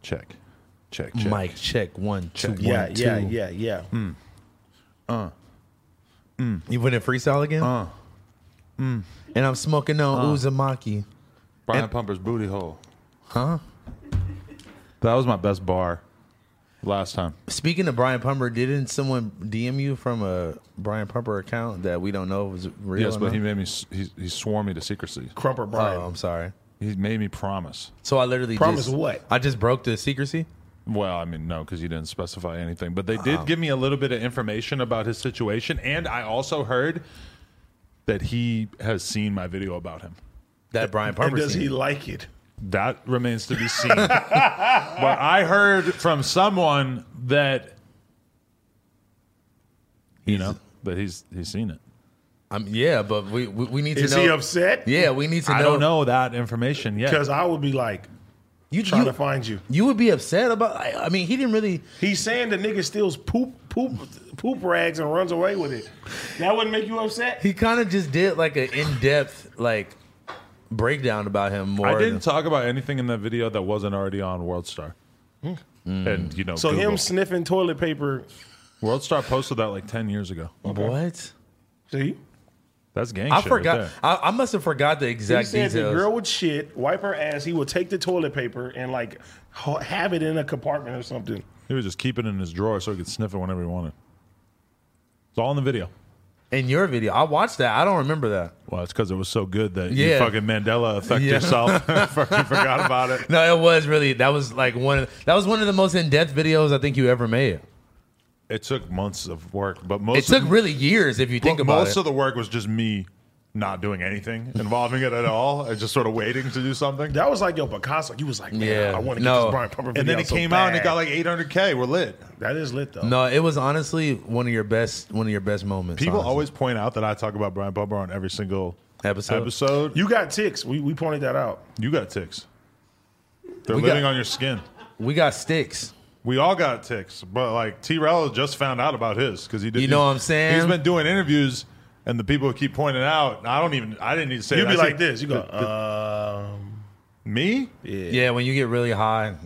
Check. Check. Check. Mike, check one, two, Check. one, Yeah, two. yeah, yeah, yeah. Hmm. Uh. You went in freestyle again? Uh. And I'm smoking Uh. on Uzumaki. Brian Pumper's booty hole. Huh? That was my best bar last time. Speaking of Brian Pumper, didn't someone DM you from a Brian Pumper account that we don't know was real? yes, or but he not? made me. s- He, he swore me to secrecy. Crumper Brian. Oh, I'm sorry. He made me promise. So I literally Promise just, what? I just broke the secrecy. Well, I mean, no, because he didn't specify anything. But they did give me a little bit of information about his situation, and I also heard that he has seen my video about him. That Brian and Pumper. does scene. he like it? That remains to be seen. but I heard from someone that you know that he's he's seen it. Um, yeah, but we we, we need Is to know. he upset? Yeah, we need to know. I don't know that information yet. Because I would be like You trying you, to find you. you would be upset about. I, I mean, he didn't really. He's saying the nigga steals poop poop poop rags and runs away with it. That wouldn't make you upset. He kind of just did like an in depth like breakdown about him more. I than- didn't talk about anything in that video that wasn't already on WorldStar. Hmm. And you know, So Google. him sniffing toilet paper. WorldStar posted that like ten years ago. What? See, That's gang I shit. forgot. Right I, I must have forgot the he exact said details. the girl would shit, wipe her ass. He would take the toilet paper and like ho- have it in a compartment or something. there. He was just keeping it in his drawer so he could sniff it whenever he wanted. It's all in the video. in your video, I watched that. I don't remember that. Well, it's because it was so good that you Yeah. fucking Mandela effect Yeah. yourself. Fucking forgot about it. No, it was really that was like one. Of, that was one of the most in depth videos I think you ever made. It took months of work, but It most took of, really years if you think but about most it. of the work was just me not doing anything involving it at all, and just sort of waiting to do something. That was like yo Picasso. You was like, man, Yeah. I want to get No. this Brian Pumper video. and then it so came out and it bad. got like 800k. We're lit. that is lit though. no, it was honestly one of your best. One of your best moments. People honestly. always point out that I talk about Brian Bumper on every single Episode. Episode, you, You got ticks. We we pointed that out. got ticks. They're We living got- on your skin. we got sticks. We all got ticks, but like T. Rell just found out about his because he did. You know what I'm saying? He's been doing interviews, and the people keep pointing out. I don't even. I didn't need to say. You'd it. be I like said, this. You go, um, me? Yeah. when you get really high,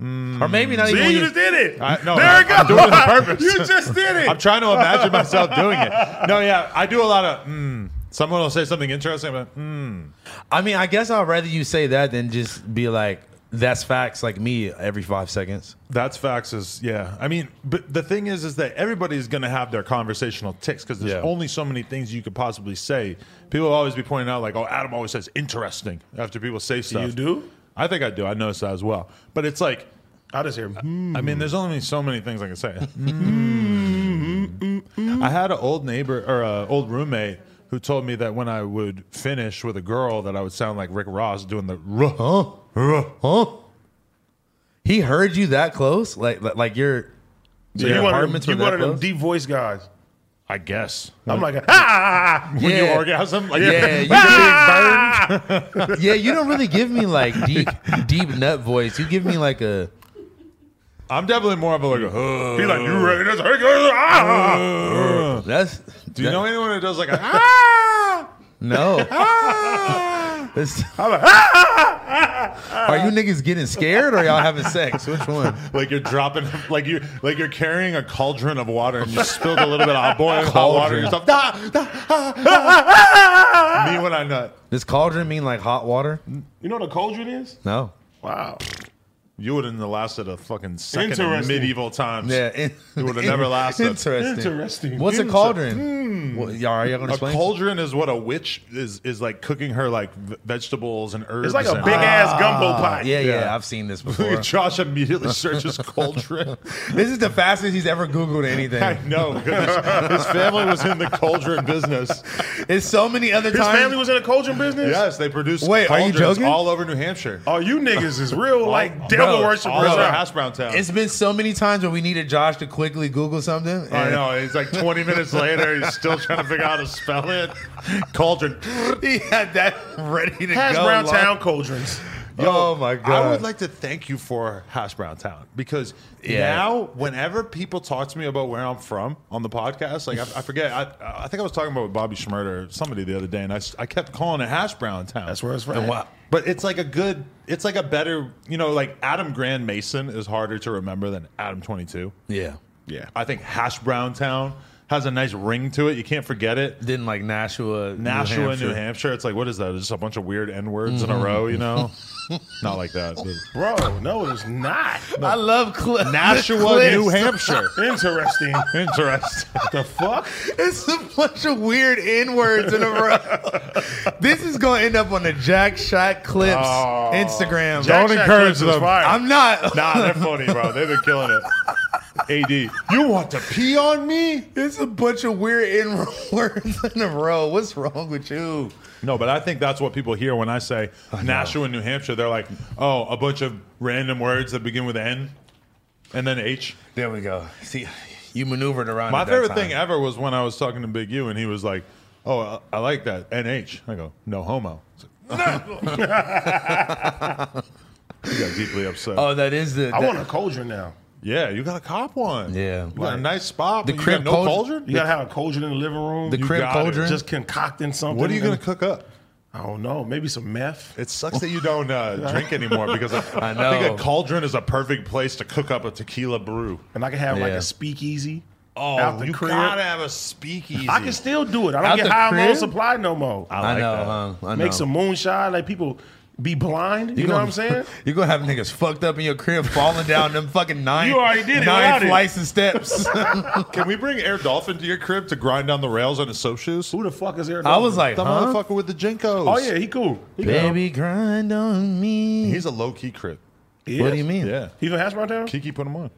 or maybe not even. see, when you you- just did it. I- no, there I- it goes. I'm doing it on purpose. you just did it. I'm trying to imagine myself doing it. No, yeah, I do a lot of. Mm, someone will say something interesting, but mm, I mean, I guess I'd rather you say that than just be like, "That's facts," like me every five seconds. That's facts. Is yeah. I mean, but the thing is, is that everybody's going to have their conversational ticks because there's Yeah. only so many things you could possibly say. People will always be pointing out, like, "Oh, Adam always says interesting" after people say stuff. you do? I think I do. I notice that as well. But it's like, I just hear. "Mm." I mean, there's only so many things I can say. Mm-hmm. I had an old neighbor or an old roommate who told me that when I would finish with a girl, that I would sound like Rick Ross doing the ruh. Huh? Huh? He heard you that close, like like, like you're. So your you one of them, apartments you were that one of them close? deep voice guys. I guess. I'm like, ah, when you Yeah. orgasm, like, Yeah, you Ah! Yeah, you don't really give me like deep deep nut voice. You give me like a. I'm definitely more of a like. a, be like, Uh. you ready? That's Ah! "Huh." That's. Do you know anyone who does like a? "Ah, No. ah"? It's- are you niggas getting scared or y'all having sex? Which one? like you're dropping, like you, like you're carrying a cauldron of water and you spilled a little bit of boiling hot water and stuff. "Ah, ah, ah, ah, ah." Me when I nut. Does cauldron mean like hot water? You know what a cauldron is? No. Wow. You would have lasted a fucking second in Interesting. medieval times. Yeah, in- It would've never lasted. Interesting. Interesting. What's Inter- a cauldron? What, y'all, are y'all gonna A explain? cauldron is what a witch is is like cooking her like v- vegetables and herbs. It's like a and- big ass gumbo Ah, pot. yeah, yeah, Yeah. I've seen this Look before. at Josh immediately searches cauldron. this is the fastest he's ever googled I anything. know because his family was in the cauldron business. It's so many other His times. family was in the cauldron business? Yes, they produced Wait, are you cauldrons joking? all over New Hampshire. Oh, you niggas is real like devil bro, worshipers. all over huh? Hash Brown Town. it's been so many times when we needed Josh to quickly Google something. I and- know. It's like 20 minutes later. He's still trying to figure out how to spell it. Cauldron. he had that ready to Hash go. Brown long- Town cauldrons. Oh my god! I would like to thank you for Hash Brown Town because Yeah. now, whenever people talk to me about where I'm from on the podcast, like I, I forget, I, I think I was talking about with Bobby Schmurder or somebody the other day, and I, s- I kept calling it Hash Brown Town. That's where it's from. But it's like a good, it's like a better, you know, like Adam Grand Mason is harder to remember than Adam 22. Yeah, Yeah. I think Hash Brown Town has a nice ring to it. You can't forget it. didn't like Nashua, Nashua, New Hampshire. Mm-hmm. It's like, what is that? It's just a bunch of weird N words in a row, you know? Not like that. but- Bro, no, it's not. I love Cl- Nashua, New Hampshire. Interesting. Interesting. the fuck? It's a bunch of weird N words in a row. this is going to end up on the Jack Shot Clips Oh. Instagram. Don't Jack encourage Shot was them. fire. I'm not. Nah, they're funny, bro. They've been killing it. AD, you want to pee on me? It's a bunch of weird N words in a row. What's wrong with you? No, but I think that's what people hear when I say Nashua, New Hampshire. They're like, oh, a bunch of random words that begin with N and then H. There we go. See, you maneuvered around. My at that favorite time. thing ever was when I was talking to Big U and he was like, "Oh, I, I like that NH." I go, "No homo." It's like, he got deeply upset. Oh, that is the. I that- want a cauldron now. yeah, you got a cop one. Yeah, you got a like- nice spot. The The you crib got no cauldron- cauldron. You gotta have a cauldron in the living room. the You crib got it. cauldron. Just concocting something. What are you gonna and- cook up? I don't know. Maybe some meth. It sucks that you don't uh, drink anymore because I, I I think know. a cauldron is a perfect place to cook up a tequila brew. And I can have like Yeah. a speakeasy. Oh, out the you crib. gotta have a speakeasy. I can still do it. I don't Out get the high on low crib? supply no more. I I, like know. that. huh? I know. Make some moonshine. Like people be blind. You, know gonna- what I'm saying? You're gonna have niggas fucked up in your crib, falling down them fucking nine. You already did it nine without it. flights of steps. Can we bring Air Dolphin to your crib to grind down the rails on his soap shoes? Who the fuck is there? I was like, The huh? motherfucker with the jinkos. oh yeah, he cool. He cool. Baby, grind on me. He's a low key crip. He what is. do you mean? Yeah. He from Hash Brown Town? Kiki put him on.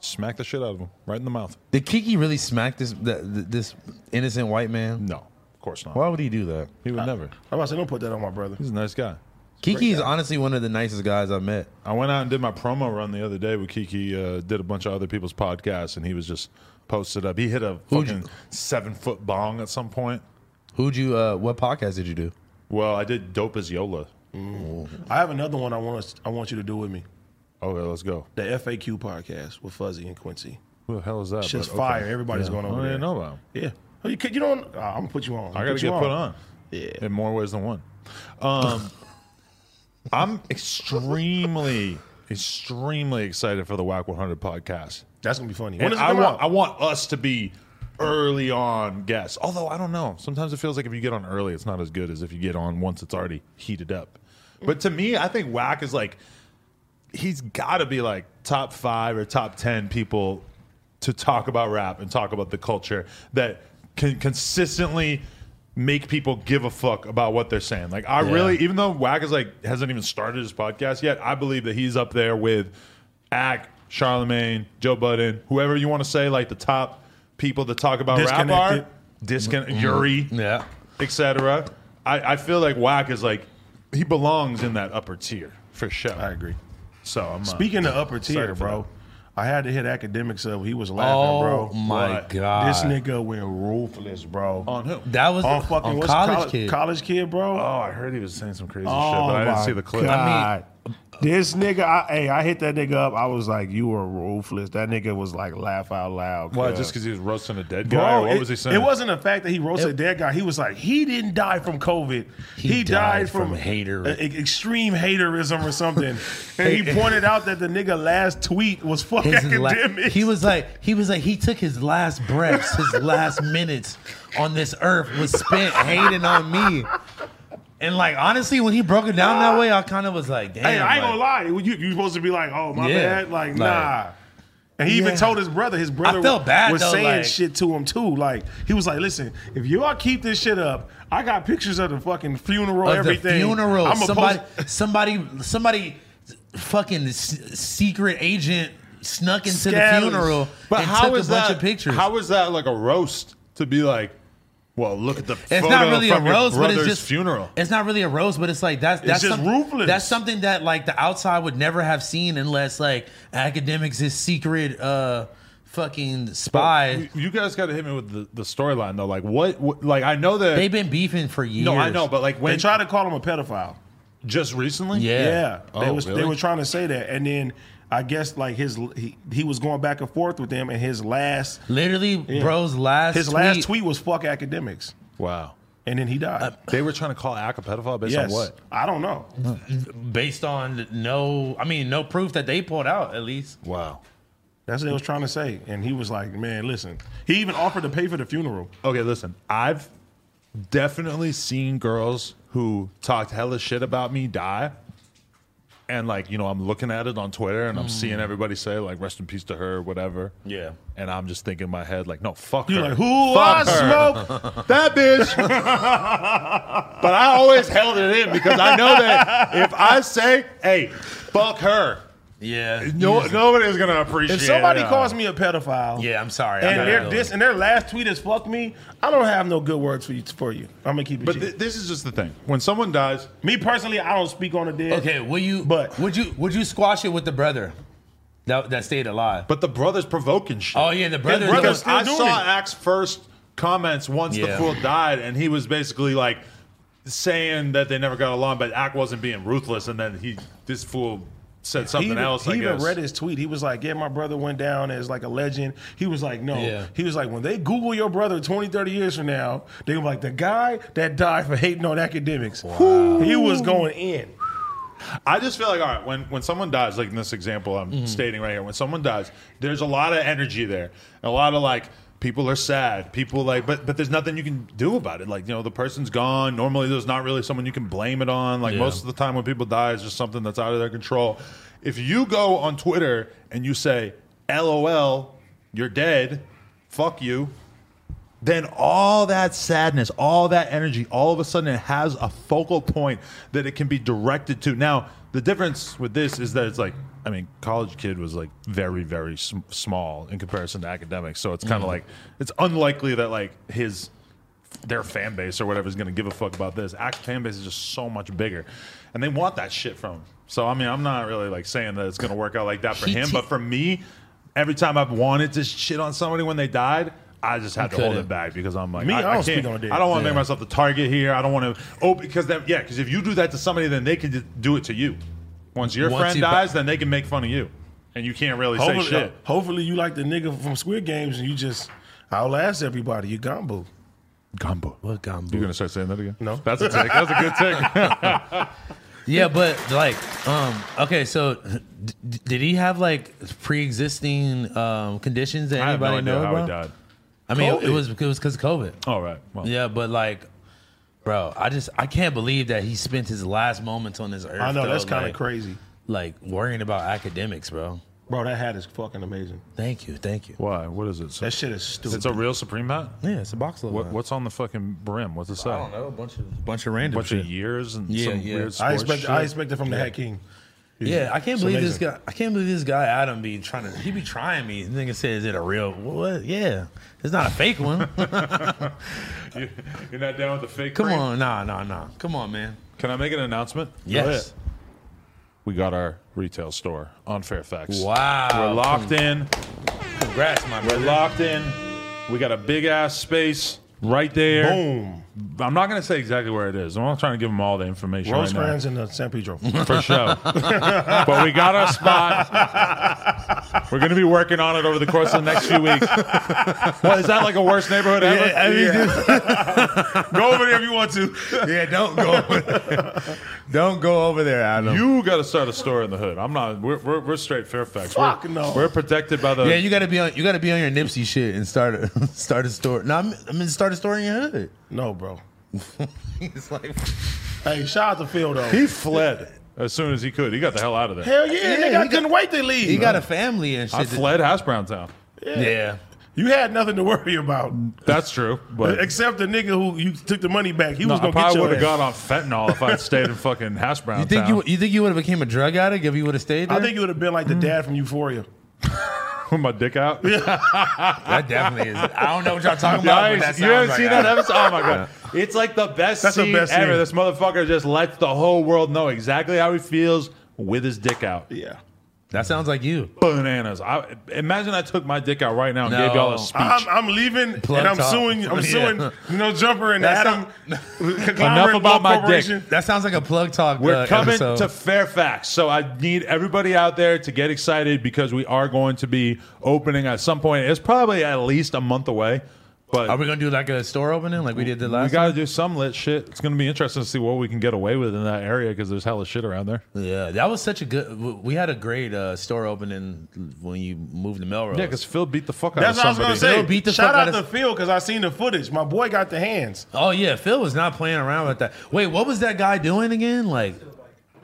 Smack the shit out of him. Right in the mouth. Did Kiki really smack this th- th- this innocent white man? No, of course not. Why would he do that? he would never. I'm about to say, don't put that on my brother. He's a nice guy. Kiki is honestly one of the nicest guys I've met. I went out and did my promo run the other day with Kiki. Uh, did a bunch of other people's podcasts, and he was just posted up. He hit a Who'd you- fucking seven foot bong at some point. Who'd you? Uh, what podcast did you do? Well, I did dope as Yola. I have another one I want us, I want you to do with me. Okay, let's go. The FAQ podcast with Fuzzy and Quincy. Who the hell is that? It's just But okay. fire. Everybody's Yeah. going over I there. didn't know about him. Yeah. Oh, you, could- you don't. ah, I'm gonna put you on. I gotta you get put on. Yeah. In more ways than one. Um, I'm extremely, extremely excited for the Whack 100 podcast. That's gonna be funny. And When does it I come want, out? I want us to be early on guests. Although I don't know, sometimes it feels like if you get on early, it's not as good as if you get on once it's already heated up. But to me, I think Whack is like he's got to be like top five or top ten people to talk about rap and talk about the culture that can consistently make people give a fuck about what they're saying. Like I really, even though Wack is like hasn't even started his podcast yet, I believe that he's up there with Ack, Charlemagne, Joe Budden, whoever you want to say like the top people that talk about rap Disconnected. are. Discon- Yuri, Yeah. etc. I, I feel like Wack is like he belongs in that upper tier for sure. I agree. So I'm uh, Speaking of upper tier, Excited for bro, I had to hit academics up. He was laughing, Oh bro. my What? god! This nigga went ruthless, bro. on who? that was on fucking what's college, college kid. college kid, bro. Oh, I heard he was saying some crazy shit, but I didn't my see the clip. God. this nigga, I, hey, I hit that nigga up. I was like, you were ruthless. That nigga was like, laugh out loud. Why? cuz. Just because he was roasting a dead Bro, guy? or what it, was he saying? It wasn't the fact that he roasted that guy. He was like, he didn't die from COVID. He, died, died from, from hater- e- e- extreme haterism or something. and he pointed out that the nigga last tweet was fuck His la- academics. he was like he was like he took his last breaths, his last minutes on this earth was spent hating on me. And like honestly, when he broke it down that way, I kind of was like, damn. Hey, I like- ain't gonna lie. You, you- you supposed to be like, oh my Yeah. bad, like, Like- nah. And he Yeah. even told his brother. His brother felt bad, was though, saying like- shit to him too. Like he was like, "Listen, if y'all keep this shit up, I got pictures of the fucking funeral, of everything. the funeral. I'ma somebody, post- somebody, somebody, fucking s- secret agent snuck into Scallies. the funeral But and how took is a bunch that? of pictures. How is that like a roast to be like? Well, look at the. it's photo not really a from your rose, but it's brother's just funeral. It's not really a rose, but it's like that's that's just something- ruthless. That's something that like the outside would never have seen unless like academics is secret uh fucking spy. You, you guys got to hit me with the, the storyline though. Like what, what? Like I know that. They've been beefing for years. no, I know, but like they when tried to call him a pedophile. just recently. Yeah. Yeah, they Oh, was really? they were trying to say that, and then I guess like his he, he was going back and forth with them, and his last literally, bro's last his tweet, last tweet was fuck academics, Wow. and then he died. They were trying to call Ack a pedophile based yes, on Uh, what? I don't know. based on no, I mean no proof that they pulled out at least. Wow. That's what they was trying to say, and he was like, "Man, listen." He even offered to pay for the funeral. Okay, listen. I've definitely seen girls who talked hella shit about me die. And like, you know, I'm looking at it on Twitter and I'm seeing everybody say like rest in peace to her or whatever. Hmm. Yeah. And I'm just thinking in my head, like, no, fuck You're her. like, "Who Fuck I her. smoke?" That bitch. but I always held it in because I know that if I say, hey, fuck her, Yeah. Uh, no, nobody's gonna appreciate If somebody it. calls me a pedophile, Yeah, I'm sorry. I'm and not their really- this and their last tweet is "fuck me," I don't have no good words for you. For you, I'm gonna keep it. But G. th- this is just the thing. When someone dies, me personally, I don't speak on the dead. Okay, will you? But- would you would you squash it with the brother that that stayed alive? but the brother's provoking shit. Oh yeah, the brother. brother because still I doing saw it. Axe first comments once the Yeah. fool died, and he was basically like saying that they never got along, but Ack wasn't being ruthless, and then he this fool said He something even, else. he I even guess. read his tweet. He was like, Yeah, my brother went down as like a legend. He was like, No. Yeah. He was like, When they Google your brother 20, 30 years from now, they gonna be like, The guy that died for hating on academics. He was going in. I just feel like all right when when someone dies, like in this example I'm stating right here, when someone dies, there's a lot of energy there, a lot of like people are sad, people like, but but there's nothing you can do about it. Like you know the person's gone. Normally there's not really someone you can blame it on. Like Yeah. most of the time when people die, it's just something that's out of their control. If you go on Twitter and you say, "LOL, you're dead," fuck you. Then all that sadness, all that energy, all of a sudden it has a focal point that it can be directed to. Now, the difference with this is that it's like, I mean, college kid was like very, very sm- small in comparison to academics. So it's kind of like, it's unlikely that like his, their fan base or whatever is going to give a fuck about this. Act fan base is just so much bigger and they want that shit from him. So, I mean, I'm not really like saying that it's going to work out like that for He him, te- but for me, every time I've wanted to shit on somebody when they died, I just had to hold couldn't. it back because I'm like, Me, I, I don't can't- speak on dick. I don't want to Yeah. make myself the target here. I don't want to. Oh, because that, yeah, because if you do that to somebody, then they can d- do it to you. Once your Once friend you- dies, then they can make fun of you, and you can't really Hopefully, uh, say shit. hopefully you like the nigga from Squid Games and you just outlast everybody. You gumbo. Gumbo. What gumbo? You gonna start saying that again? No. That's a tick. That's a good tick. Yeah, but like, um, okay, so d- d- did he have like pre-existing um, conditions that I have no anybody idea know how about? he died. I mean, it, it COVID. was it was because of COVID. All right. Well, Yeah, but like, bro, I just I can't believe that he spent his last moments on this earth. I know, though, that's kind of like- crazy. Like worrying about academics, bro. Bro, that hat is fucking amazing. Thank you, thank you. Why? What is it? That shit is stupid. It's a real Supreme hat. Yeah, it's a box logo. What, what's on the fucking brim? What's it say? Uh, I don't know, a bunch of bunch of random Bunch shit. of years and Yeah, some yeah. weird. I sports expect shit. I expect it from the Hat King. Yeah, I can't It's believe this amazing. guy. I can't believe this guy Adam be trying to. He be trying me. The nigga said, "Is it a real? What? Yeah, it's not a fake one. You- You're not down with the fake. Come cream? on, nah, nah, nah. Come on, man. Can I make an announcement? Go ahead. Yes. we got our retail store on Fairfax. Wow. We're locked in. Congrats, my We're brother. locked in. We got a big ass space right there. Boom. I'm not going to say exactly where it is. I'm not trying to give them all the information right now. Rosecrans and the San Pedro. for sure. but we got our spot. We're going to be working on it over the course of the next few weeks. What is that like a worst neighborhood ever? Go over there if you want to. Yeah, don't go. over- don't go over there, Adam. You got to start a store in the hood. I'm not. We're, we're, we're straight Fairfax. Fuck we're, no. We're protected by the. Yeah, you gotta be on. You gotta be on your Nipsey shit and start a start a store. No, I'm, I'm gonna start a store in your hood. No, bro. It's like Hey, shout out to Phil though. He fled as soon as he could. He got the hell out of there. Hell yeah, Yeah, nigga, I he couldn't wait to leave. He got a family and shit. I fled Hash Brown Town. Yeah. You had nothing to worry about. That's true. But Except the nigga who you took the money back. He No, was I gonna get probably your would ass. have got on fentanyl if I'd stayed in fucking Hash Brown You think Town. you you think you would have became a drug addict if you would have stayed there? I think you would have been like the Mm. dad from Euphoria. with my dick out? that definitely is. I don't know what y'all talking Yeah, about. I- but that you haven't sounds seen like that episode? Oh my god, it's like the best That's the scene best ever. scene. This motherfucker just lets the whole world know exactly how he feels with his dick out. Yeah. That sounds like you. Bananas. I, imagine I took my dick out right now and No. gave y'all a speech. I'm, I'm leaving Plug and I'm top. suing. I'm Yeah. suing. You know, Jumper and That's Adam. conglomerate Enough about my dick. corporation. That sounds like a plug talk. We're uh, coming episode. to Fairfax, so I need everybody out there to get excited because we are going to be opening at some point. It's probably at least a month away, but Are we gonna do like a store opening like we did the we last? got to do some lit shit. It's going to be interesting to see what we can get away with in that area because there's hella shit around there. one? Yeah, that was such a good. w- We had a great uh, store opening when you moved to Melrose. Yeah, because Phil beat the fuck out of That's what I was somebody. gonna say. Phil beat the Shout fuck out out to of- Phil because I seen the footage. My boy got the hands. oh yeah, Phil was not playing around with that. Wait, what was that guy doing again? Like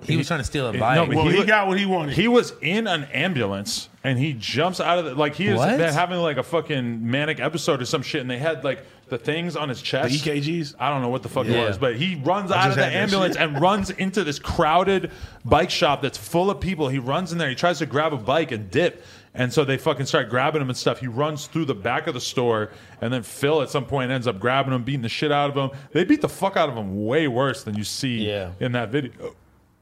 he was trying to steal a bike. no, but Well, He he, look- got what he wanted. He was in an ambulance and he jumps out of the like he is What? been having like a fucking manic episode or some shit and they had like the things on his chest. The E EKGs? I don't know what the fuck Yeah. it was, but he runs out of just the had that ambulance and runs into this crowded bike shop that's full of people. He runs in there, he tries to grab a bike and dip. And so they fucking start grabbing him and stuff. He runs through the back of the store, and then Phil at some point ends up grabbing him, beating the shit out of him. They beat the fuck out of him way worse than you see Yeah. in that video.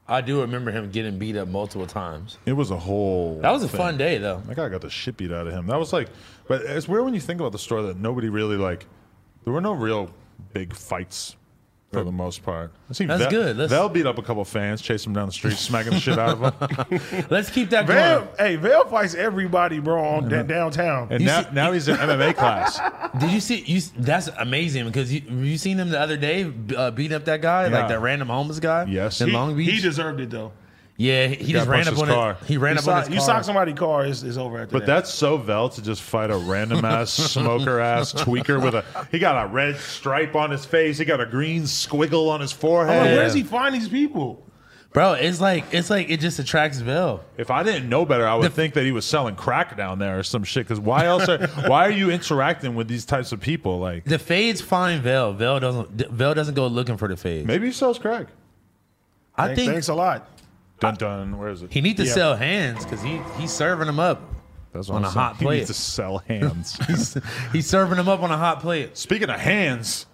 I do remember him getting beat up multiple times. It was a whole. That was a thing. fun day though. That guy got the shit beat out of him. That was like, but it's weird when you think about the story that nobody really like. There were no real big fights for the most part. I see That's Vel- good. Let's- They'll beat up a couple fans, chase them down the street, smacking the shit out of them. Let's keep that going. Vail, hey, Vail fights everybody, bro, on da- downtown. And You now, see- now he's in MMA class. Did you see? You that's amazing because you you seen him the other day uh, beat up that guy Yeah. like that random homeless guy. Yes. in He- Long Beach. He deserved it though. yeah, he, just guy ran punched up his on car. it. He ran up You on sock, his you car. sock somebody's car, it's, it's over after But that. that's so Vel to just fight a random ass smoker ass tweaker with a. He got a red stripe on his face. He got a green squiggle on his I'm like, forehead. where does he find these people? Bro, it's like it's like it just attracts Bill. If I didn't know better, I would think that he was selling crack down there or some shit. Because why else? Are, why are you interacting with these types of people? Like The fades find Vel. Vel doesn't. Vel doesn't go looking for the fades. maybe he sells crack. I think Thanks a lot. Dun dun. Where is it? he need to Yeah. sell hands because he he's serving them up. That's what on I'm a saying. hot He plate. needs to sell hands. He's, he's serving them up on a hot plate. Speaking of hands,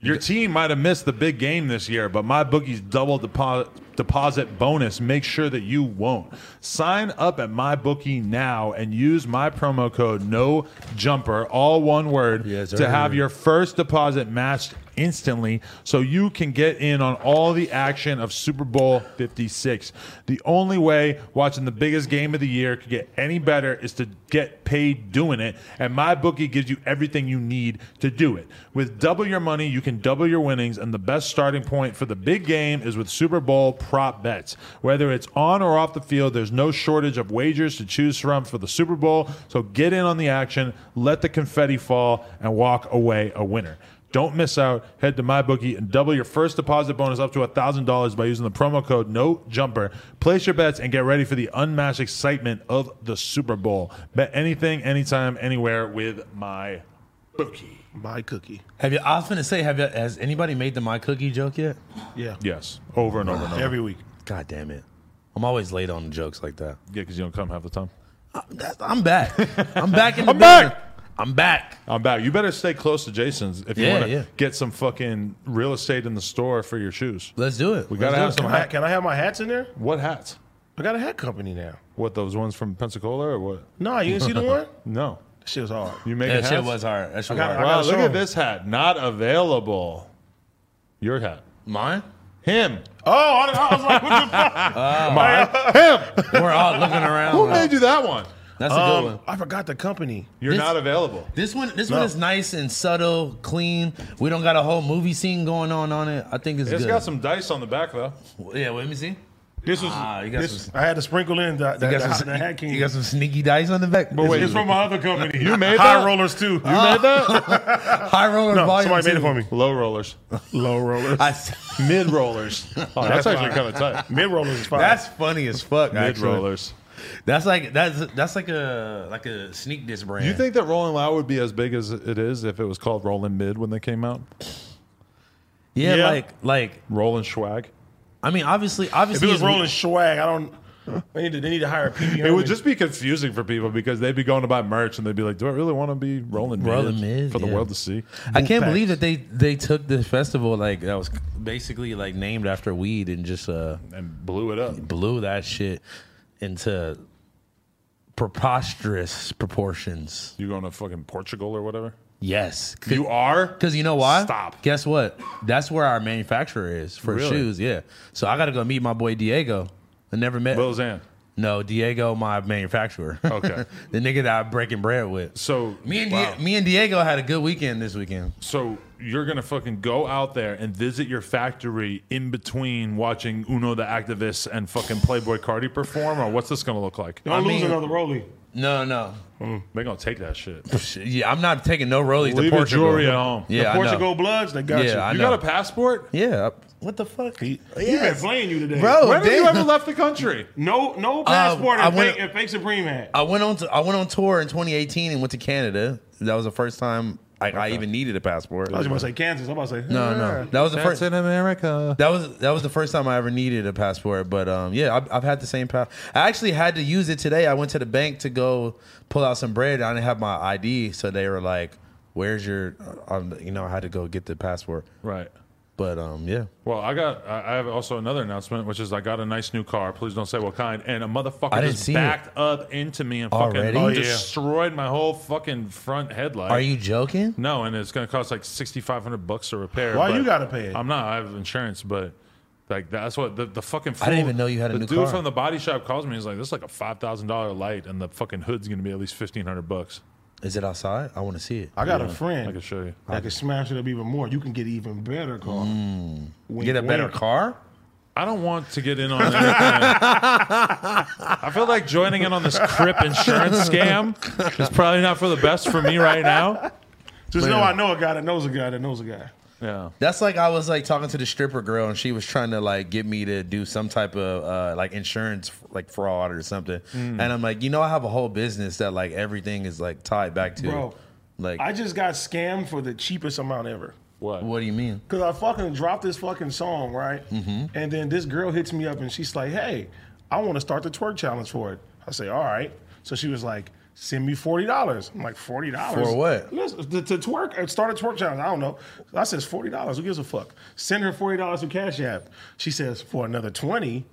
your team might have missed the big game this year, but my bookie's double deposit deposit bonus makes sure that you won't. Sign up at my bookie now and use my promo code no jumper, all one word, Yes, to sir. have your first deposit matched instantly so you can get in on all the action of Super Bowl 56. The only way watching the biggest game of the year could get any better is to get paid doing it, and MyBookie gives you everything you need to do it. With double your money, you can double your winnings, and the best starting point for the big game is with Super Bowl prop bets. Whether it's on or off the field, there's no shortage of wagers to choose from for the Super Bowl, so get in on the action, let the confetti fall, and walk away a winner. Don't miss out. Head to MyBookie and double your first deposit bonus up to $1,000 by using the promo code NOJUMPER. Place your bets and get ready for the unmatched excitement of the Super Bowl. Bet anything, anytime, anywhere with my bookie. My cookie. Have you? I was gonna say, have you, has anybody made the my cookie joke yet? Yeah. Yes, over and over and over. Every week. God damn it! I'm always late on jokes like that. Uh, Yeah, because you don't come half the time. That's- I'm back. I'm back in the I'm back. business. I'm back. I'm back. You better stay close to Jason's if you Yeah, want to yeah. get some fucking real estate in the store for your shoes. Let's do it. We gotta have some Can I, hat. can I have my hats in there? What hats? I got a hat company now. What those ones from Pensacola or what? No, you didn't see the one? No, That shit was hard. you make That hats. shit was hard. That shit was gotta- hard. I Wow, gotta look show at him. this hat. Not available. Your hat. Mine. Him. Oh, I, I was like, what the fuck? Mine. Him. We're all looking around. Who like, made you that one? That's a good one. Um, I forgot the company. You're This- not available. This one, this No. one is nice and subtle, clean. We don't got a whole movie scene going on on it. I think it's, It's good. got some dice on the back though. yeah, wait, let me see. This was Ah, you got this, some- I had to sprinkle in the, the, You the, got, some, the Hat King. you got some sneaky dice on the back. But wait, it's from my other company. You made High that? Rollers too. you made that? high roller no, volume. somebody made two. it for me. Low rollers, Low rollers. I s- mid rollers. Oh, that's actually kind of tight. Mid rollers is fine. that's funny as fuck. Mid actually. rollers. That's like that's that's like a like a sneak diss brand. You think that Rolling Loud would be as big as it is if it was called Rolling Mid when they came out? Yeah, Yeah. like like Rolling Schwag. I mean, obviously, if obviously, it was it's- rolling swag, I don't. They need to, they need to hire a PD. It would just be confusing for people because they'd be going to buy merch and they'd be like, "Do I really want to be Rolling Mid, Rolling Mid, for the yeah. world to see?" I can't believe that they they took this festival like that was basically like named after weed and just uh And blew it up. blew that shit into preposterous proportions. You going to fucking Portugal or whatever? Yes, You are Because you know why? Stop. Guess what? That's where our manufacturer is for Really? shoes. Yeah. So I got to go meet my boy Diego. I never met. Lil Xan. no, Diego, my manufacturer. Okay. the nigga that I'm breaking bread with. So me and wow. Di- me and Diego had a good weekend this weekend. So you're gonna fucking go out there and visit your factory in between watching Uno the Activist and fucking Playboy Cardi perform, or what's this gonna look like? Don't lose mean- another rollie. No, no. They're gonna take that shit. Sh- Yeah, I'm not taking no rollies Leave to your Portugal. jewelry at home. Yeah, I know. Portugal Bloods, they got Yeah, you. I you know. got a passport? Yeah. What the fuck? You've been playing you today, Bro, when have damn. you ever left the country? No, no passport Um, I and, went- fake, and fake Supreme hat. I went on to, I went on tour in 2018 and went to Canada. That was the first time I, I even needed a passport. I was about to say Kansas. I'm about to say eh, No, no. That was the first America. That was that was the first time I ever needed a passport, but um, yeah, I've, I've had the same pass. I actually had to use it today. I went to the bank to go pull out some bread. I didn't have my ID, so they were like, "Where's your?" Um, you know, I had to go get the passport. Right. But um, yeah, Well, I got. I I have also another announcement, which is I got a nice new car. Please don't say what kind. And a motherfucker I didn't just see it. backed up into me and fucking Already? Oh, yeah. destroyed my whole fucking front headlight. are you joking? No, and it's going to cost like sixty five hundred bucks to repair. Why but you gotta pay it? I'm not. I have insurance, but like that's what the, the fucking. Fool, I didn't even know you had a the new dude car. from the body shop calls me. He's like, "This is like a five thousand dollar light, and the fucking hood's going to be at least fifteen hundred bucks." Is it outside? I want to see it. I got a Yeah, friend. I can show you. I can smash it up even more. You can get even better car. Mm, Wink, Get a better wink. car. I don't want to get in on anything. I feel like joining in on this Crip insurance scam is probably not for the best for me right now. Just know I know a guy that knows a guy that knows a guy. Yeah. That's like I was like talking to the stripper girl and she was trying to like get me to do some type of uh, like insurance like fraud or something. Mm. And I'm like, you know, I have a whole business that like everything is like tied back to. Bro, like, I just got scammed for the cheapest amount ever. What? what do you mean? Cause I fucking dropped this fucking song, right? Mm-hmm. And then this girl hits me up and she's like, "Hey, I want to start the twerk challenge for it." I say, "All right." So she was like, "Send me forty dollars." I'm like, 40 dollars For what? Listen, to, to twerk, uh, start a twerk challenge. I don't know. I says forty dollars. Who gives a fuck? Send her forty dollars to Cash App. She says for another twenty.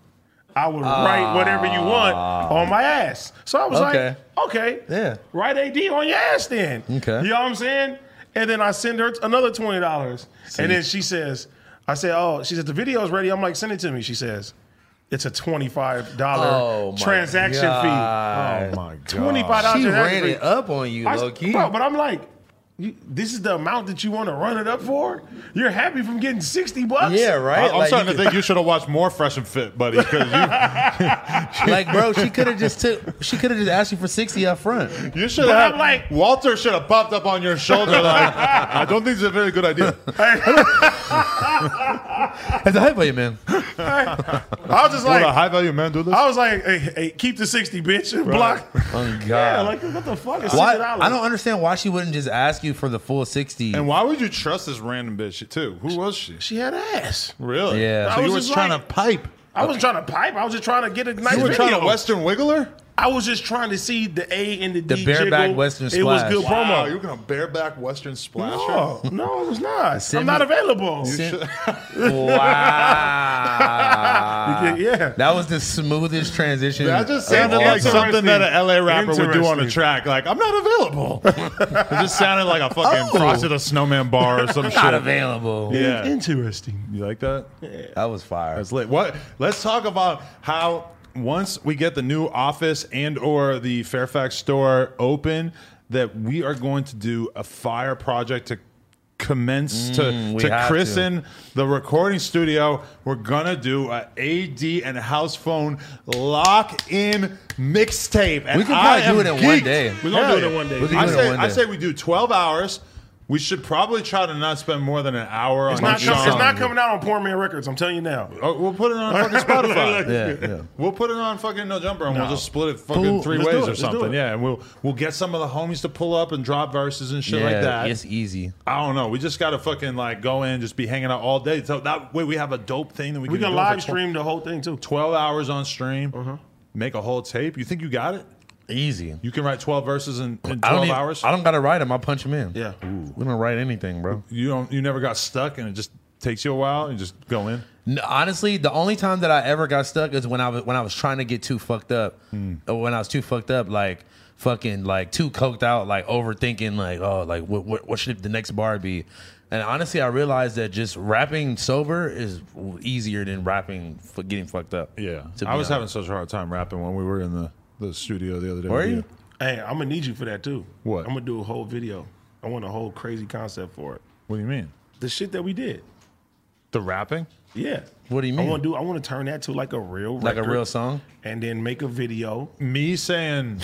I would write whatever you want on my ass. So I was Ah. Okay. like, okay, Yeah. write AD on your ass then. Okay. You know what I'm saying? And then I send her another twenty dollars, and then she says, "I say, oh, she says the video's ready." I'm like, "Send it to me." She says, "It's a twenty five dollar Oh my Uh, transaction God. fee." Oh my God. Twenty five dollars She transaction ran fee. it up on you, I- low key. Bro, but I'm like, you, this is the amount that you want to run it up for. You're happy from getting sixty bucks. yeah, right. I, am like, starting you to think you should have watched more Fresh and Fit, buddy, because you, could- like, bro, she could have just took. She could have just asked you for sixty up front. you should But have. I'm like- Walter should have popped up on your shoulder. Like, I don't think it's a very good idea. That's a hype for you, man. I was just Would a like, high value man do this? I was like, hey, hey, keep the sixty, bitch, and block. Oh God. Yeah, like what the fuck? It's why, sixty dollars. I don't understand why she wouldn't just ask you for the full sixty. And why would you trust this random bitch too? Who was she? She had ass. Really? Yeah. So I you were was just trying like- to pipe. I wasn't trying to pipe. I was just trying to get a nice You were video. trying to Western Wiggler? I was just trying to see the A and the D. The bareback jiggle. Western It was splash. good Wow, you promo. were gonna bareback Western splash? No, no, it was not. Send I'm not me- available. wow. Yeah. That was the smoothest transition. That just of sounded all like time. something that an LA rapper would do on a Interesting. track. Like, I'm not available. Oh. it just sounded like a fucking Frosty the Snowman bar or some shit. not available. Yeah. Interesting. You like that? That was fire. That's lit. What? Let's talk about how once we get the new office and or the Fairfax store open, that we are going to do a fire project to commence Mm, we to, to have to. christen the recording studio. We're gonna do a AD and house phone lock in mixtape. and We could I probably do am it in one geeked. day. We're gonna Hell do it in yeah. one day. We could I do it in say, one I day. say we do 12 hours. We should probably try to not spend more than an hour It's on not, each com- it's song. not coming out on Poor Man Records. I'm telling you now. Oh, we'll put it on fucking Spotify. Yeah, yeah. We'll put it on fucking No Jumper and we'll just split it fucking Cool. three Let's do ways it. or Let's do something. it. Yeah, and we'll we'll get some of the homies to pull up and drop verses and shit like that. It's easy. I don't know. We just gotta fucking like go in, just be hanging out all day. So that way we have a dope thing that we, We can can do for live tw- stream Uh-huh. the whole thing too. twelve hours on stream. Make a whole tape. You think you got it? Easy. You can write twelve verses in, in I twelve don't even- hours. I don't gotta write them. I punch them in. Yeah. We don't write anything, bro. you don't. You never got stuck, and it just takes you a while. And you just go in. No, honestly, the only time that I ever got stuck is when I was when I was trying to get too fucked up, Hmm. or when I was too fucked up, like fucking like too coked out, like overthinking, like oh, like what what, what should the next bar be? And honestly, I realized that just rapping sober is w- easier than rapping for getting fucked up. Yeah, to be I was honest. having such a hard time rapping when we were in the, the studio the other day. Were Yeah. you? Hey, I'm gonna need you for that too. What? I'm gonna do a whole video. I want a whole crazy concept for it. What do you mean? The shit that we did. The rapping? Yeah. What do you mean? I want to do. I want to turn that to like a real, Like a record real song? and then make a video. Me saying,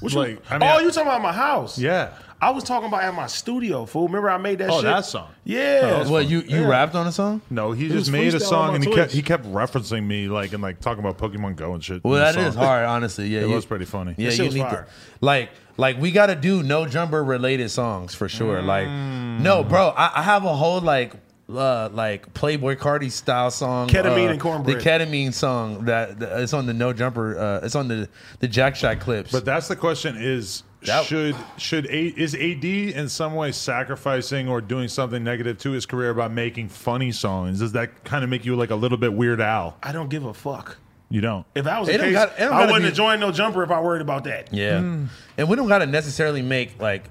Which Like, one? I mean, oh, I- you talking about my house? yeah. I was talking about at my studio, fool. Remember I made that Oh, shit? that song. Yeah. What you you rapped on a song? No, he was just made a freestyle song on and he Twitch. kept he kept referencing me like and like talking about Pokemon Go and shit. Well, in the that is song. hard, honestly. Yeah, It you- was pretty funny. Yeah, That shit you was need to, fire. like like we gotta do no jumper related songs for sure. Like no, Mm. bro, I, I have a whole like uh, like Playboy Cardi style song, Ketamine uh, and cornbread. The ketamine song that, that it's on the no jumper. Uh, it's on the the Jack Shot clips. But that's the question: is That- should should a, is AD in some way sacrificing or doing something negative to his career by making funny songs? Does that kind of make you like a little bit weird Al? I don't give a fuck. You don't. If that was It the don't case, gotta- it don't I gotta wouldn't be- have joined no jumper if I worried about that. yeah, Mm. and we don't gotta necessarily make like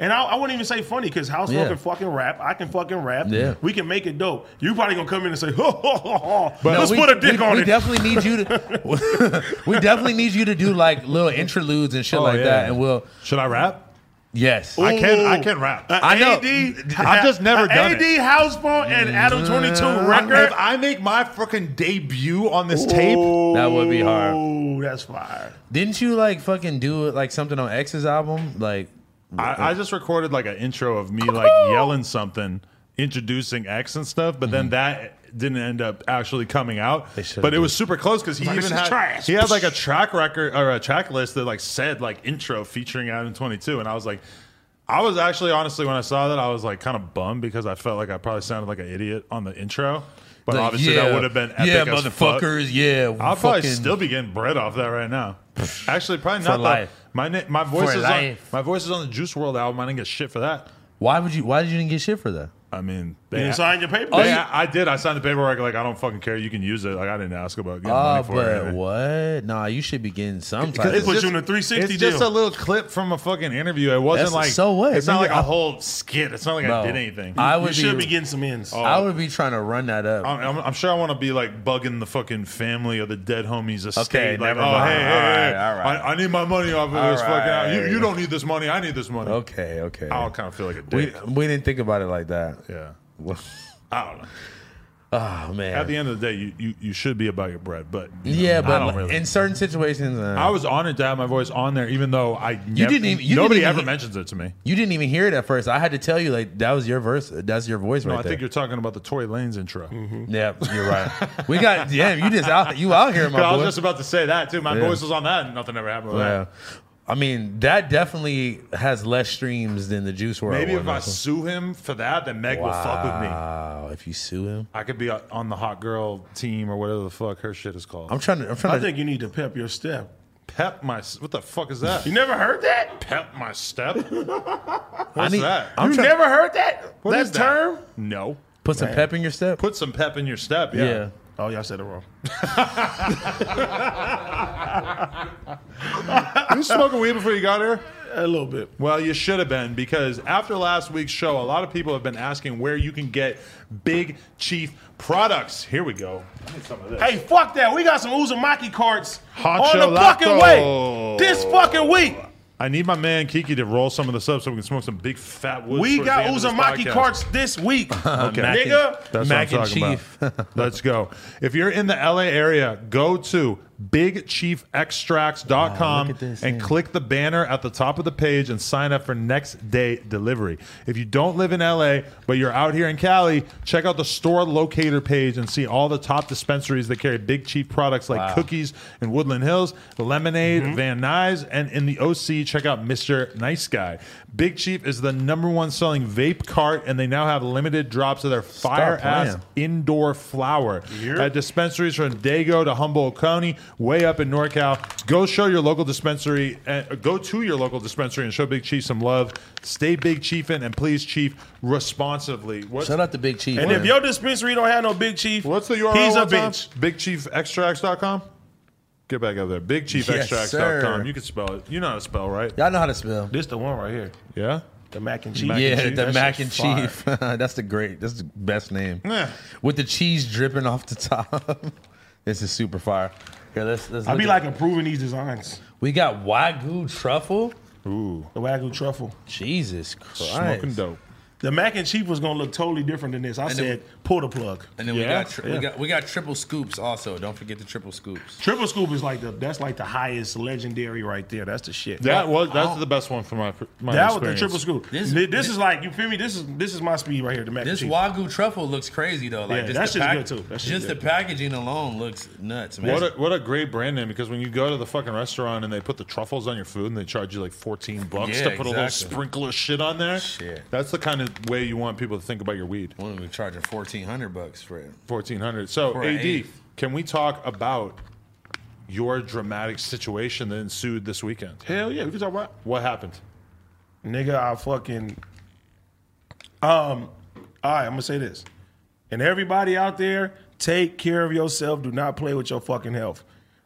And I, I wouldn't even say funny because House Yeah. Phone can fucking rap. I can fucking rap. Yeah. We can make it dope. You probably gonna come in and say, ho, ho, ho, ho. No, let's we- put a dick we, on we it. definitely need you to. we definitely need you to do like little interludes and shit Oh, like that, and we'll Oh, should I rap? yes. I can I can rap. A I know. AD, I've just never a done it. AD House Phone and Adam 22 record. If I make my fucking debut on this tape, That would be hard. Oh, that's fire. Didn't you like fucking do like something on X's album? Like I, I just recorded like an intro of me like yelling something, introducing X and stuff, but then that didn't end up actually coming out. Mm-hmm. should've But it done was super close because he Like, even this is had trash. he had like a track record or a track list that like said like intro featuring Adam Twenty Two, and I was like. I was actually honestly when I saw that I was like kind of bummed because I felt like I probably sounded like an idiot on the intro, but like, obviously yeah, that would have been epic yeah, as fuck. motherfuckers, yeah. I'll probably fucking- still be getting bread off that right now. Actually, probably not. life. Though. My na- my voice For is life. on my voice is on the Juice World album. I didn't get shit for that. Why would you? Why did you didn't get shit for that? I mean, You they, didn't sign your Oh, paper. they- I did. I signed the paperwork. Like I don't fucking care. You can use it. Like I didn't ask about getting Oh, money for it. or but anything. what? Nah, you should be getting some Because type. it's put Of, you in a 360 It's deal. just a little clip from a fucking interview. It wasn't That's- like so what? It's not Nigga, like a I- whole skit. It's not like I Bro, did anything. I you would should be. Oh. be getting some ends. I would be trying to run that up. I'm, I'm- I'm sure I want to be like bugging the fucking family of the dead homies estate. Okay, like, never oh, mind. hey, hey, All right, hey, all right. I, I need my money off of All this fucking. right. You, you don't need this money. I need this money. Okay, okay. I kind of feel like a We, dick. we didn't think about it like that. yeah. oh I don't know. man. At the end of the day, you, you, you should be about your bread, but you know, yeah, I but don't like, really. in certain situations, uh, I was honored to have my voice on there, even though I nev- didn't even- you nobody didn't even ever he- mentions it to me. you didn't even hear it at first. I had to tell you like that was your verse. That's your voice No, right I there. think you're talking about the Tory Lanes intro. yeah, you're right. we got damn. You just out. You out here, my But I was boy. just about to say that too. My voice was on that, and nothing ever happened with Yeah. that. I mean, that definitely has less streams than the Juice World. Maybe if I one. sue him for that, then Meg will fuck with me. Wow, if you sue him, I could be uh, on the hot girl team or whatever the fuck her shit is called. I'm trying to. I'm trying I to. think you need to pep your step. pep my what the fuck is that? You never heard that? pep my step? What's I need. that? I'm you trying never heard that? What that is term? No. to put some pep in your step. Put some pep in your step. yeah. Yeah. Oh, y'all said it wrong. you smoking weed before you got here? A little bit. Well, you should have been because after last week's show, a lot of people have been asking where you can get Big Chief products. Here we go. I need some of this. Hey, fuck that. We got some Uzumaki carts Hot on the gelato. fucking way. This fucking week. I need my man Kiki to roll some of this up so we can smoke some big fat wood. We towards the got end of this Uzumaki podcast. carts this week, Mac nigga. and- That's Mac what I'm and talking about. Let's go. If you're in the LA area, go to bigchiefextracts.com Wow, look at this and thing. click the banner at the top of the page and sign up for next day delivery. If you don't live in LA, but you're out here in Cali, check out the store locator page and see all the top dispensaries that carry Big Chief products like cookies in Woodland Hills, lemonade, Mm-hmm. Van Nuys, and in the OC, check out Mr. Nice Guy. Big Chief is the number one selling vape cart, and they now have limited drops of their fire ass playing. indoor flower at dispensaries from Dago to Humboldt County, way up in NorCal. Go show your local dispensary, uh, go to your local dispensary and show Big Chief some love. Stay Big Chiefin' and please, Chief, responsively. What's, Shout out to Big Chief. And man. if your dispensary don't have no Big Chief, what's the URL? He's a one time? bitch. BigChiefExtracts.com? Get back up there. BigChiefExtracts.com. sir. you can spell it. You know how to spell, right? y'all know how to spell. This the one right here, Yeah? the mac and cheese. yeah, That the shit's mac and fire. chief. that's the great. That's the best name. Yeah. With the cheese dripping off the top. this is super fire. Here, let's, let's I look be at- like approving these designs. we got wagyu truffle. The wagyu truffle. Jesus Christ. Smoking dope. The mac and cheese was gonna look totally different than this. I then- said, pull the plug. And then we Yeah, got tri- we yeah. got we got triple scoops also. Don't forget the triple scoops. Triple scoop is like the that's like the highest legendary right there. That's the shit. That was that's the best one for my my that was the experience. triple scoop. This- This, is like you feel me. This is this is my speed right here. The mac This and cheese. wagyu truffle looks crazy though. Like Yeah, just that the shit's good, too. That shit's just good. the packaging alone looks nuts, man. What a, what a great brand name because when you go to the fucking restaurant and they put the truffles on your food and they charge you like 14 bucks to Yeah, put a little exactly. sprinkle of shit on there. Shit. That's the kind of way you want people to think about your weed. One of them charging fourteen hundred bucks for it. 1400. So, For an AD, eighth. can we talk about your dramatic situation that ensued this weekend? Hell yeah, we can talk about What happened? nigga. I fucking um. All right, I'm gonna say this, and everybody out there, take care of yourself. Do not play with your fucking health.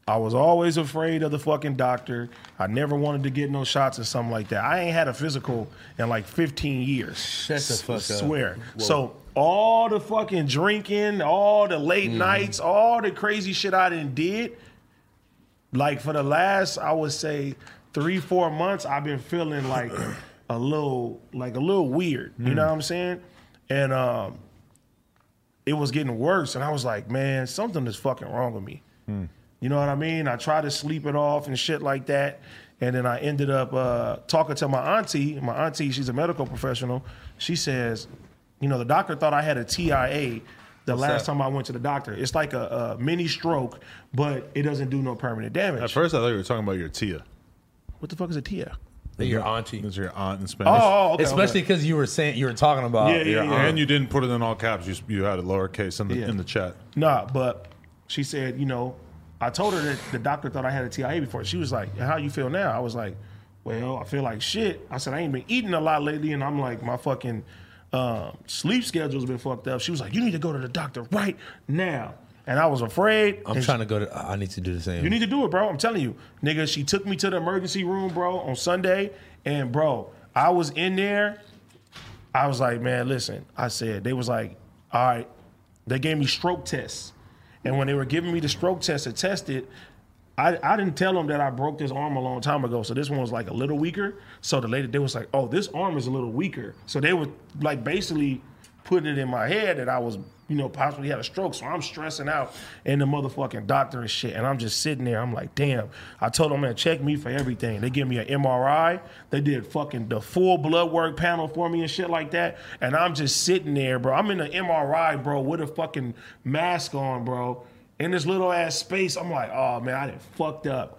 I was always afraid of the fucking doctor. I never wanted to get no shots or something like that. I ain't had a physical in like 15 years. Shut the fuck up. Swear. So all the fucking drinking, all the late Mm-hmm. nights, all the crazy shit I done did, like for the last, I would say three, four months, I've been feeling like a little, like a little weird. You know what I'm saying? And um, it was getting worse, and I was like, man, something is fucking wrong with me. You know what I mean? I tried to sleep it off and shit like that. And then I ended up uh, talking to my auntie. My auntie, she's a medical professional. She says, you know, the doctor thought I had a TIA the last that? time I went to the doctor. It's like a, a mini stroke, but it doesn't do no permanent damage. At first, I thought you were talking about your tia. what the fuck is a TIA? Your auntie. Those are your aunt in Oh, Spanish. oh, okay, Especially because you were saying you were talking about Yeah, yeah, your yeah. aunt. And you didn't put it in all caps. You, you had it lowercase in the, Yeah. in the chat. Nah, but she said, you know, I told her that the doctor thought I had a TIA before. She was like, "How you feel now?" I was like, "Well, I feel like shit." I said, "I ain't been eating a lot lately, and I'm like, my fucking um, sleep schedule's been fucked up." She was like, "You need to go to the doctor right now." And I was afraid. I'm and trying to go to I need to do the same. you need to do it, bro. I'm telling you, nigga. She took me to the emergency room, bro, on Sunday, and bro, I was in there. I was like, man, listen. I said they was like, all right. They gave me stroke tests, and when they were giving me the stroke test to test it, I, I didn't tell them that I broke this arm a long time ago. So this one was like a little weaker. So the lady they was like, oh, this arm is a little weaker. So they were like basically putting it in my head that I was, you know, possibly had a stroke. So I'm stressing out in the motherfucking doctor and shit. And I'm just sitting there. I'm like, damn. I told them, man, check me for everything. They give me an MRI. They did fucking the full blood work panel for me and shit like that. And I'm just sitting there, bro. I'm in the MRI, bro, with a fucking mask on, bro. In this little ass space, I'm like, oh man, I done fucked up.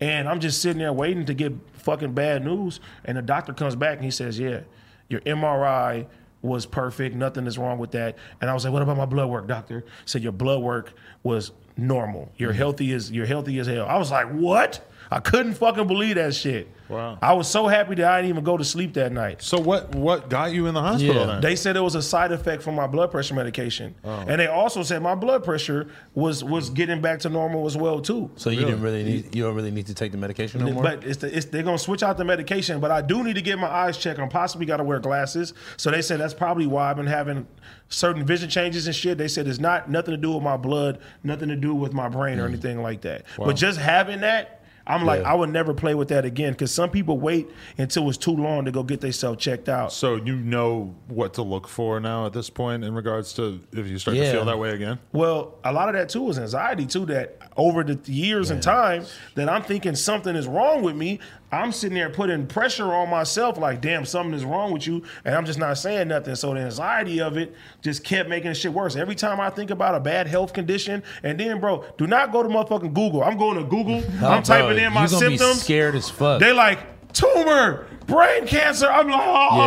And I'm just sitting there waiting to get fucking bad news. And the doctor comes back and he says, yeah, your MRI was perfect. Nothing is wrong with that. And I was like, what about my blood work, doctor? He said your blood work was normal. You're healthy as you're healthy as hell. I was like, what? I couldn't fucking believe that shit. Wow. I was so happy that I didn't even go to sleep that night. So what what got you in the hospital Yeah. then? They said it was a side effect from my blood pressure medication, and they also said my blood pressure was was getting back to normal as well too. So you didn't really need you don't really need to take the medication no more. But it's the, it's, they're gonna switch out the medication. But I do need to get my eyes checked. I'm possibly got to wear glasses. So they said that's probably why I've been having certain vision changes and shit. They said it's not nothing to do with my blood, nothing to do with my brain Mm. or anything like that. But just having that. I'm like, I would never play with that again because some people wait until it's too long to go get themselves checked out. so you know what to look for now at this point in regards to if you start to Yeah. feel that way again. Well, a lot of that too is anxiety too. That over the years and time that I'm thinking something is wrong with me, I'm sitting there putting pressure on myself. Like, damn, something is wrong with you, and I'm just not saying nothing. So the anxiety of it just kept making the shit worse. Every time I think about a bad health condition, and then, bro, do not go to motherfucking Google. I'm going to Google. I'm typing in my you gonna Be symptoms. scared as fuck. They like tumor, brain cancer. I'm like,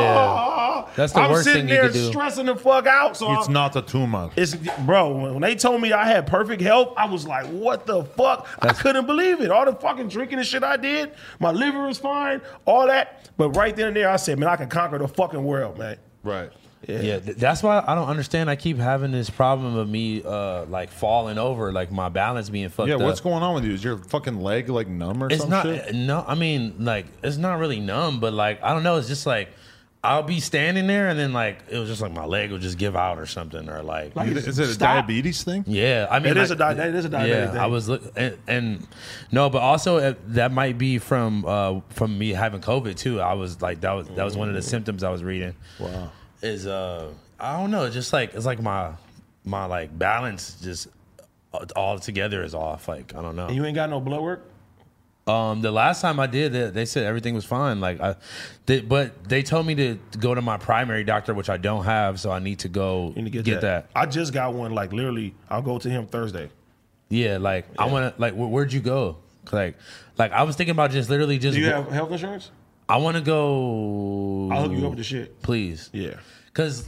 oh, That's the I'm worst sitting thing you there could do. stressing the fuck out. So It's I'm- not a tumor. it's bro. When when they told me I had perfect health, I was like, "What the fuck?" I couldn't believe it. All the fucking drinking and shit I did, my liver is fine, all that. But right then and there, I said, "Man, I can conquer the fucking world, man." right. yeah, th- that's why I don't understand. I keep having this problem of me uh, like falling over, like my balance being fucked Yeah, up. what's going on with you? Is your fucking leg like numb or It's some not shit? no. I mean, like it's not really numb, but like I don't know. It's just like I'll be standing there, and then like it was just like my leg will just give out or something, or like, You th- Is it a diabetes thing? uh, yeah. I mean, It is like, a di- that is a diabetic Yeah, thing. I was look and, and no, but also uh, that might be from uh from me having COVID too. I was like that was that was one of the Mm. symptoms I was reading. Wow, is uh I don't know. It's just like it's like my my like balance just uh, all together is off. Like I don't know. And you ain't got no blood work. Um, the last time I did, they, they said everything was fine. Like, I, they, but they told me to go to my primary doctor, which I don't have, so I need to go You need to get, that. I just got one. Like literally, I'll go to him Thursday. Yeah, like I want to. Like, where, where'd you go? 'Cause, Like, like I was thinking about just literally just. Do you have health insurance? I want to go. I'll hook you up with the shit. please. Yeah. Cause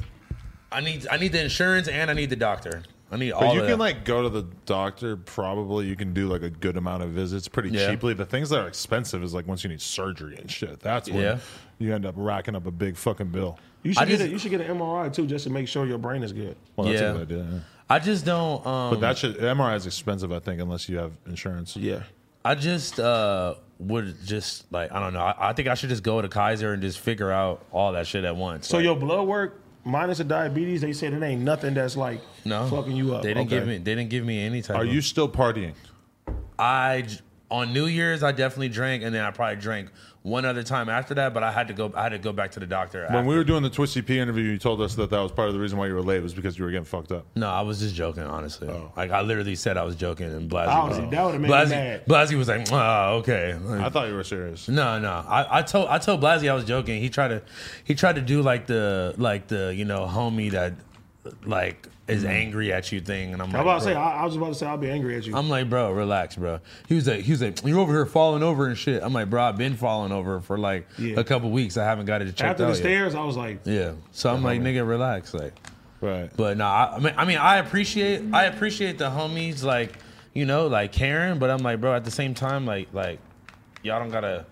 I need I need the insurance and I need the doctor. I need all. But you of can that. like go to the doctor. Probably you can do like a good amount of visits pretty Yeah. cheaply. The things that are expensive is like once you need surgery and shit. That's when Yeah. you end up racking up a big fucking bill. You I should get just- a, you should get an MRI too, just to make sure your brain is good. Well, that's Yeah. a good idea. yeah. I just don't. Um, But that should MRI is expensive, I think, unless you have insurance. Yeah. I just uh, would just like I don't know. I, I think I should just go to Kaiser and just figure out all that shit at once. So Like, your blood work minus the diabetes, they said it ain't nothing that's like no fucking you up. They didn't Okay. give me. They didn't give me any type. Are of, you still partying? I j- on New Year's I definitely drank, and then I probably drank one other time after that. But I had to go. I had to go back to the doctor. When after. we were doing the Twisty P interview, you told us that that was part of the reason why you were late was because you were getting fucked up. no, I was just joking. Honestly, like I literally said I was joking, and Blasey. I was, was- Oh. that would've made me Blasey, mad. Blasey was like, "Ah, okay." Like, I thought you were serious. No, no. I, I told I told Blasey I was joking. He tried to he tried to do like the like the you know homie that like is angry at you thing, and I'm I'm like, about to bro, say, Mm-hmm. I, I was about to say, I'll be angry at you. I'm like, bro, relax, bro. He was like, he was like, you're over here falling over and shit. I'm like, bro, I've been falling over for like Yeah. a couple weeks. I haven't got it checked After out the yet. stairs, I was like, Yeah. So I'm like, nigga, relax, like. Right. But no, I, I mean, I mean, I appreciate, I appreciate the homies, like, you know, like Karen. But I'm like, bro, at the same time, like, like, y'all don't gotta,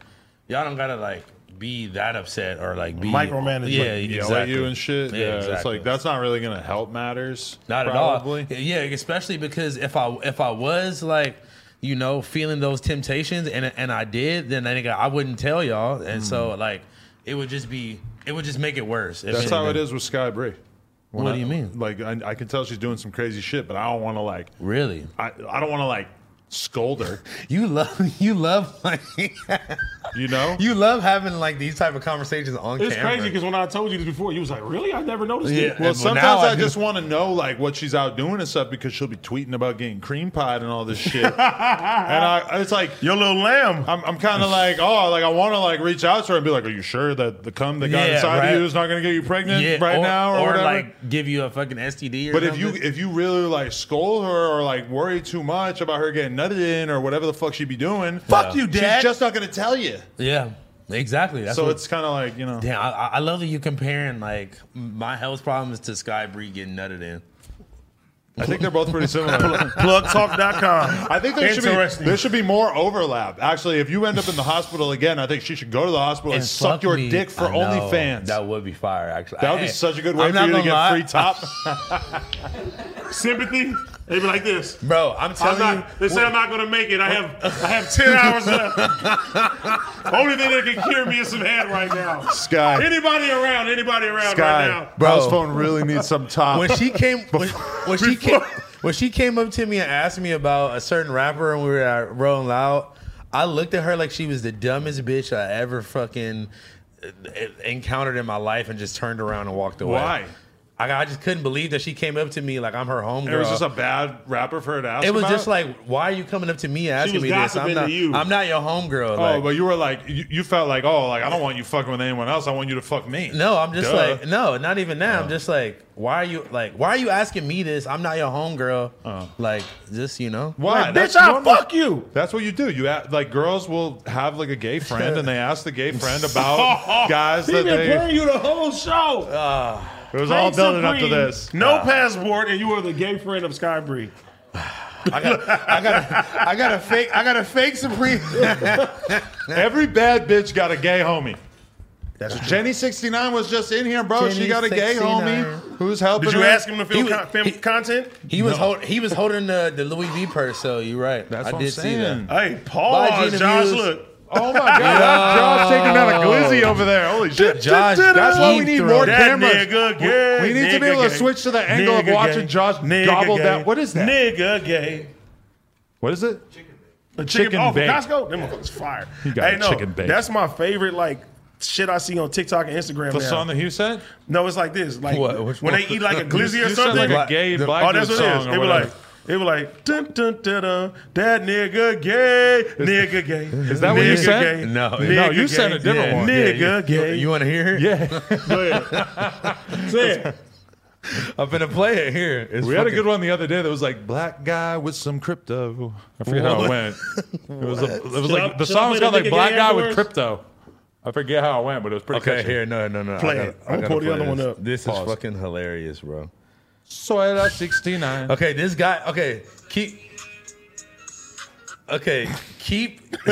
y'all don't gotta like be that upset or like be Micromanage. Yeah, Like, Yell exactly. at you and shit. Yeah, it's exactly. like that's not really gonna help matters. Not probably. at all. Yeah, especially because if I if I was like, you know, feeling those temptations and and I did, then I think I wouldn't tell y'all, and so like it would just be it would just make it worse. If Mm-hmm. That's shit how it been- is with Sky Bree. When What I- do you mean? Like I, I can tell she's doing some crazy shit, but I don't want to like. Really, I, I don't want to like scold her. you love you love like You know. you love having like these type of conversations on it's camera. crazy because when I told you this before, you was like, really? I never noticed Yeah. it. well, well, sometimes now I, I just want to know like what she's out doing and stuff because she'll be tweeting about getting cream pie and all this shit, and I, it's like Your little lamb. I'm, I'm kind of like, oh, like I want to like reach out to her and be like, are you sure that the cum that got Yeah, inside right. of you is not going to get you pregnant yeah, right or, now or, or whatever? like give you a fucking STD. Or but if you something. if you really like scold her or like worry too much about her getting nutted in or whatever the fuck she be doing, Fuck you, She's Dad. just not going to tell you. yeah, exactly. That's so what, it's kind of like you know, Damn, I, I- I love that you comparing like my health problems to Sky Bree getting nutted in. I think they're both pretty similar. Plugtalk.com. I think there should be Interesting. there should be more overlap. Actually, if you end up in the hospital again, I think she should go to the hospital and, suck fuck your me. dick for I know. OnlyFans. That would be fire, actually. That would Hey, be such a good I'm way for not you to gonna get lie. free top. sympathy. They be like this. Bro, I'm I'm telling not, they you. say I'm not gonna make it. I have I have ten hours left. Only thing that can cure me is some head right now. Sky. Anybody around? Anybody around right Sky, now? bro, Bro. phone really needs some top. when she came when, when she came when she came up to me and asked me about a certain rapper and we were at Rolling Loud, I looked at her like she was the dumbest bitch I ever fucking uh, encountered in my life and just turned around and walked away. Why? I, I just couldn't believe that she came up to me like I'm her homegirl. it was just a bad rapper for her to ask. It was about? just like, why are you coming up to me asking was me this? I'm gossiping to not, you. I'm not your homegirl. Oh, like, but you were like, you, you felt like, oh, like I don't want you fucking with anyone else. I want you to fuck me. No, I'm just Duh. like, no, not even now. I'm just like, why are you like, why are you asking me this? I'm not your homegirl. Uh. Like, just you know, why? Like, That's bitch, I'll normal. fuck you. That's what you do. You ask, like girls will have like a gay friend, and they ask the gay friend about guys He been that they. playing you the whole show. It was all Thanks, building up to Supreme. this. No passport, and you are the gay friend of Sky Bree. I got, I got, I got a fake, I got a fake supreme. Every bad bitch got a gay homie. That's Jenny sixty nine was just in here, bro. she Jenny got a gay 69. homie who's helping. Did you her. ask him to film He- con- film he- content? He was hold, he was holding the, the Louis V purse. So you're right. That's I what did I'm see saying. that. Hey, Bye, pause, Gina Josh. Muse. Look, Oh my god, that Josh taking out a glizzy over there. Holy shit, Josh, That's why we he need threw more that cameras. nigga We- gay. we, need to be nigga able to gay. switch to the angle of Nigga watching gay. Josh Nigga gobble gay. that. What is that? Nigga gay. What is it? The chicken, Chicken oh, from bake. Costco? Them motherfuckers fire. You got hey, a no, chicken bake. That's my favorite, like, shit I see on TikTok and Instagram The now. song that Hugh said? No, it's like this. Like What? Which when one? they eat like a glizzy You or said something. like a gay black oh, that's dude what it is. song or They were whatever. like, they were like, dun, dun, dun, dun, that nigga gay, nigga gay. Is that what you said? No. nigga No, you said gay, a different one. Nigga Yeah, you, gay. You want to hear? it? Yeah. Say it. I'm gonna play it here. It's We had a fucking- good one the other day that was like black guy with some crypto. I forget how it went. It was, a, it was I- like the should I song was called play the like nigga black gay guy with afterwards? crypto. I forget how it went, but it was pretty Okay, catchy. here, no, no, no. Play I gotta, it. I I'm gotta gonna pull the play other one this. up. This Pause. is fucking hilarious, bro. Soy la 69. Okay, this guy. Okay, keep. Okay, keep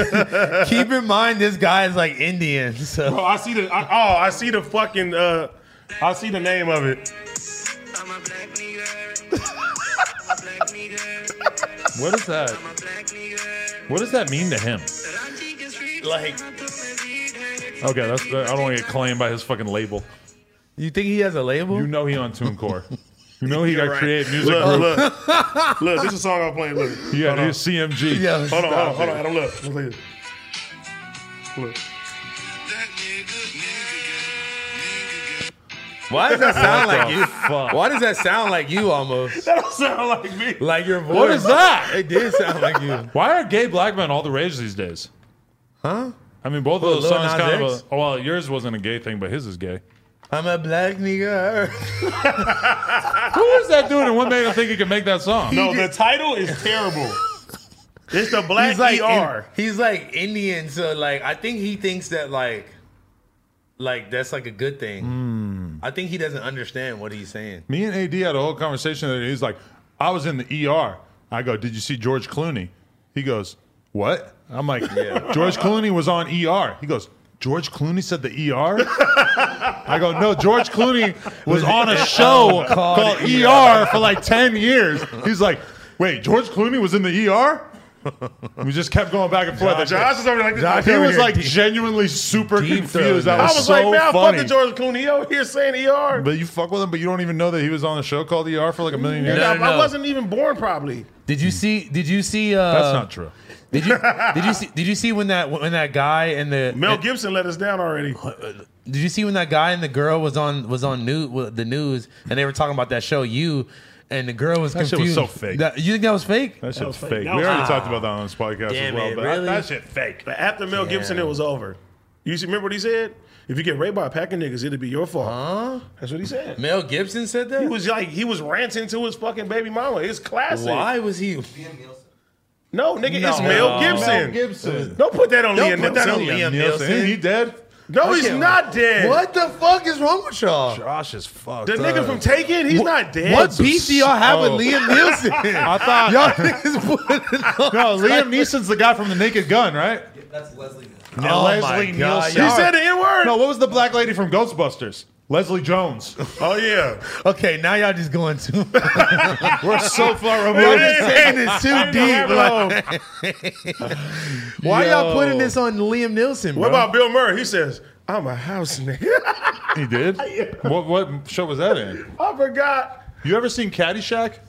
keep in mind this guy is like Indian. So Oh, I see the. I, oh, I see the fucking. Uh, I see the name of it. What is that? What does that mean to him? like, Okay, that's I don't want to get claimed by his fucking label. you think he has a label? You know he on TuneCore. You know he got Create Music Look, Group. look, look. This is a song I'm playing. Look, hold You got his CMG. Yo, on, hold stop on, hold it. on. Adam, look. Look. look. look. Why does that sound like you? fuck? Why does that sound like you almost? That don't sound like me. Like your voice? What is that? It did sound like you. Why are gay black men all the rage these days? Huh? I mean, both Well, of those Lil songs Nas kind X? of a, well, yours wasn't a gay thing, but his is gay. I'm a black nigga. Who is that dude, and what made him think he could make that song? No, the title is terrible. It's the black He's like ER. in- he's like Indian, so like I think he thinks that like like that's like a good thing. I think he doesn't understand what he's saying. Me and AD had a whole conversation. That he's like, I was in the ER. I go, Did you see George Clooney? He goes, What? I'm like, George Clooney was on ER. He goes. George Clooney said the ER. I go no. George Clooney was on Oh a show called called ER for like ten years. He's like, wait, George Clooney was in the ER. We just kept going back and forth. Josh is over there like this. he over was here. like genuinely super deep confused. throat, That man. I was, was so like, man, funny. fucking George Clooney he over here saying ER. But you fuck with him, but you don't even know that he was on a show called ER for like a million years. No, I, no, I no. wasn't even born, probably. Did you see? Did you see? Uh, That's not true. Did you did you see? Did you see when that when that guy and the Mel Gibson let us down already. did you see when that guy and the girl was on was on new wa- the news and they were talking about that show you and the girl was That shit was confused. so fake. That- you think that was fake? That shit's fake. fake. Ah. That we was- already talked about that on this podcast as Damn well. it, but really? that shit fake. But after Mel Gibson, it was over. You see, remember what he said? If you get raped by a pack of niggas, it'll be your fault. That's what he said. Mel Gibson said that. He was like, he was ranting to his fucking baby mama. It's classic. Why was he? No, nigga, it's No. Mel Gibson. Gibson. Don't put that on Don't Liam put that Neeson. on Liam Nielsen. Nielsen. He dead? No, I he's can't- not dead. What the fuck is wrong with y'all? Josh is fucked. The nigga up. from Taken, he's not dead. What beef do y'all have with Oh. Liam Nielsen? I thought y'all niggas putting on- no, Liam Neeson's the guy from The Naked Gun, right? That's Leslie. No, Oh Leslie my God, Nielsen. He said the N word. No, what was the black lady from Ghostbusters? Leslie Jones. Oh yeah. Okay, now y'all just going too. We're so far Y'all removed. just taking this too deep. like- why y'all putting this on Liam Nielsen? bro? What about Bill Murray? He says, "I'm a house nigga." he did. What what show was that in? I forgot. You ever seen Caddyshack?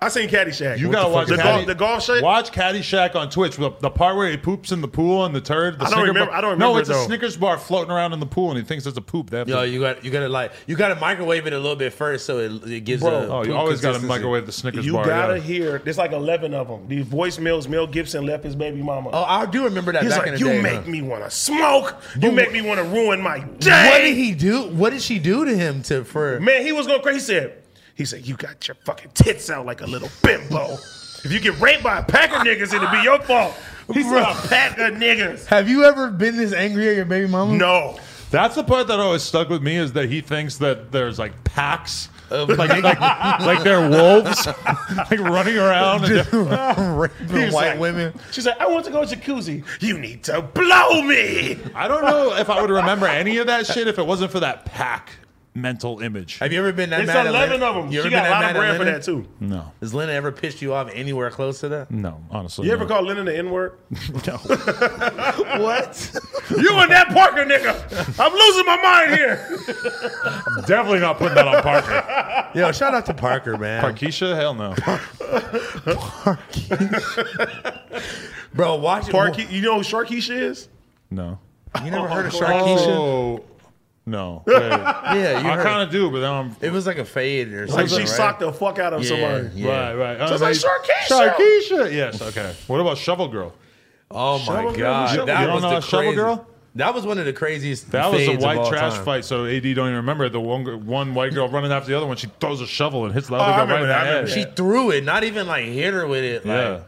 I seen Caddyshack. You What gotta the watch fuck is Caddy- the golf, the golf shit. Watch Caddyshack on Twitch. The, the part where he poops in the pool and the turd. The I don't Snicker remember- bar- I don't No, remember it's it, a though. Snickers bar floating around in the pool, and he thinks it's a poop. They have Yo, to- you got you got to like you got to microwave it a little bit first so it, it gives. a oh, you poop always got to consistency. microwave the Snickers You bar. gotta yeah. hear. There's like 11 of them. These voicemails. Mel Gibson left his baby mama. Oh, I do remember that. He's back like, in the "You day, make huh? me want to smoke. You make me want to ruin my day." What did he do? What did she do to him to for? Man, he was going crazy. He said, he said, you got your fucking tits out like a little bimbo. if you get raped by a pack of niggas, it'll be your fault. He said, a pack of niggas. Have you ever been this angry at your baby mama? No. That's the part that always stuck with me is that he thinks that there's like packs. Of like, like, like they're wolves, like running around. And raping He's white like- women. She said, I want to go jacuzzi. You need to blow me. I don't know if I would remember any of that shit if it wasn't for that pack mental image. Have you ever been that It's mad at 11 Lena? of them. You ever She been got a that lot of mad at brand for Lena? that, too. no, Has Lena ever pissed you off anywhere close to that? no, honestly. You ever no. call Lennon the N word? No. What? you and that Parker nigga. I'm losing my mind here. Definitely not putting that on Parker. Yo, shout out to Parker, man. Parkeisha? Hell no. Bro, watch it. Parky, you know who Sharkeisha is? No. You never heard of Sharkeisha? Oh, no. Wait. I Yeah, you heard. kind of do, but then I'm. It was like a fade or something. Like she right? socked the fuck out of Yeah, somebody. yeah. Right, right. So it's like Sharkeisha. Sharkeisha. Yes, okay. What about Shovel Girl? Oh Shovel my Girl, god, Shovel that Girl. was You don't know the Shovel craziest. Girl? That was one of the craziest. That was a fades of white all trash time. fight, so AD don't even remember. The one gr- one white girl running after the other one, she throws a shovel and hits the other I girl right remember in the that, I head. remember She threw it, not even like hit her with it. Like, yeah.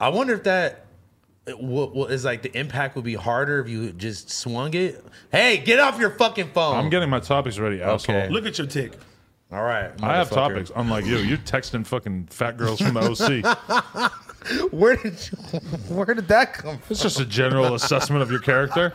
I wonder if that what, what is like the impact would be harder if you just swung it. Hey, get off your fucking phone. I'm getting my topics ready, asshole. Okay. Look at your tick. all right. I have motherfucker. topics, unlike you. You're texting fucking fat girls from the OC. Where did you, where did that come from? It's just a general assessment of your character.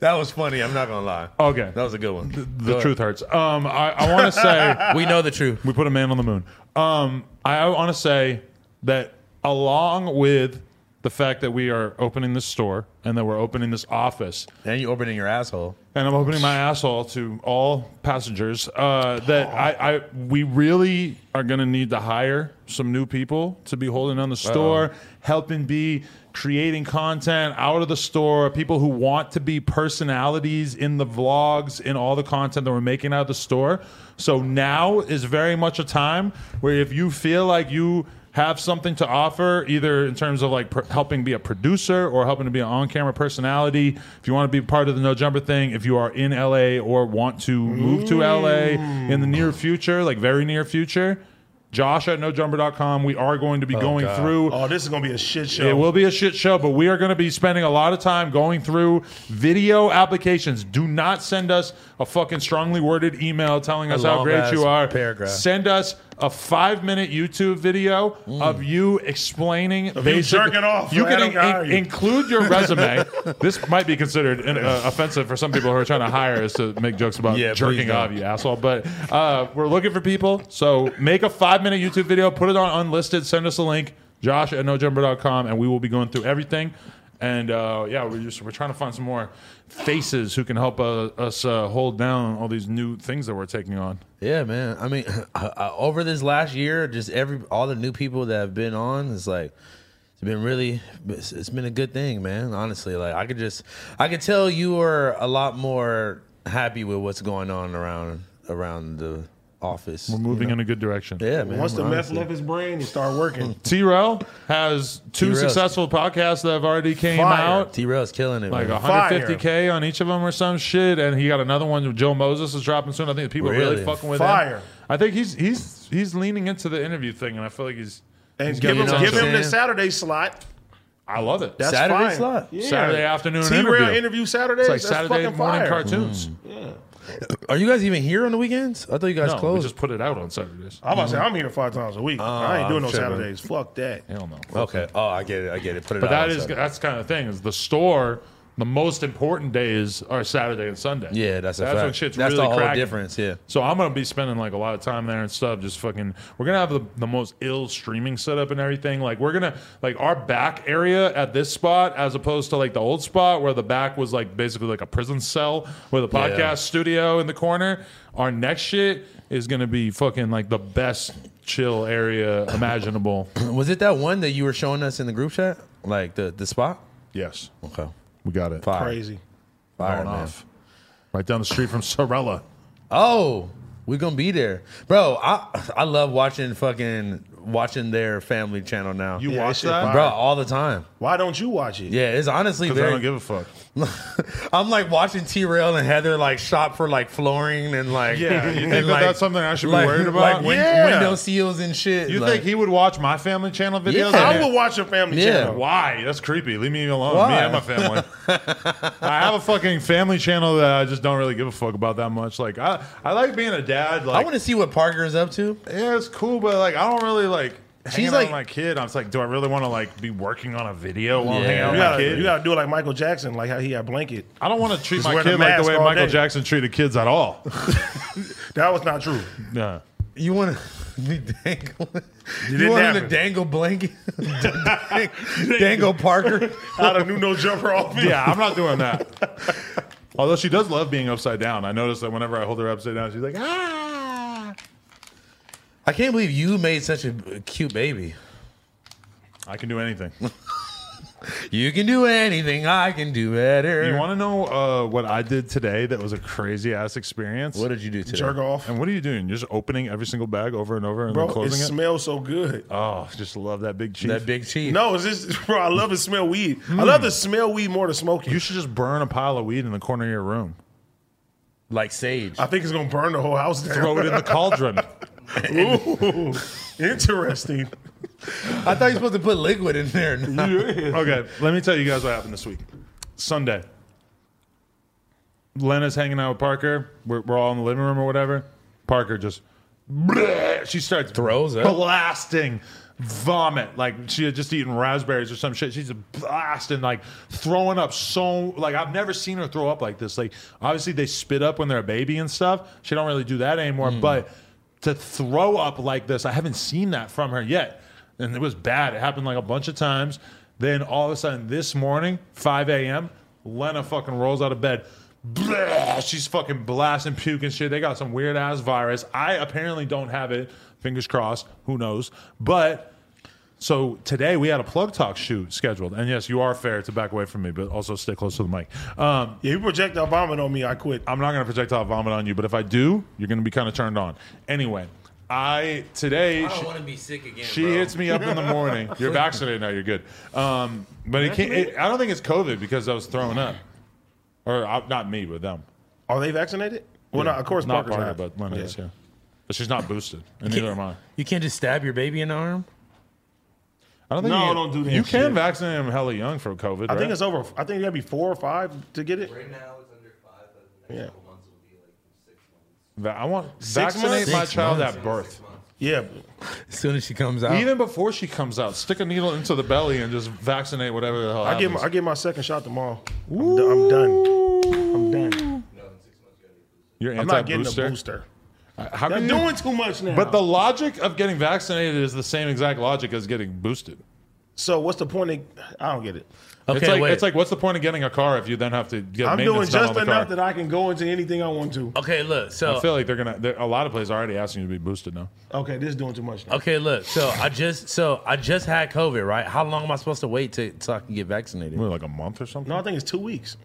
That was funny. I'm not gonna lie. Okay. that was a good one. Oh, The truth hurts. Um, I, I want to say We know the truth. we put a man on the moon. Um, I want to say that along with the fact that we are opening this store and that we're opening this office, And you opening your asshole. and I'm opening my asshole to all passengers. Uh, that I, I we really are going to need to hire some new people to be holding on the store, helping be creating content out of the store. People who want to be personalities in the vlogs, in all the content that we're making out of the store. So now is very much a time where if you feel like you have something to offer, either in terms of like pr- helping be a producer or helping to be an on-camera personality. If you want to be part of the No Jumper thing, if you are in LA or want to move to LA in the near future, like very near future, Josh at NoJumper.com. We are going to be going through. Oh, this is going to be a shit show. It will be a shit show, but we are going to be spending a lot of time going through video applications. Do not send us a fucking strongly worded email telling us how great long-ass you are. paragraph. Send us a five minute YouTube video of you explaining Mm. you basic- jerking off You for can Adam in- Guy. include your resume. this might be considered in- uh, offensive for some people who are trying to hire us to make jokes about Yeah, please jerking don't. off, you asshole. But uh, we're looking for people. So make a five minute YouTube video, put it on unlisted, send us a link, josh at nojumper.com, and we will be going through everything. And uh, yeah, we're just we're trying to find some more faces who can help uh, us uh, hold down all these new things that we're taking on. Yeah, man. I mean, I, I, over this last year, just every all the new people that have been on, it's like it's been really it's, it's been a good thing, man. Honestly, like I could just I could tell you are a lot more happy with what's going on around around the office. We're moving in a good direction. Yeah, man. Once the meth honestly. left his brain, he started working. T Rel has 2 T-Rel's- successful podcasts that have already came Fire. out. T-Rail's killing it. like man. 150k on each of them or some shit, and he got another one. with Joe Moses is dropping soon. I think people are really Really? fucking with Fire. him. I think he's he's he's leaning into the intervue thing, and I feel like he's And he's give getting him, know attention. give him the saying? Saturday slot. I love it. That's Saturday fine. slot. Yeah. Saturday afternoon T-Rail interview. interview. Saturday. it's like that's Saturday fucking morning fire. Mm. cartoons. Are you guys even here on the weekends? I thought you guys uh, No, we closed. just put it out on Saturdays. I'm about to say I'm here five times a week. Ah, I ain't doing no Saturdays. Fuck that. Hell no. okay. Oh, I get it. I get it. Put it. But out that on is Sunday. that's the kind of thing is the store. The most important days are Saturday and Sunday. Yeah, that's a that's fact. when shit's That's really the whole cracking. difference, yeah. So I'm gonna be spending like a lot of time there and stuff. Just fucking, we're gonna have the, the most ill streaming setup and everything. Like we're gonna like our back area at this spot as opposed to like the old spot where the back was like basically like a prison cell with a podcast studio in the corner. Our next shit is gonna be fucking like the best chill area imaginable. Was it that one that you were showing us in the group chat? Like the the spot? yes, Okay. we got it. Fire. Crazy. Fire, Going man. off. Right down the street from Sorella. Oh, we're gonna be there, bro. I I love watching fucking watching their family channel now, You Yeah, watch that shit that? bro, all the time. Why don't you watch it? Yeah, it's honestly Because I don't very. give a fuck. I'm like watching T Rail and Heather like shop for like flooring and like Yeah, you think and, that that's something I should be like- worried Like about? win- Yeah. window seals and shit. You like- think he would watch my Family Channel videos? Yeah. I would watch your family Yeah. channel. Why? That's creepy. Leave me alone. Why? Me and my family. I have a fucking family channel that I just don't really give a fuck about that much. Like I, I like being a dad. I Like want to see what Parker is up to? yeah, it's cool, but like I don't really like. She's like- like my kid. I was like, do I really want to like be working on a video while I'm hanging Yeah. out You with my gotta, kid? you gotta do it like Michael Jackson, like how he had blanket. I don't want to treat Just my wearing a kid like the mask way all Michael day. Jackson treated kids at all. That was not true. yeah. You want to be dangling? You, didn't want him have to him. dangle blanket? Dang- dangle Parker? I don't do no jumper off. me. Yeah, I'm not doing that. Although she does love being upside down. I notice that whenever I hold her upside down, she's like, ah. I can't believe you made such a cute baby. I can do anything. You can do anything. I can do better. You want to know uh, what I did today that was a crazy ass experience? what did you do today? jerk off, and what are you doing? You're just opening every single bag over and over and bro. then It, closing it? smells so good. oh, just love that big cheese. That big cheese. No, it's just bro. I love to smell weed. Hmm. I love to smell weed more than smoking. You should just burn a pile of weed in the corner of your room. like sage. I think it's gonna burn the whole house down. Throw it in the cauldron. Ooh, interesting. I thought you were supposed to put liquid in there. okay, let me tell you guys what happened this week. Sunday. Lena's hanging out with Parker. We're, we're all in the living room or whatever. Parker just, bleh, she starts Throws up. blasting vomit. Like she had just eaten raspberries or some shit. She's just blasting, like throwing up so, like I've never seen her throw up like this. Like obviously they spit up when they're a baby and stuff. She don't really do that anymore. But to throw up like this, I haven't seen that from her yet. And it was bad. It happened like a bunch of times. Then all of a sudden this morning, 5 a.m., Lena fucking rolls out of bed. Blah, she's fucking blasting puke and shit. They got some weird ass virus. I apparently don't have it. Fingers crossed. Who knows? But so today we had a plug talk shoot scheduled. And yes, you are fair to back away from me, but also stay close to the mic. Um, Yeah, you projectile vomit on me, I quit. I'm not going to projectile vomit on you, but if I do, you're going to be kind of turned on. Anyway, I today. she- to be sick again. she hits me up in the morning. You're vaccinated now. You're good. Um, but it can't, it, I don't think it's COVID because I was throwing up, or I, not me, but them. Are they vaccinated? Well, not, of course, not Parker's Parker, not. but Lena Yeah. is. Yeah, but she's not boosted, and neither am I. You can't just stab your baby in the arm. I don't think No, you can, don't do that You can shit. vaccinate them hella young for COVID. I think it's over. I think you gotta be four or five to get it. Right now it's under five, but the Yeah. next couple months will be like six months. I want Six vaccinate months? Oh. my Six child months. at birth, Yeah, As soon as she comes out, even before she comes out. Stick a needle into the belly and just vaccinate whatever the hell. I get happens. my I get my second shot tomorrow. I'm, d- I'm done. I'm done. You're I'm anti not getting a booster. booster. How They're can you? doing too much now. But the logic of getting vaccinated is the same exact logic as getting boosted. so what's the point? Of, I don't get it. okay, it's like wait. it's like what's the point of getting a car if you then have to get I'm doing maintenance just done on the enough car? that I can go into anything I want to. okay, look. So I feel like they're gonna. They're, a lot of places are already asking you to be boosted now. Okay, this is doing too much. Now. Okay, look. So I just so I just had COVID, right? How long am I supposed to wait to, till I can get vaccinated? What, like a month or something. No, I think it's two weeks.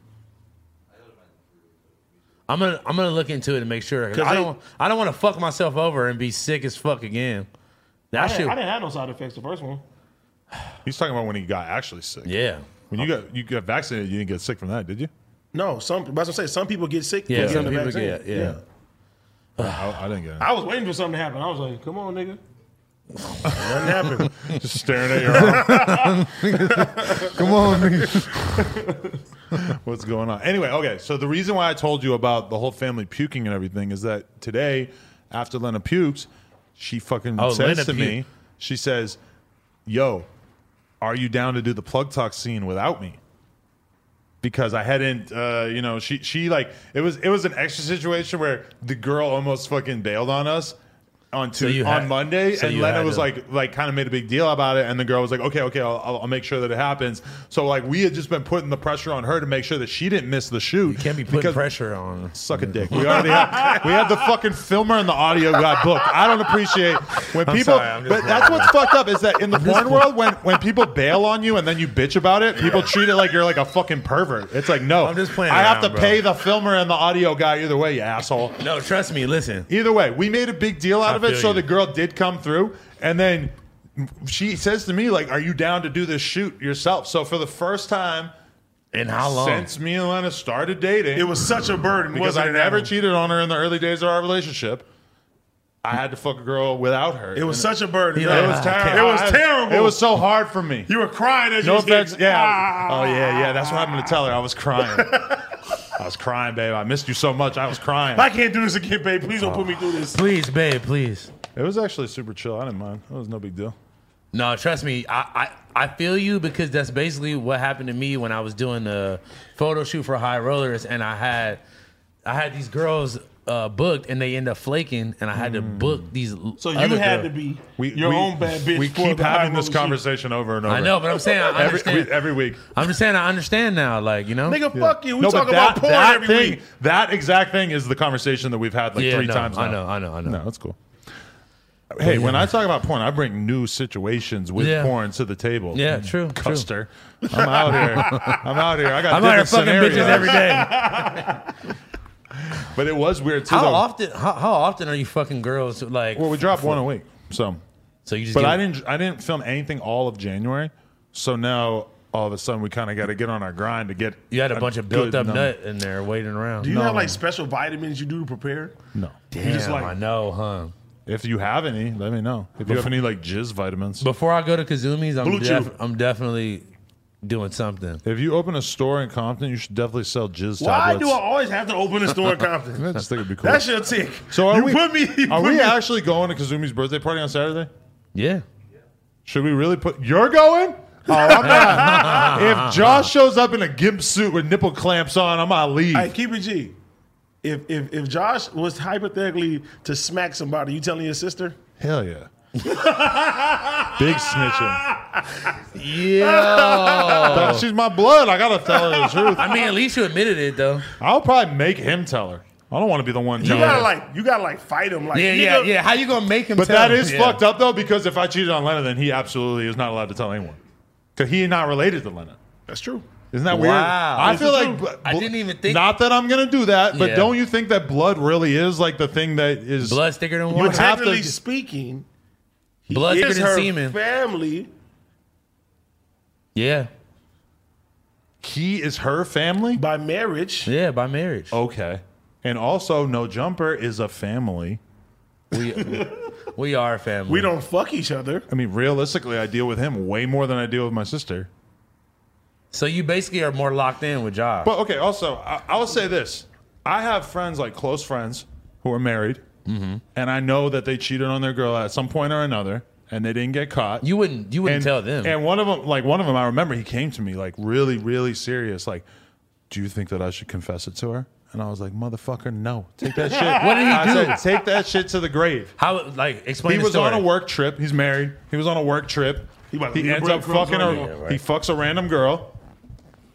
I'm gonna I'm gonna look into it and make sure. 'cause I I- don't I don't want to fuck myself over and be sick as fuck again. That I shit. didn't, I didn't have no side effects the first one. He's talking about when he got actually sick. Yeah. When you got you got vaccinated, you didn't get sick from that, did you? No, some. That's what I'm saying. Some people get sick. from Yeah. getting Some the people vaccine. get yeah. I, I didn't get it. I was waiting for something to happen. I was like, "Come on, nigga." Nothing happened. Just staring at your arm. Come on. nigga. What's going on? Anyway, okay. So the reason why I told you about the whole family puking and everything is that today, after Lena pukes, she fucking Oh, says Lena to me, puked. she says, "Yo, are you down to do the plug talk scene without me?" because I hadn't, uh, you know, she she like it was it was an extra situation where the girl almost fucking bailed on us on two, you on had- Monday, so and you Lena had was to- like like kind of made a big deal about it, and the girl was like, okay, okay, I'll, I'll I'll make sure that it happens. So like we had just been putting the pressure on her to make sure that she didn't miss the shoot. You can't be putting because- pressure on. Suck a dick. We already have, we have the fucking filmer and the audio guy booked. I don't appreciate when people. sorry, I'm just but that's what's fucked up is that in the porn world, when when people bail on you and then you bitch about it, people treat it like you're like a fucking pervert. It's like no, I'm just playing I have around, to bro. pay the filmer and the audio guy either way, you asshole. No, trust me. Listen, Either way, we made a big deal out I of it. feel So you. the girl did come through, and then she says to me like, "Are you down to do this shoot yourself?" So for the first time in how long? since me and Lena started dating, It was such a burden because wasn't I it, never Adam? cheated on her in the early days of our relationship. I had to fuck a girl without her. It was And such a burden. it was It terrible. was I- terrible. It was so hard for me. You were crying as no you was offense. getting- Yeah. Ah. oh yeah, yeah. That's what I'm gonna tell her. I was crying. I was crying, babe. I missed you so much. I was crying. I can't do this again, babe. Please don't put me through this. Please, babe, please. it was actually super chill. I didn't mind. It was no big deal. No, trust me. I, I, I feel you because that's basically what happened to me when I was doing the photo shoot for High Rollers, and I had I had these girls uh, booked, and they end up flaking, and I had to Mm. book these. So you other girls. had to be your own bad bitch. We for keep the having high this roller conversation over and over. I know, but I'm saying I every understand. we- every week. I'm just saying I understand now. Like you know, shit. Nigga, fuck you. We No, but talk that- about porn that every thing- week. That exact thing is the conversation that we've had like Yeah, three no, times. I now. know, I know, I know. No, that's cool. Hey, when I talk about porn, I bring new situations with Yeah. porn to the table. Yeah, true, true. Custer, I'm out here. I'm out here. I got. I'm out here different fucking bitches scenarios. every day. But it was weird too. how though. often? How, how often are you fucking girls like? Well, we drop one a week, so. so you just. But get- I didn't. I didn't film anything all of January, so now all of a sudden we kind of got to get on our grind to get. You had a bunch of good built up number. nut in there waiting around. Do you have like special vitamins you do to prepare? No. Damn, just like- I know, huh? If you have any, let me know. If you have any like jizz vitamins. Before I go to Kazumi's, I'm, Blue def- Chew. I'm definitely doing something. If you open a store in Compton, you should definitely sell jizz Why tablets. do I always have to open a store in I Compton? just think it'd be cool. That's your tick. so are you we, put me. you are put we me- actually going to Kazumi's birthday party on Saturday? Yeah. Should we really put? You're going? Oh, I'm not. if Josh shows up in a gimp suit with nipple clamps on, I'm gonna leave. Hey, keep it G. If if if Josh was hypothetically to smack somebody, you telling your sister? Hell yeah. Big Oh. snitching. Yeah. But She's my blood. I gotta tell her the truth. I mean, at least you admitted it, though. I'll probably make him tell her. I don't want to be the one You telling gotta her. like you gotta like fight him. Like Yeah, nigga, yeah, yeah. How you gonna make him? But tell that is Yeah. fucked up though, because if I cheated on Lena, then he absolutely is not allowed to tell anyone, because he not related to Lena. That's true. Isn't that Wow. weird? I It's feel the like truth. I didn't even think- Not that I'm gonna do that, but Yeah. don't you think that blood really is like the thing that is Blood's thicker than But water. have to- technically speaking, he Blood's thicker is than her semen. family. Yeah. He is her family. by marriage. Yeah. By marriage. Okay, and also no jumper is a family. We, we are family. We don't fuck each other. I mean, realistically, I deal with him way more than I deal with my sister. So you basically are more locked in with Josh. But okay, also I, I'll say this: I have friends, like close friends, who are married, Mm-hmm. and I know that they cheated on their girl at some point or another, and they didn't get caught. you wouldn't. You wouldn't and, tell them. And one of them, like one of them, I remember he came to me like really, really serious, like, "Do you think that I should confess it to her?" And I was like, "Motherfucker, no! Take that shit. what did he I do? Said, Take that shit to the grave." How? Like explain. He the was on story. a work trip. He's married. He was on a work trip. He, He about to leave ends the up breadcrumbs fucking right a, there, right? he fucks a random girl,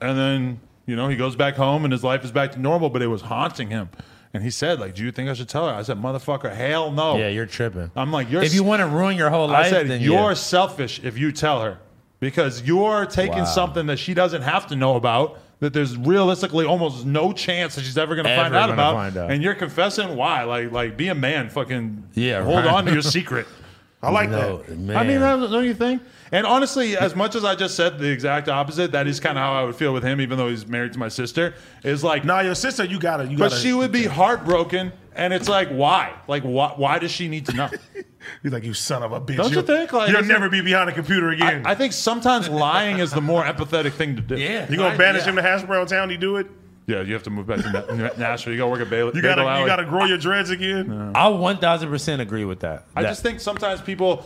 and then you know he goes back home and his life is back to normal. But it was haunting him, and he said, "Like, do you think I should tell her?" I said, "Motherfucker, hell no." Yeah, you're tripping. I'm like, you're if you want to ruin your whole life, I said then you're yeah. selfish if you tell her because you're taking Wow. something that she doesn't have to know about that there's realistically almost no chance that she's ever going to find Ever out gonna about find out. and you're confessing why like like be a man fucking Yeah, hold right. on to your secret I like No, that. man. I mean, that- don't you think? And honestly, as much as I just said the exact opposite, that is kind of how I would feel with him, even though he's married to my sister. Is like, Now your sister, you gotta, you but gotta. she would be heartbroken And it's like, why? Like, why, why does she need to know? He's like, you son of a bitch. Don't you You'll- think, like, you'll it's- never be behind a computer again. I, I think sometimes lying is the more empathetic thing to do. you gonna banish him to Hasbro Town? You do it. Yeah, you have to move back to Na- Nashville. You got to work at Baylor. You gotta, you gotta grow your dreads again. I 1000% agree with that. I That- just think sometimes people.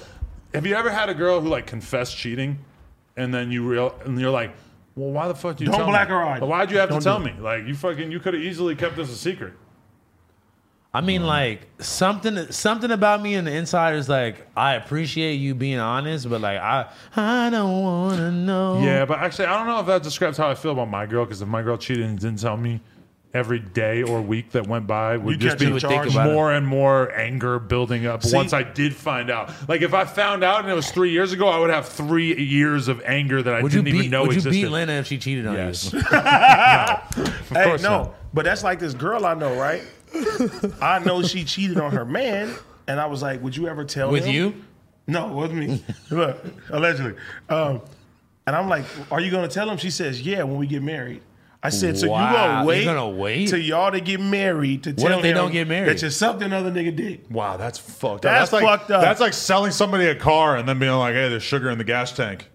Have you ever had a girl who like confessed cheating, and then you real and you're like, well, why the fuck do you Don't tell me? black her eye. But Why'd you have Don't to do tell me? it. Like you fucking you could have easily kept this a secret. I Mm. mean, like something, something about me in the inside is like I appreciate you being honest, but like I, I don't want to know. Yeah, but actually, I don't know if that describes how I feel about my girl. Because if my girl cheated and didn't tell me, every day or week that went by would You just catch be a charge. more and more anger building up. once I did find out, like if I found out and it was three years ago, I would have three years of anger that I Would you didn't beat? even know would you existed. beat Lena if she cheated on Yes. you? hey, course no, not. but that's like this girl I know, right? I know she cheated on her man, and I was like, "Would you ever tell With him?" you? No, it wasn't me. Look, allegedly. Um, and I'm like, "Are you gonna tell him?" She says, "Yeah, when we get married." I said, "So you Wow, gonna you wait? gonna wait? till y'all to get married to tell if they him don't get married? That you're something other nigga did." Wow, that's fucked That's up. like, fucked up. That's like selling somebody a car and then being like, "Hey, there's sugar in the gas tank.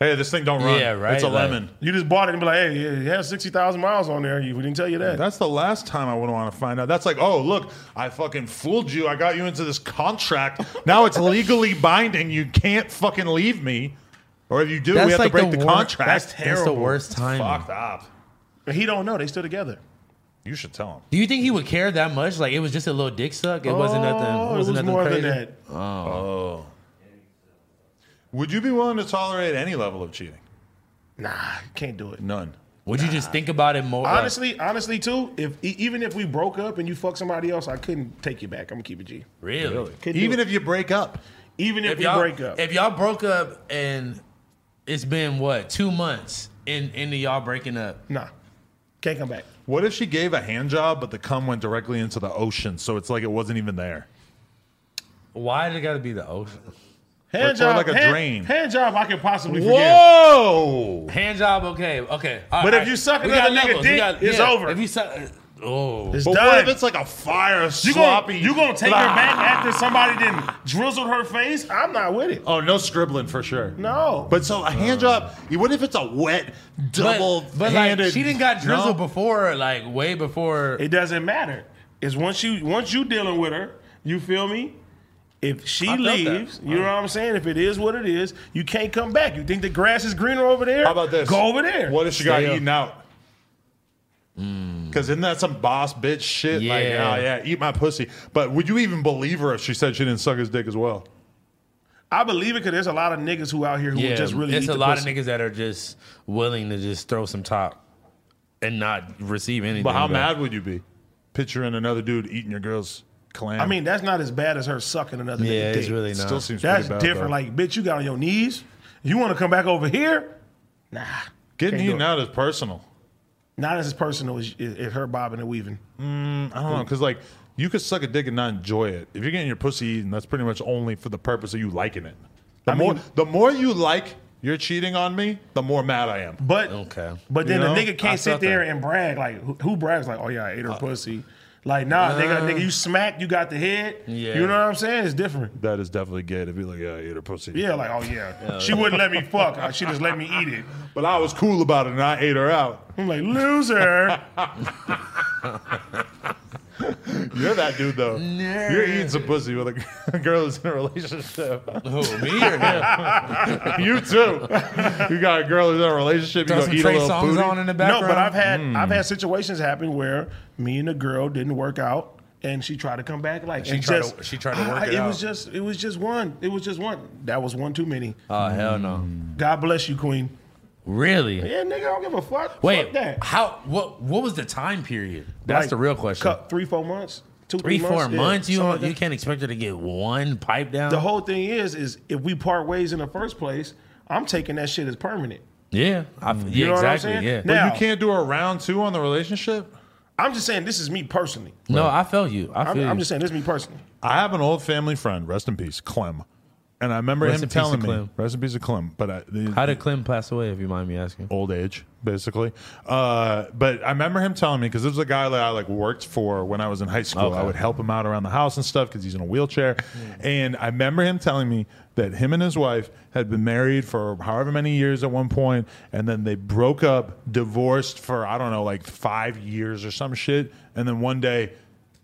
Hey, this thing don't run. Yeah, right, It's a like- lemon." You just bought it and be like, "Hey, yeah, it has sixty thousand miles on there. You- We didn't tell you that." That's the last time I wouldn't want to find out. That's like, oh, look, I fucking fooled you. I got you into this contract. Now it's legally binding. You can't fucking leave me. Or if you do, we have to break the, wor- contract. That's That's the terrible. worst time. Fucked up. But he don't know. They still together. You should tell him. Do you think he would care that much? Like it was just a little dick suck. It wasn't nothing. Oh, it was wasn't nothing more crazy. than that. Would you be willing to tolerate any level of cheating? Nah, can't do it. None. Would you just think about it more? like- Honestly, honestly, too, if e- even if we broke up and you fuck somebody else, I couldn't take you back. I'm gonna keep it G. really? Couldn't Even do it. if you break up. even if, If we y'all break up, if y'all broke up and it's been what two months in into y'all breaking up? nah, can't come back. What if she gave a hand job, but the cum went directly into the ocean? So it's like it wasn't even there. Why did it got to be the ocean? Hand or job, like a hand, drain. Hand job, I can possibly forgive. Whoa! Hand job, okay, okay. All But if you suck We another got nigga levels. We dick, got- it's yeah. over. If you suck, oh, It's But what done. if it's like a fire you sloppy? gonna you gonna take her back after somebody then drizzled her face? I'm not with it. Oh, no scribbling for sure. No, But so a hand job, what if it's a wet, double but, but like handed? she didn't got drizzled No? before, like way before. it doesn't matter. It's once you once you dealing with her, you feel me? If she I felt that. leaves, Uh-huh. you know what I'm saying? If it is what it is, you can't come back. You think the grass is greener over there? How about this? Go over there. What if she got Stay up. eaten out? Because isn't that some boss bitch shit? Like, Yeah. oh, Hmm. yeah, eat my pussy. But would you even believe her if she said she didn't suck his dick as well? I believe it because there's a lot of niggas who out here who yeah, just really it's eat a the lot pussy. of niggas that are just willing to just throw some top and not receive anything. But how back. mad would you be picturing another dude eating your girl's clam? I mean, that's not as bad as her sucking another Yeah, nigga dick. it's really not. still seems that's pretty bad, different. though. Like, bitch, you got on your knees. You want to come back over here? Nah, getting can't do eaten it. out is personal. not as personal as, as her bobbing and weaving. I don't know because like you could suck a dick and not enjoy it. If you're getting your pussy eaten, that's pretty much only for the purpose of you liking it. The I more mean- the more you like you're cheating on me, the more mad I am. But Okay. but then You know? the nigga I felt can't sit there that. Uh, and brag like who, who brags like, oh yeah, I ate her pussy. Like nah, nigga, nigga, you smacked, you got the head. Yeah. You know what I'm saying? It's different. That is definitely gay to be like, yeah, I ate her pussy. Yeah, like oh yeah, she wouldn't let me fuck. Uh, She just let me eat it. But I was cool about it and I ate her out. I'm like loser. You're that dude though. You're eating some pussy with a g- a girl that's in a relationship. Who, me or him? you too. You got a girl who's in a relationship. You Throw gonna some eat a Trey little songs booty? on in the no, background. but I've had I've Hmm. had situations happen where me and a girl didn't work out. And she tried to come back like She and tried just, to- she tried to work "Ah, it it was out." just it was just one. It was just one. That was one too many. Oh hell no! God bless you, Queen. Really? Yeah, nigga, I don't give a fuck. fuck Wait, that. how? What? What was the time period? That's Like, the real question. cut three, four months, two, Three, four months, months. yeah, you something like you that. can't expect her to get one pipe down. The whole thing is, is if we part ways in the first place, I'm taking that shit as permanent. yeah, I, yeah, You know exactly. what I'm saying? yeah. Now, You can't do a round two on the relationship. I'm just saying this is me personally. no, I felt you. I I'm, feel I'm you. just saying this is me personally. I have an old family friend, rest in peace, Clem, And I remember Rest him in peace to telling me, Clem. recipes of Clem. But I, the- How did Clem pass away? If you mind me asking. old age, basically. Uh, but I remember him telling me because this was a guy that I like worked for when I was in high school. I would help him out around the house and stuff because he's in a wheelchair. Mm-hmm. And I remember him telling me that him and his wife had been married for however many years at one point, and then they broke up, divorced for I don't know like five years or some shit, and then one day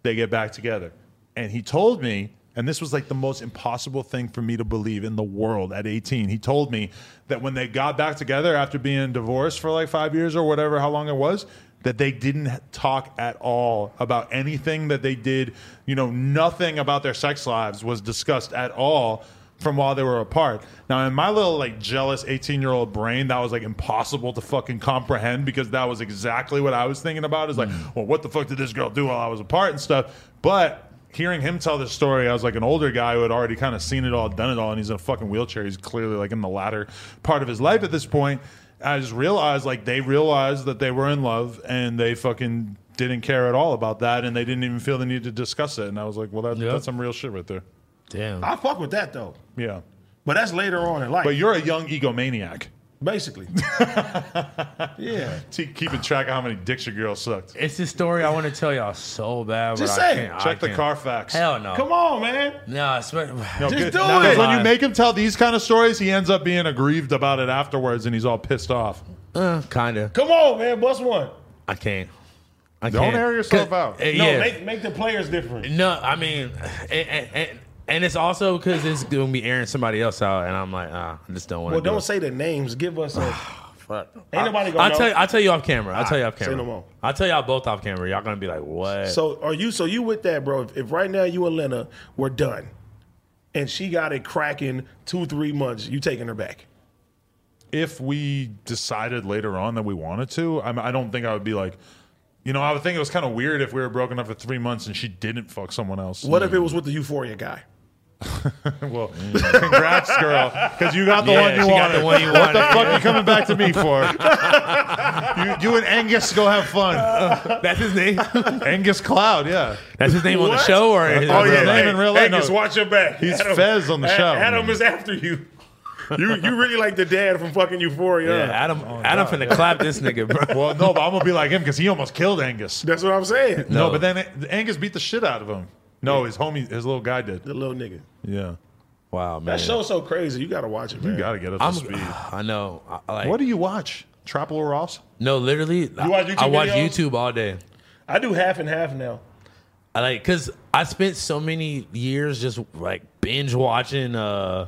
they get back together. And he told me, and this was like the most impossible thing for me to believe in the world at 18. He told me that when they got back together after being divorced for like five years or whatever, how long it was, that they didn't talk at all about anything that they did. You know, nothing about their sex lives was discussed at all from while they were apart. Now, in my little like jealous 18 year old brain, that was like impossible to fucking comprehend because that was exactly what I was thinking about. Is like, well, what the fuck did this girl do while I was apart and stuff? But hearing him tell this story, I was like an older guy who had already kind of seen it all, done it all, and he's in a fucking wheelchair. He's clearly like in the latter part of his life at this point. I just realized like they realized that they were in love and they fucking didn't care at all about that and they didn't even feel the need to discuss it. And I was like, well, that, Yeah. that's some real shit right there. Damn. I fuck with that though, Yeah. but that's later on in life. But you're a young egomaniac. basically, yeah. T- keeping track of how many dicks your girl sucked. It's this story I want to tell y'all so bad. Just but say I it. can't, I Check the can't. Carfax. Hell no. Come on, man. No, I swear. No, Just good- do no, it. 'cause When you Lies. make him tell these kind of stories, he ends up being aggrieved about it afterwards, and he's all pissed off. Uh, kinda. Come on, man. Bust one. I can't. I Don't can't. air yourself 'Cause- out. Uh, No, yeah. make make the players different. No, I mean, and, and, and- and it's also because it's gonna be airing somebody else out, and I'm like, ah, I just don't want to. Well, do don't it. say the names. Give us a. Fuck. Ain't nobody gonna I'll know. tell you. I'll tell you off camera. I'll tell you off say camera. no more. I'll tell y'all both off camera. Y'all gonna be like, what? So are you? So you with that, bro? If, if right now you and Lena were done, and she got it cracking two three months, you taking her back? If we decided later on that we wanted to, I'm, I don't think I would be like, you know, I would think it was kind of weird if we were broken up for three months and she didn't fuck someone else. What if it was with the Euphoria guy? well, congrats, girl, because you got the Yeah, one you she got wanted. the one you what the wanted, fuck you coming back to me for? you, you and Angus go have fun. That's his name. Angus Cloud, yeah. That's his name on the What? show, or his, Oh, yeah. his Not name? even real life, Angus, no. watch your back. He's Fez on the A- show. Adam is after you. You you really like the dad from fucking Euphoria. Yeah, Adam. Oh, Adam finna clap this nigga, bro. Well, no, but I'm gonna be like him because he almost killed Angus. That's what I'm saying. No, No. but then An- Angus beat the shit out of him. No, his homie, his little guy did. The little nigga. Yeah, Wow, man. That show's so crazy. You gotta watch it, man. you gotta get up to I'm. speed. I know. I, like, What do you watch? Trapple Ross? No, literally. I- watch YouTube I watch videos? YouTube all day. I do half and half now. I like because I spent so many years just like binge watching uh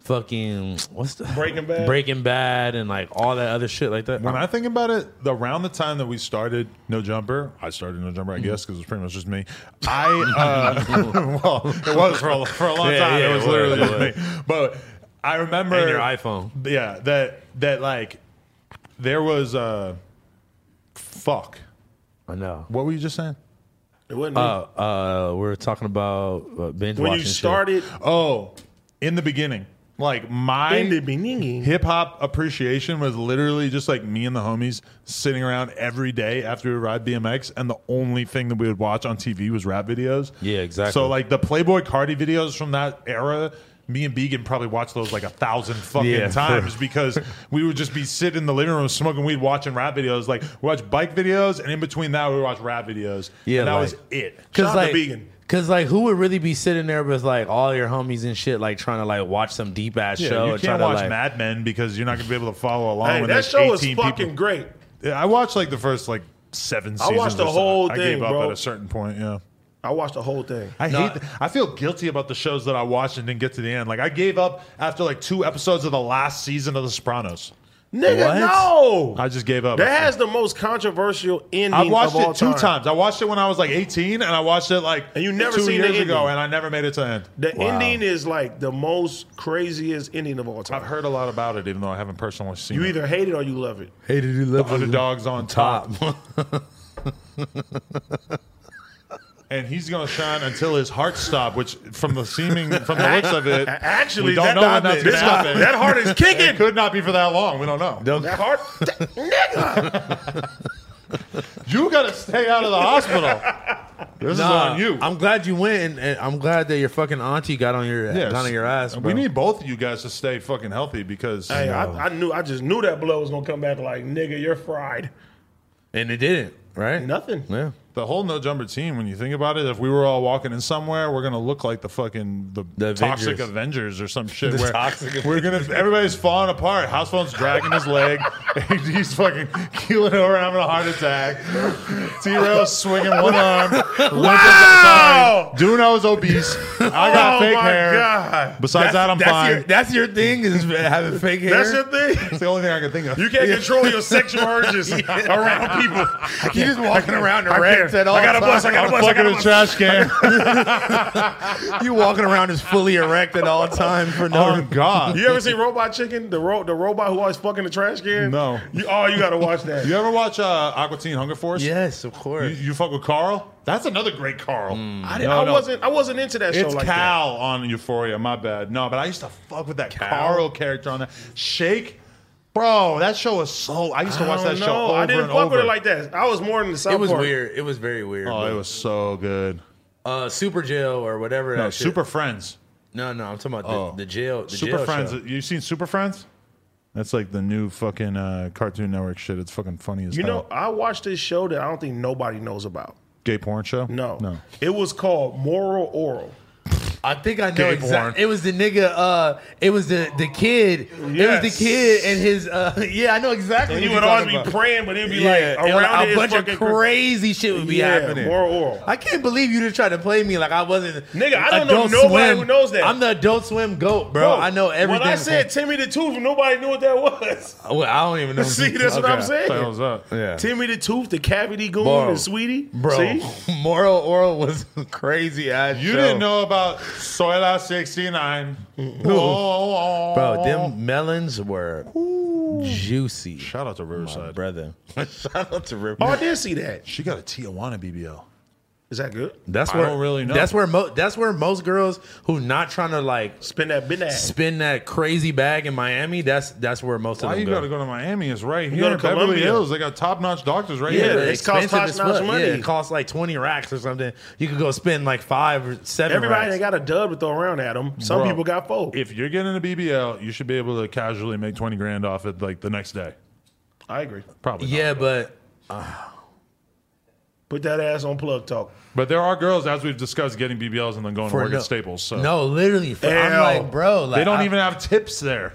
fucking what's the Breaking Bad? Breaking Bad and like all that other shit like that. When I think about it, the- around the time that we started No Jumper, I started No Jumper, I guess, because it was pretty much just me. I uh, well, it was for a, for a long Yeah, time. yeah, it was it was, literally it just me. But I remember And your iPhone. Yeah, that that like there was uh, fuck. I know. What were you just saying? It wasn't Uh, uh, we're talking about uh, binge when watching. you shit. started Oh, in the beginning, like my in the beginning. hip hop appreciation was literally just like me and the homies sitting around every day after we ride BMX, and the only thing that we would watch on TV was rap videos. Yeah, exactly. So like the Playboy Cardi videos from that era. Me and Began probably watched those like a thousand fucking Yeah, for- times because we would just be sitting in the living room smoking weed, watching rap videos. Like we watch bike videos, and in between that we watch rap videos. Yeah, and that like- was it. Cause Shout out to like, Vegan. Cause like, who would really be sitting there with like all your homies and shit, like trying to like watch some deep ass Yeah, show? you and can't try watch to, like, Mad Men because you're not going to be able to follow along. Hey, when that there's show is 18 fucking people. great. Yeah, I watched like the first like seven. I Seasons watched the or so. whole I gave thing, up bro. at a certain point. Yeah. I watched the whole thing. I hate. th- I feel guilty about the shows that I watched and didn't get to the end. Like I gave up after like two episodes of the last season of The Sopranos. Nigga, What? no. I just gave up. that has the most controversial ending. I watched of all it two time. times. I watched it when I was like 18, and I watched it like And you never two seen the years ago, ending. and I never made it to the end. The ending is like the most craziest ending of all I've time. heard a lot about it, even though I haven't personally seen You it. either hate it or you love it. Hated you love underdogs on top. top. and he's going to shine until his heart stop. Which, from the seeming, from the looks of it, Actually, we don't that know when diamond- that's going this to guy- happen. that heart is kicking. It could not be for that long. We don't know. That hard, nigga. You got to stay out of the hospital. This Nah, is on you. I'm glad you went, and, and I'm glad that your fucking auntie got on your Yes. got on your ass. Bro. We need both of you guys to stay fucking healthy because Hey, I, I knew. I just knew that blow was gonna come back. Like nigga, you're fried. and it didn't, right? Nothing. Yeah. the whole no jumper team. When you think about it, if we were all walking in somewhere, we're gonna look like the fucking the, The toxic Avengers. Avengers or some shit. The where toxic we're gonna everybody's falling apart. House phone's dragging his leg. He's fucking keeling over, having a heart attack. T Rail swinging one arm. Wow! Duno's obese. I got Oh fake my hair. God. Besides that, I'm that's fine. Your, that's your thing is having fake hair. That's your thing. That's the only thing I can think of. You can't control your sexual urges around people. He's just walking around erect at all I got a bus. I times. got a bus. I Fucking got a a bus. trash can. You walking around is fully erect at all times for no. oh God! You ever seen Robot Chicken? The ro- the robot who always fucking the trash can. No. You, oh, you gotta watch that. You ever watch uh, Aqua Teen Hunger Force? yes, of You, course. you fuck with Carl? That's another great Carl. I, didn't, I wasn't. I wasn't into that show It's like that. Cal on Euphoria. My bad. No, but I used to fuck with that Carl character on that Shake. Bro, that show was so. I used to watch I that don't show. know. Over I didn't and fuck over. with it like that. I was more in the South It was Park. weird. It was very weird. Oh, but, it was so good. uh, super jail or whatever. No, that shit- Super Friends. No, no, I'm talking about the, Oh. the jail. The Super jail Friends. show. You seen Super Friends? That's like the new fucking uh, Cartoon Network shit. It's fucking funny as You know, hell. I watched this show that I don't think nobody knows about. Gay porn show? No, no. It was called Moral Oral. I think I know Gay porn. exactly. It was the nigga. Uh, it was the the kid. It was Yes. the kid and his. Uh, yeah, I know exactly. what And you you're would always talking be about. praying, but it'd be Yeah, like and, around a it is bunch fucking of crazy shit would be Yeah, happening. Moral oral. I can't believe you just tried to play me like I wasn't. Nigga, I don't know nobody who knows that. I'm the Adult Swim goat, bro. I know everything. When I said Timmy the Tooth, nobody knew what that was. Well, I don't even know. See, that's what I'm saying. That was up. yeah. Timmy the Tooth, the Cavity Goon, Bro. and Sweetie. bro, See? Moral Oral was crazy ass. You show. didn't know about Soy La 69. Oh, bro. Them melons were juicy. Shout out to Riverside. brother. Shout out to Rip. Oh, I did see that. She got a Tijuana BBL. Is that good? That's I where don't really know. That's where mo- that's where most girls who not trying to like Spin that bin ass. spin that crazy bag in Miami. That's that's where most of Why them you go. gotta go to Miami? It's right go here. to in Beverly Columbia. Hills. They got top notch doctors right Yeah, here. it's cost expensive as top-notch fuck. money. Yeah, it costs like twenty racks or something. You could go spend like five or seven. Everybody racks. ain't got a dub to throw around at them. Some Bro, people got four. If you're getting a BBL, you should be able to casually make twenty grand off it like the next day. I agree. Probably. not. Yeah, but Put that ass on plug talk. But there are girls, as we've discussed, getting BBLs and then going to for work no, at Staples. So no, literally, for, I'm Hell. like, bro, like they don't I- even have tips there.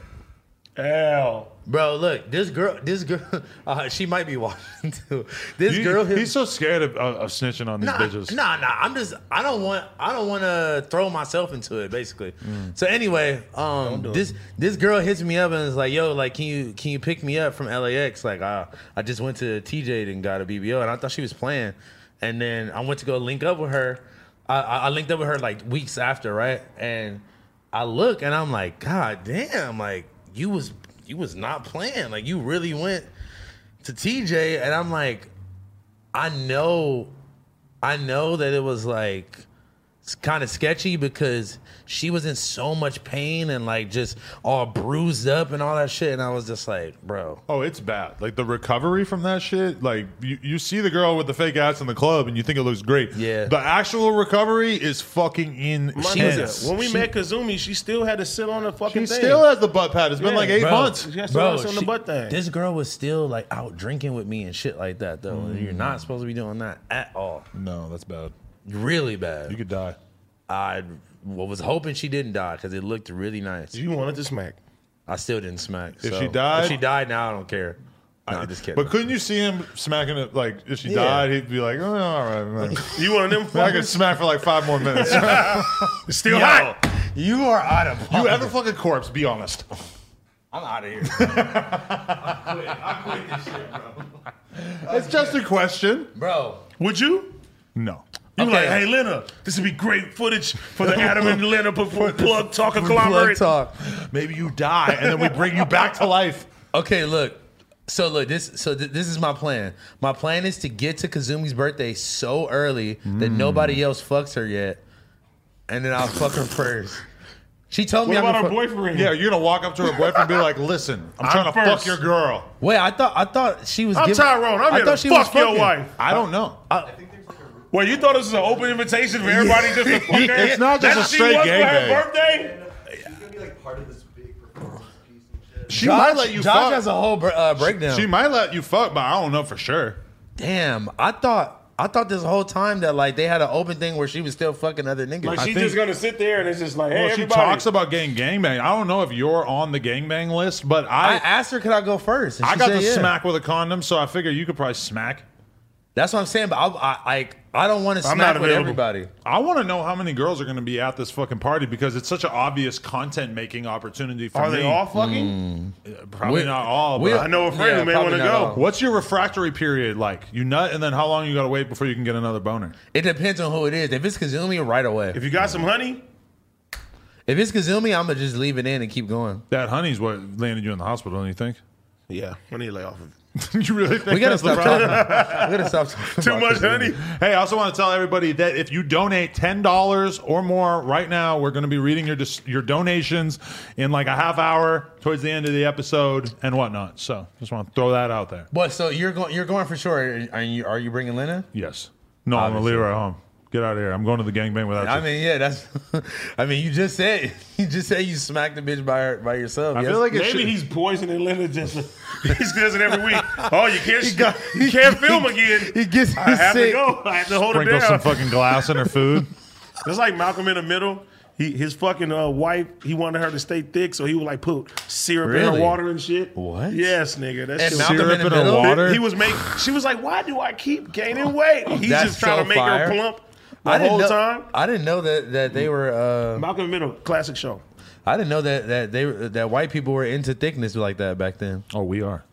Hell. bro, look, this girl, this girl, uh, she might be watching too. This You- girl, here- he's so scared of, of, of snitching on these Nah, bitches. nah, nah. I'm just. I don't want. I don't want to throw myself into it. Basically. Mm. So anyway, um, this this girl hits me up and is like, "Yo, like, can you can you pick me up from LAX? Like, I I just went to TJ and got a BBO, and I thought she was playing, and then I went to go link up with her. I, I I linked up with her like weeks after, right? And I look and I'm like, God damn, like you was you was not playing. Like you really went to TJ, and I'm like, I know I know that it was like kind of sketchy because she was in so much pain and like just all bruised up and all that shit. And I was just like, bro, Oh, it's bad. Like the recovery from that shit. Like you, you see the girl with the fake ass in the club and you think it looks great. Yeah. The actual recovery is fucking My She insane. was nigga, a- when we she- met Kazumi, she still had to sit on the fucking She thing. still has the butt pad. It's been Yeah. like eight Bro. months. She has to bro, sit on the she- butt thing. this girl was still like out drinking with me and shit like that though. And You're Mm. not supposed to be doing that at all. No, that's bad. Really You bad. could die. I well, was hoping she didn't die because it looked really nice. you wanted to smack. I still didn't smack. If so- she died- if she died now, I don't care. No, I'm just kidding. But couldn't you see him smacking it? Like if she Yeah. died, he'd be like, "Oh, all right, man." You wanted them I could fuckers smack for like five more minutes. still hot. you are out of. you ever fuck a corpse? Be honest. I'm out of here. It's just a question. bro. Would you? No. You Okay. like, hey Lena, this would be great footage for the Adam and Lena before plug talk Plug conglomerate. talk. Maybe you die, and then we bring you back to life. Okay, look. So look, this so th- this is my plan. My plan is to get to Kazumi's birthday so early that Mm. nobody else fucks her yet, and then I'll fuck her first. She told me What I about can her fuck- boyfriend? Yeah, you're gonna walk up to her boyfriend and be like, "Listen, I'm, trying to fuck first. your girl." Wait, I thought I thought she was. I'm giving- Tyrone. I'm here to fuck your wife. I don't know. I think there's like a Well, you thought this was an open invitation for everybody just to fuck her? It's not just That a she straight was gay for her day. birthday? She's gonna be like part of this big performance piece and shit. She Josh, might let you Josh fuck. has a whole br- uh, breakdown. she might let you fuck, but I don't know for sure. Damn, I thought I thought this whole time that like they had an open thing where she was still fucking other niggas. Like I she's think- just gonna sit there and it's just like, hey, Well, she everybody. talks about getting gangbanged. I don't know if you're on the gangbang list, but I, I I, asked her, could I go first? And she got said, the yeah. smack with a condom, so I figure you could probably smack. That's what I'm saying, but I I, I, I don't want to not smack with available. everybody. I want to know how many girls are going to be at this fucking party because it's such an obvious content making opportunity for Are me. Mm. they all fucking? Probably We- not all. we- but- I know a friend Yeah, who may want probably to not go. all. What's your refractory period like? You nut, and then how long you got to wait before you can get another boner? It depends on who it is. If it's Kazumi, right away. If you got some honey, If it's Kazumi, I'm gonna just leave it in and keep going. That honey's what landed you in the hospital, don't you think? yeah, I need to lay off of it. you really think We gotta that's the stop problem? talking. we gotta stop talking. Too about much Kazumi. honey. Hey, I also want to tell everybody that if you donate ten dollars or more right now, we're going to be reading your dis- your donations in like a half hour towards the end of the episode and whatnot. So just want to throw that out there. But so you're going, you're going for sure. Are you, are you bringing Lena? Yes. No, I'm gonna leave her at home. Get out of here. I'm going to the gangbang without I you. mean, yeah, that's. I mean, you just said you just said you smacked the bitch by her, by yourself. I feel like it Maybe should- he's poisoning Leonard just. He's does it every week. Oh, you can't, you can't film again. he gets I have sick. to go. I have to hold sprinkle it down. some fucking glass in her food. It's like Malcolm in the Middle. He, his fucking uh, wife, he wanted her to stay thick, so he would like put syrup in Really? her water and shit. What? Yes, nigga. That And shit. Malcolm Syrup in in the her middle. water. He was make. She was like, "Why do I keep gaining weight?" He's That's just trying so to make fire. her plump the I didn't whole know, time. I didn't know that that they were. Uh, Malcolm in the Middle, classic show. I didn't know that that they were- that white people were into thickness like that back then. oh, we are.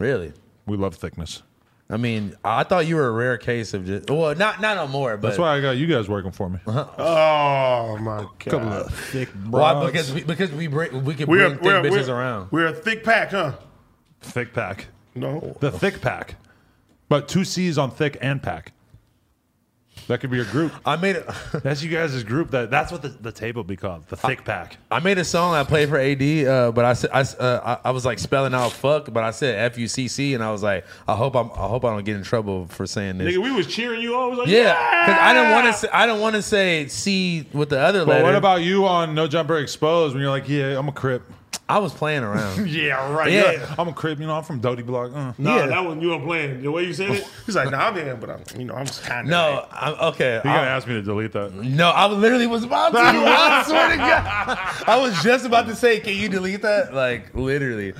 Really. We love thickness. I mean, I thought you were a rare case of just well, not not no more, but That's why I got you guys working for me. Oh my god. Couple of Uh-huh. Uh, thick why broads. because we, because we bring, we can We're, bring thick we're, bitches we're, around. We're a thick pack, huh? thick pack. No. The thick pack. But two C's on thick and pack. That could be your group. I made a, That's you guys' group. That that's what the, the table be called. The thick pack. I made a song I played for AD, uh, but I said I, s- uh, I I was like spelling out fuck, but I said F U C C, and I was like, I hope I'm I hope I don't get in trouble for saying this. Nigga, we was cheering you on. We was like, yeah, yeah. 'cause I didn't want to. Say, I don't want to say C with the other But letter. what about you on No Jumper Exposed when you're like, yeah, I'm a crip. I was playing around. Yeah, right. Yeah. I'm a crip. You know, I'm from Doty Block. Uh. No, Yeah. that one you were playing. The way you said it, he's like, "Nah, I'm in," but I'm, you know, I'm just kind of no, I'm, okay. You I- gotta ask me to delete that. No, I was- literally was about to. I swear to God, I was just about to say, "Can you delete that?" Like literally,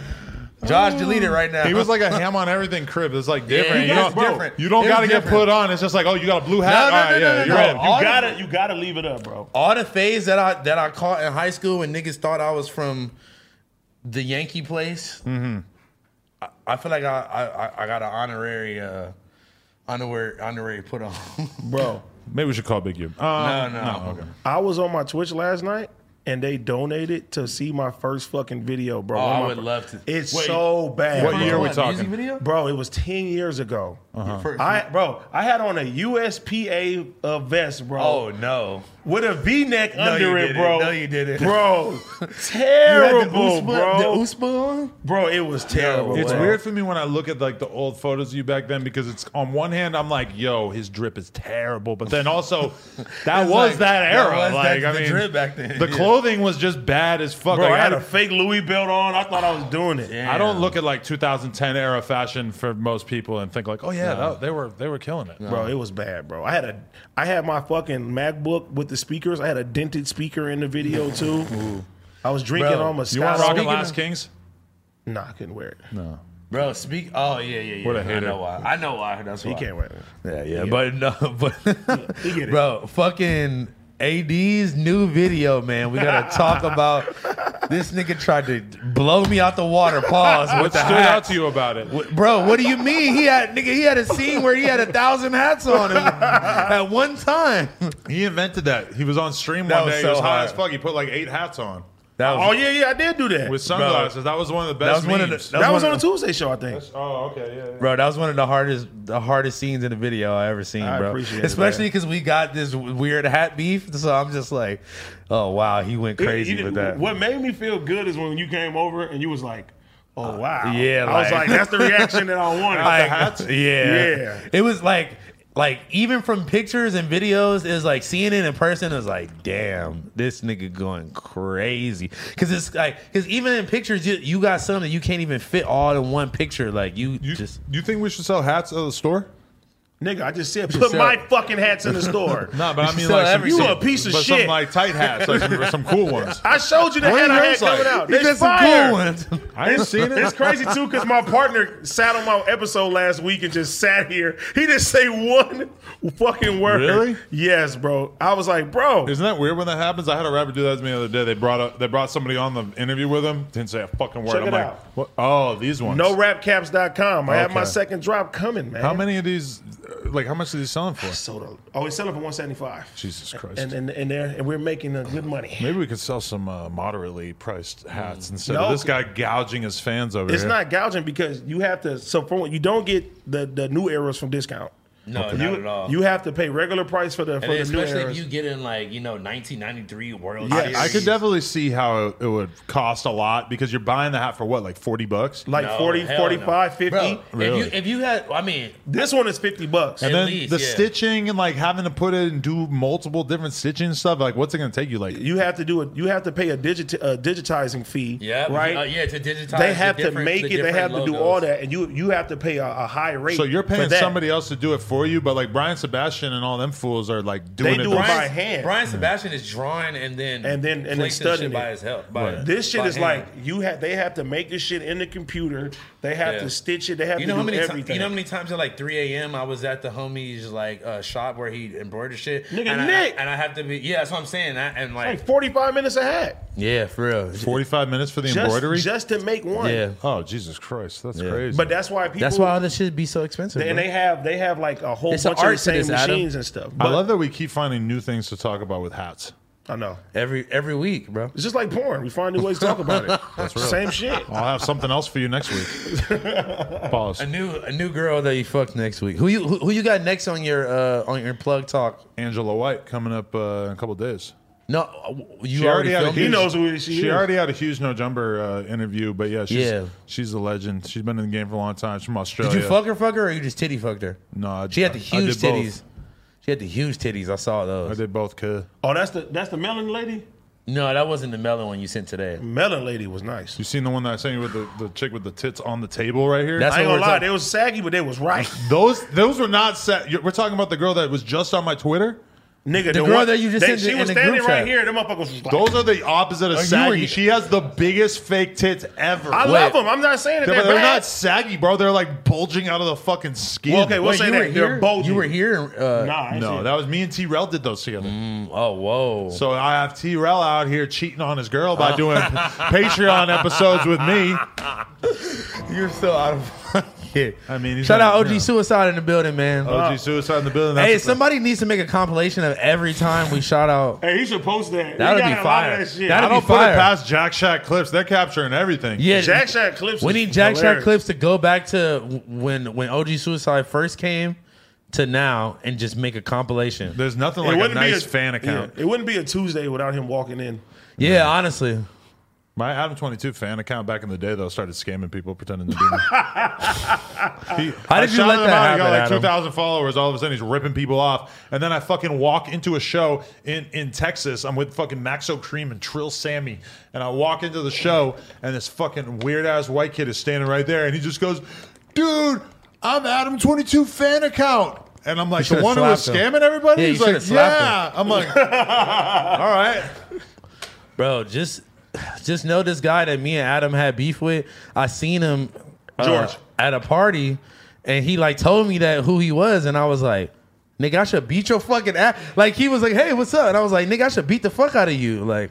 Josh, delete it right now. He was like a ham on everything crib. It's like different. Yeah, you, don't, it's bro, different. you don't It gotta was get different. put on. It's just like, oh, you got a blue hat. No, no, All right, no, no, yeah, no, you're no. in. All You gotta, you gotta leave it up, bro. all the phase that I that I caught in high school when niggas thought I was from the Yankee place. Mm-hmm. I, I feel like I, I I- I got an honorary uh, honorary honorary put on. Bro, Maybe we should call Big U. Uh, no, no, I was on my Twitch last night and they donated to see my first fucking video, bro. Oh, One of I my would fir- love to. It's Wait, so bad. what bro. year are we What, Uh-huh. talking? Music video? Bro, it was 10 years ago. For- Uh-huh. I bro, I had on a USPA uh, vest, bro, oh no! with a V-neck No, under you it, didn't. bro. No, you didn't. bro. You Terrible, had the bro. Uspa- The Uspa on? bro, it was terrible. It's bro. weird for me when I look at like the old photos of you back then because it's on one hand I'm like, yo, his drip is terrible, but then also that It's was like- that that era. was- like that's I the mean, drip back then, the yeah. clothing was just bad as fuck. Bro, Like, I had I, a fake Louis belt on. I thought I was doing it. I don't look at like 2010 era fashion for most people and think like, oh yeah, that, they were they were killing it. Bro, Uh-huh. it was bad, bro. I had a I had my fucking MacBook with the speakers. I had a dented speaker in the video too. I was drinking Bro, on my You want to rock skyline. and last kings? Nah, I couldn't wear it. Bro, speak. Oh yeah, yeah, yeah. What a I hater. know why. I know why. That's why. You can't wear it. Yeah, yeah, but no, but You get it. bro, fucking AD's new video, man. We gotta talk about this nigga tried to blow me out the water. Pause. What with the stood hat. out to you about it? Bro, what do you mean? He had nigga. He had a scene where he had a thousand hats on him at one time. He invented that. He was on stream That one was day. so he was high hard. as fuck. He put like eight hats on That Oh was, yeah, yeah, I did do that. with sunglasses. That was one of the that best. was one of the. memes. that was one on of the Tuesday show, I think. oh, okay, yeah. yeah. Bro, that was one of the hardest, the hardest scenes in the video I ever seen, I bro. appreciate it, Especially because we got this w- weird hat beef, so I'm just like, oh wow, he went crazy It- it- with that. What made me feel good is when you came over and you was like, "Oh wow." Uh, yeah, I was like- like, "That's the reaction that I wanted." Like, Like, yeah, Yeah. It was like like even from pictures and videos is like seeing it in person is like damn this nigga going crazy because it's like because even in pictures you, you got some that you can't even fit all in one picture like you, You, just you think we should sell hats at the store? Nigga, I just said put sell- my fucking hats in the store. No, but I mean sell like some, everything. You a piece of but shit. Some like tight hats, like some, some cool ones. I showed you the What hat are I had yours like? coming out. He got It's some fire. cool ones. I ain't seen It's it. crazy too, because my partner sat on my episode last week and just sat here. He didn't say one fucking word. Really? Yes, bro. I was like, bro. Isn't that weird when that happens? I had a rapper do that to me the other day. They brought up, they brought somebody on the interview with him. Didn't say a fucking word. Check I'm it like, out. what? oh, these ones. NoRapCaps.com. I have my Okay. second drop coming, man. How many of these? uh, Like, how much are these selling for? Sold out. Oh, it's selling for one seventy five. Jesus Christ. And and and there and we're making uh, good money. Maybe we could sell some uh, moderately priced hats instead Hmm. No. of this guy gouging his fans over It's here. not gouging because you have to. So for one, you don't get the the new arrows from discount. no you, You have to pay regular price for the for and the new especially if arrows. you get in like you know 1993 world Yes. Series. I could definitely see how it, it would cost a lot because you're buying the hat for what, like forty bucks? like No, 40, hell 45, no. 50. Bro, Really? if you if you had i mean This one is fifty bucks. and then least, the yeah. stitching and like having to put it and do multiple different stitching and stuff. Like, what's it going to take you? Like, you have to do it. You have to pay a digit a digitizing fee. yeah right. uh, yeah to digitize they the have to different- make the it. They different have to do logos. all that, and you you have to pay a, a high rate. so you're for paying that. somebody else to do it for you, but like Brian Sebastian and all them fools are like doing They it do it themselves. by hand. Mm. Brian Sebastian is drawing and then And then- and then placing shit studying by it. his help. By, This shit by is hand. like you have. They have to make this shit in the computer. They have Yeah. to stitch it. They have you to know do how many times? everything. You know how many times at like 3 a.m. I was at the homie's like uh, shop where he embroidered shit. Nigga, and Nick! I, and I have to be. Yeah, that's what I'm saying. I, and like, like forty five minutes a hat yeah, for real. Forty-five minutes for the embroidery. just, just to make one. Yeah, oh Jesus Christ, that's crazy. But that's why people. That's why all this shit be so expensive. and bro. they have they have like a whole It's an bunch of art the to same this, Adam. machines and stuff. I But- love that we keep finding new things to talk about with hats. I know. every every week, bro. It's just like porn. We find new ways to talk about it. That's real. Same shit. I'll have something else for you next week. Pause. A new a new girl girl that that you fucked next week. Who you who, who you got next on your uh on your plug talk? Angela White coming up uh, in a couple days. No, uh, you She already, already, had a filmed huge, He knows who she is. already had a huge no jumper uh, interview, but yeah, she's Yeah. she's a legend. She's been in the game for a long time. She's from Australia. Did you fuck her, fuck her, or you just titty fucked her? Oh, No, I- she had the I- I huge did both. titties. She had the huge titties. I saw I those. did both. Could Oh, that's the that's the melon lady. No, that wasn't the melon one you sent today. Melon lady was nice. you seen the one that I sent you with the, the chick with the tits on the table right here? That's I ain't what we're gonna lie, talking- they was saggy, but they was right. those those were not set. you- We're talking about the girl that was just on my Twitter. Nigga, the, girl one- that you just they, sent she in was the standing group right chat. here. Them motherfuckers was like, Those are the opposite of you were- saggy. She has the biggest fake tits ever. I love them. I'm not saying that They're, they're, but they're bad. not saggy, bro. They're like bulging out of the fucking skin. Well, okay, we'll say you that were they're here. bulging. You were here. Uh, Nah, I ain't no, saying- that was me and T Rel did those together. Oh whoa. So I have T Rel out here cheating on his girl Oh. by doing Patreon episodes with me. You're so out of. yeah. I mean, he's shout not- out OG yeah. Suicide in the building, man. OG Suicide in the building. Oh. hey, That's- somebody needs to make a compilation of every time we shout out. Hey, he should post that. That'd He be got a lot of fire. that shit. That'd I be don't put fire. it past Jack Shack clips. They're capturing everything. Yeah, Jack Shack clips. We is need Jack Shack hilarious. clips to go back to w- when when OG Suicide first came to now and just make a compilation. There's nothing like a wouldn't be nice fan account. yeah, it wouldn't be a Tuesday without him walking in. yeah, honestly. My Adam 22 fan account back in the day, though, started scamming people pretending to be me. He- How I did you shouted let him that out, He happen, got like Adam? 2,000 followers. All of a sudden, he's ripping people off. And then I fucking walk into a show in, in Texas. I'm with fucking Maxo Cream and Trill Sammy. And I walk into the show, and this fucking weird ass white kid is standing right there. And he just goes, Dude, I'm Adam 22 fan account. And I'm like, You The should've one who was slapped him. scamming everybody? Yeah, you he's like, should've slapped Yeah. I'm like, All right. Bro, just just know this guy that me and Adam had beef with. I seen him uh, George. at a party and he like told me that who he was and I was like, "Nigga, I should beat your fucking ass." Like he was like, "Hey, what's up?" And I was like, "Nigga, I should beat the fuck out of you." Like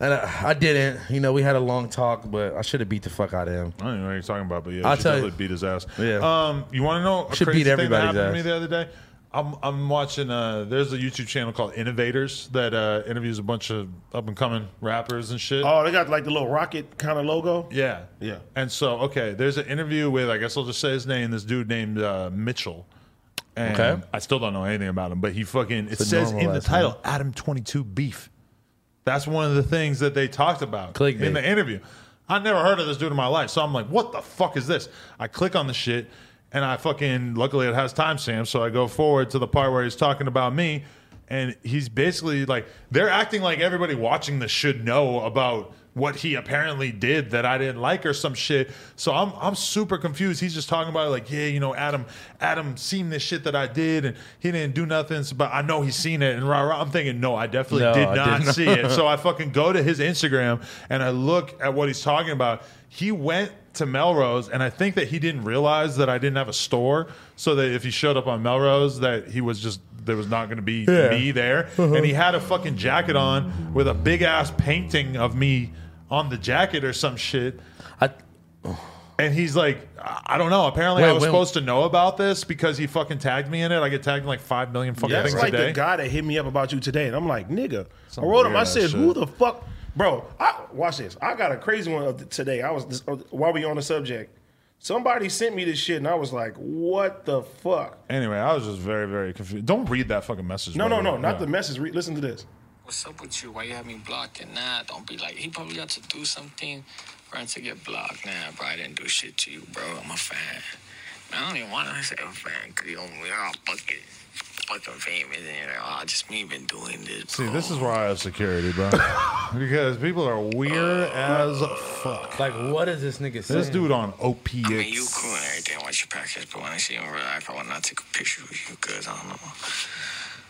and I, I didn't. You know, we had a long talk, but I should have beat the fuck out of him. I don't even know what you're talking about, but yeah, I'll i should tell you. definitely beat his ass. Yeah. Um, you want to know a Should crazy beat thing that everybody's happened to me ass. the other day? I'm I'm watching. Uh, there's a YouTube channel called Innovators that uh, interviews a bunch of up and coming rappers and shit. Oh, they got like the little rocket kind of logo. Yeah. Yeah. And so, okay, there's an interview with, I guess I'll just say his name, this dude named uh, Mitchell. And Okay. I still don't know anything about him, but he fucking, it a says normal in the last title, Adam 22 Beef. That's one of the things that they talked about Clickbait. in the interview. I never heard of this dude in my life. So I'm like, what the fuck is this? I click on the shit And I fucking luckily it has timestamps, so I go forward to the part where he's talking about me, and he's basically like they're acting like everybody watching this should know about what he apparently did that I didn't like or some shit. So I'm I'm super confused. He's just talking about it like, yeah, you know, Adam Adam seen this shit that I did and he didn't do nothing, so- but I know he's seen it and rah rah. I'm thinking, no, I definitely No, did I not didn't. see it. So I fucking go to his Instagram and I look at what he's talking about. He went to Melrose and I think that he didn't realize that I didn't have a store, so that if he showed up on Melrose that he was just there was not going to be me there. Uh-huh. And he had a fucking jacket on with a big ass painting of me on the jacket or some shit. I, And he's like, I I don't know. Apparently, Wait, I was when- supposed to know about this because he fucking tagged me in it. I get tagged in like five million fucking That's things like a day. the guy that hit me up about you today, and I'm like, nigga. Some I wrote him. weird I ass said, shit. who the fuck, bro? I, watch this. I got a crazy one of the- today. I was this, uh, while we on the subject. Somebody sent me this shit, and I was like, what the fuck? Anyway, I was just very, very confused. Don't read that fucking message. No, by no, the no, way. not Yeah. the message. Re- listen to this. What's up with you? Why you have me blocked? And nah, don't be like, he probably got to do something for him to get blocked. Nah, bro, I didn't do shit to you, bro. I'm a fan. Man, I don't even want to say a fan because we're all fucking, fucking famous. And you're like, oh, just me been doing this. See, bro. this is why I have security, bro. because people are weird as fuck. like, what is this nigga saying? This dude on I mean, you opiates. cool and everything. I watch your podcast, but when I see you in real life, I want to take a picture with you because I don't know.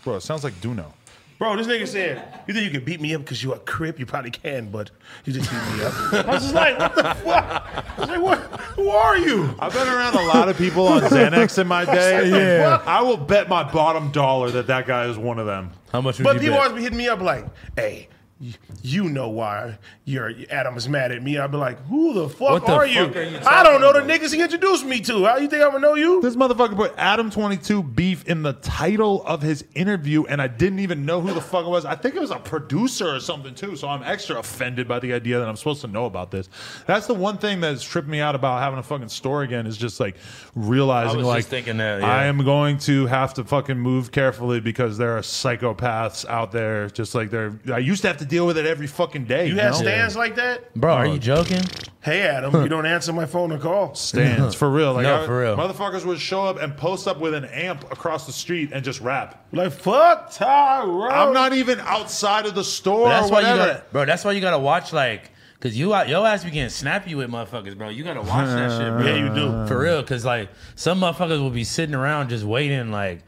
Bro, it sounds like Duno. Bro, this nigga said, you think you can beat me up because you a crip? You probably can, but you just beat me up. I was just like, what the fuck? I was like, what? Who are you? I've been around a lot of people on Xanax in my day. Yeah. I will bet my bottom dollar that that guy is one of them. How much would But you people bet? always be hitting me up like, hey, y- you know why your Adam is mad at me. I'd be like, who the fuck What the are, fuck you? are you I talking don't know the about? niggas he introduced me to. How you think I'm gonna know you? This motherfucker put Adam 22 beef in the title of his interview, and I didn't even know who the fuck it was. I think it was a producer or something, too. So I'm extra offended by the idea that I'm supposed to know about this. That's the one thing that's tripped me out about having a fucking store again is just like realizing, I was just like, thinking that, yeah. I am going to have to fucking move carefully because there are psychopaths out there, just like there. I used to have to deal with it every fucking day. You had know? stands like that? Bro, are you joking? Hey Adam, you don't answer my phone or call. stands for real. Like, No, I- for real. Motherfuckers would show up and post up with an amp across the street and just rap. Like fuck Tyrone. I'm not even outside of the store. But that's or why you whatever. gotta, bro. That's why you gotta watch like, cause you out your ass be getting snappy with motherfuckers, bro. You gotta watch that shit, bro. Yeah, you do. for real. Cause like some motherfuckers will be sitting around just waiting, like,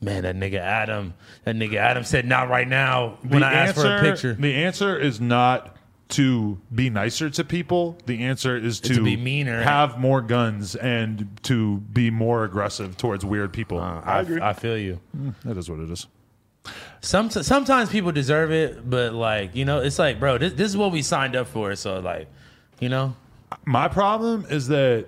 man, that nigga Adam, that nigga Adam said not right now when I asked for a picture. the answer is not to be nicer to people. The answer is to, be meaner. have more guns, and to be more aggressive towards weird people. I, I feel you. that is what it is. Some, sometimes people deserve it, but like you know, it's like, bro, this, this is what we signed up for. So like, you know, My problem is that.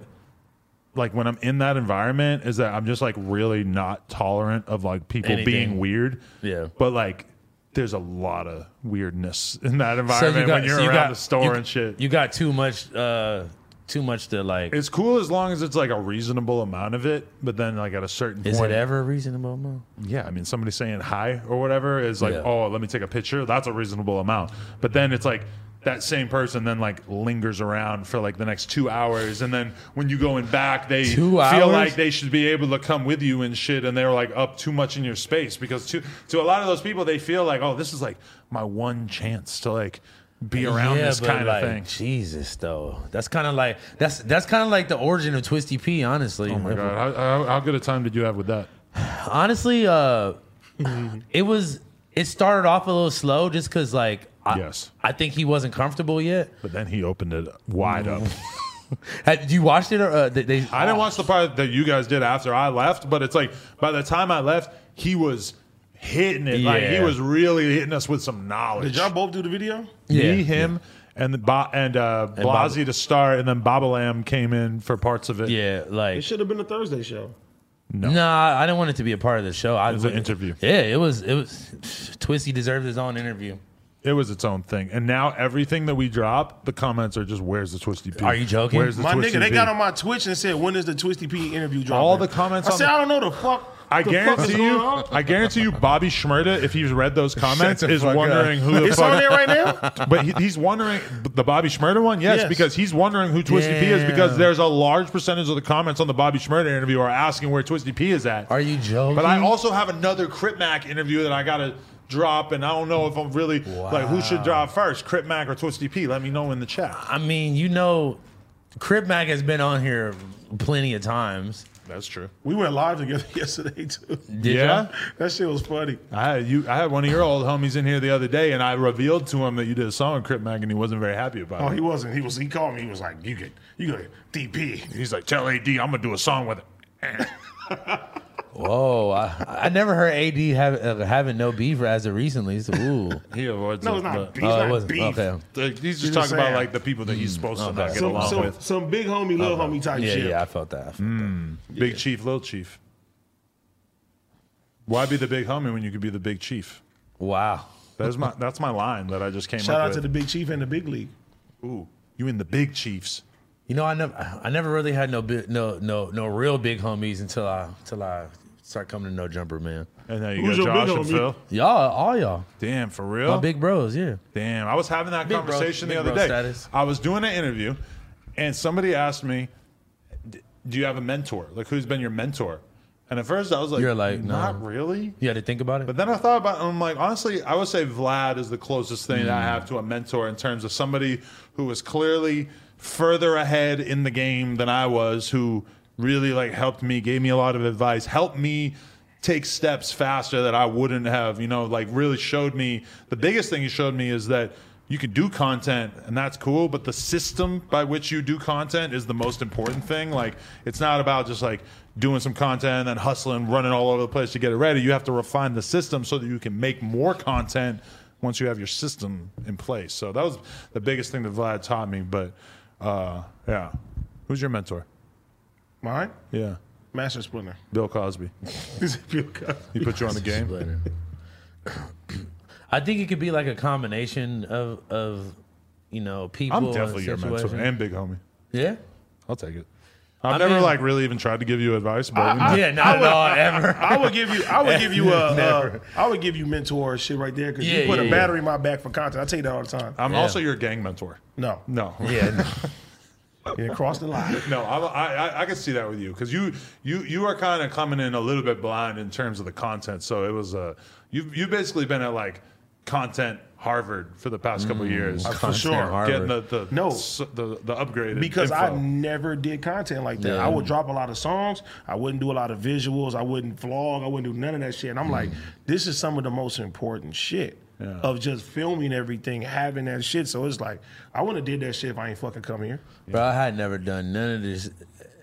Like when I'm in that environment, is that I'm just like really not tolerant of like people Anything. being weird. Yeah. But like, there's a lot of weirdness in that so environment when you're so around got- the store you- and shit. You got too much, uh too much to like. It's cool as long as it's like a reasonable amount of it, but then like at a certain Is point, it ever a reasonable amount? yeah, I mean, somebody saying hi or whatever is like, Yeah. oh, let me take a picture. That's a reasonable amount. But then it's like that same person then like lingers around for like the next two hours, and then when you going back, they Two feel hours? like they should be able to come with you and shit, and they're like up too much in your space because to to a lot of those people, they feel like, oh, this is like my one chance to like be around Yeah, this but, kind like, of thing. Jesus, though, that's kind of like that's that's kind of like the origin of Twisty P. Honestly, Oh my god, how, how, how good a time did you have with that? honestly, uh, it was it started off a little slow just because like I, Yes. I think he wasn't comfortable yet. But then he opened it wide up. Had, you watched it or uh, they, they? I didn't watch the part that you guys did after I left, but it's like by the time I left, he was hitting it. Like he Yeah. was really hitting us with some knowledge. Did y'all both do the video? Oh, Yeah. Me, him, and the Bo- and uh, Bob- Blasey to start, and then Baba Lamb came in for parts of it. Yeah, It like should have been a Thursday show. no, nah, I didn't want it to be a part of the show. I, was an interview. Yeah, it was. It was. Twisty deserved his own interview. It was its own thing, and now everything that we drop, the comments are just, "Where's the twisty P? Are you joking? Where's the My twisty nigga, they P?" got on my Twitch and said, when is the Twisty P interview dropping? All the comments I on said, the- I don't know the fuck. I The fuck guarantee is you, going on? I guarantee you, Bobby Schmerda, if he's read those comments, the is fuck up. wondering who the It's fuck. on there right now? But he, he's wondering the Bobby Schmerda one, yes, Yes. because he's wondering who Twisty P is because Damn. there's a large percentage of the comments on the Bobby Schmerda interview are asking where Twisty P is at. Are you joking? But I also have another Crip Mac interview that I gotta. Drop and I don't know if I'm really like who should drop first, Crip Mac or Twisty P. Let me know in the chat. I mean, you know, Crib Mac has been on here plenty of times. That's true. We went live together yesterday too. Did Yeah? ya? that shit was funny. I had, you, I had one of your old homies in here the other day, and I revealed to him that you did a song with Crip Mac, and he wasn't very happy about Oh, it. he wasn't. He was. He called me. He was like, "You get, you get DP." He's like, "Tell AD I'm gonna do a song with it." Whoa, I, I never heard AD have, uh, having no beef as of recently. So, ooh. He avoids No, it. it's not but- beef. It's Oh, it not wasn't. beef. Okay. Th- He's You're just just talking about saying. like the people that he's supposed to not get Some, along some, with. some big homie, little homie type Yeah, shit. yeah, I felt that. I felt Mm. Big Chief, Little Chief. Why be the big homie when you could be the big chief? that. Wow. That's my that's my line that I just came Shout up out with. to the big chief and the big league. Ooh, you in the big chiefs? You know, I never, I never really had no, bi- no, no, no real big homies until I, until I start coming to No Jumper, man. And now you Who's your got big Josh and homie? Phil. Y'all, all y'all, Damn, for my real. big bros, yeah. Damn, I was having that Big bro- conversation big the other bro day. status. I was doing an interview, and somebody asked me, "D- "Do you have a mentor? Like, who's been your mentor?" And at first, I was like, You're like, no. not really." You had to think about it. But then I thought about it, and I'm like, honestly, I would say Vlad is the closest thing that I have to a mentor in terms of somebody who is clearly further ahead in the game than I was, who really like helped me, gave me a lot of advice, helped me take steps faster that I wouldn't have, you know, like really showed me the biggest thing he showed me is that you can do content and that's cool, but the system by which you do content is the most important thing. Like, it's not about just like doing some content and then hustling, running all over the place to get it ready. You have to refine the system so that you can make more content once you have your system in place. So that was the biggest thing that Vlad taught me. But uh, yeah, who's your mentor? Mine, Yeah, Master Splinter. Bill Cosby. This is Bill Cosby. He put you on the game. Later. uh, I think it could be like a combination of, of, you know, people. I'm and definitely your mentor situation. and big homie. Yeah. I'll take it. I've I never mean- like really even tried to give you advice, but you know. yeah, not at all, ever. I would give you. I would give you. Uh, uh, I would give you mentor shit right there because Yeah, you put yeah, a yeah. battery in my back for content. I tell you that all the time. I'm Yeah. also your gang mentor. no, No, yeah. no. yeah, cross the line. no, I'm, I, I I can see that with you because you you you are kind of coming in a little bit blind in terms of the content. So it was uh, you you basically been at like content Harvard for the past couple of years Uh, For sure. getting the the No. s- the the upgraded because I info. never did content like that. Yeah. I would drop a lot of songs. I wouldn't do a lot of visuals. I wouldn't vlog. I wouldn't do none of that shit. And I'm Mm. like, this is some of the most important shit of just filming everything, having that shit. So it's like, I wouldn't have did that shit if I ain't fucking come here. Bro, I had never done none of this.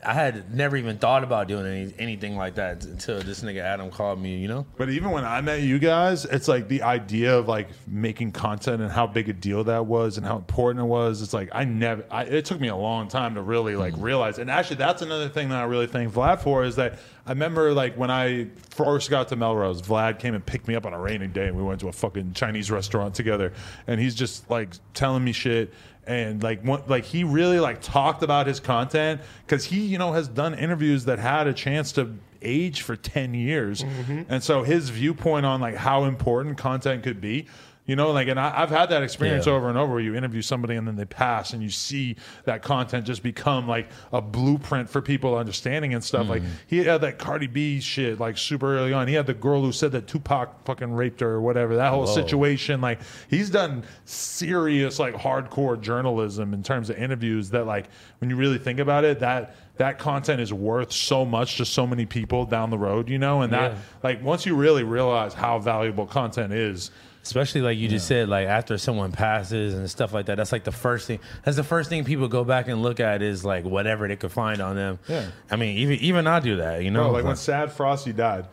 I had never even thought about doing any, anything like that until this nigga Adam called me, you know? But even when I met you guys, it's like the idea of like making content and how big a deal that was and how important it was. It's like I never. I, it took me a long time to really like realize. And actually, that's another thing that I really thank Vlad for is that I remember like when I first got to Melrose, Vlad came and picked me up on a rainy day, and we went to a fucking Chinese restaurant together. And he's just like telling me shit and like what like he really like talked about his content because he you know has done interviews that had a chance to age for 10 years and so his viewpoint on like how important content could be you know like and I, i've had that experience Yeah. over and over where you interview somebody and then they pass and you see that content just become like a blueprint for people understanding and stuff like he had that cardi b shit like super early on he had the girl who said that tupac fucking raped her or whatever that whole situation like he's done serious like hardcore journalism in terms of interviews that like when you really think about it that that content is worth so much to so many people down the road, you know, and that Yeah. like once you really realize how valuable content is, Especially like you just said, like after someone passes and stuff like that, that's like the first thing. That's the first thing people go back and look at is like whatever they could find on them. Yeah. I mean, even even I do that, you know? Bro, like when Sad Frosty died,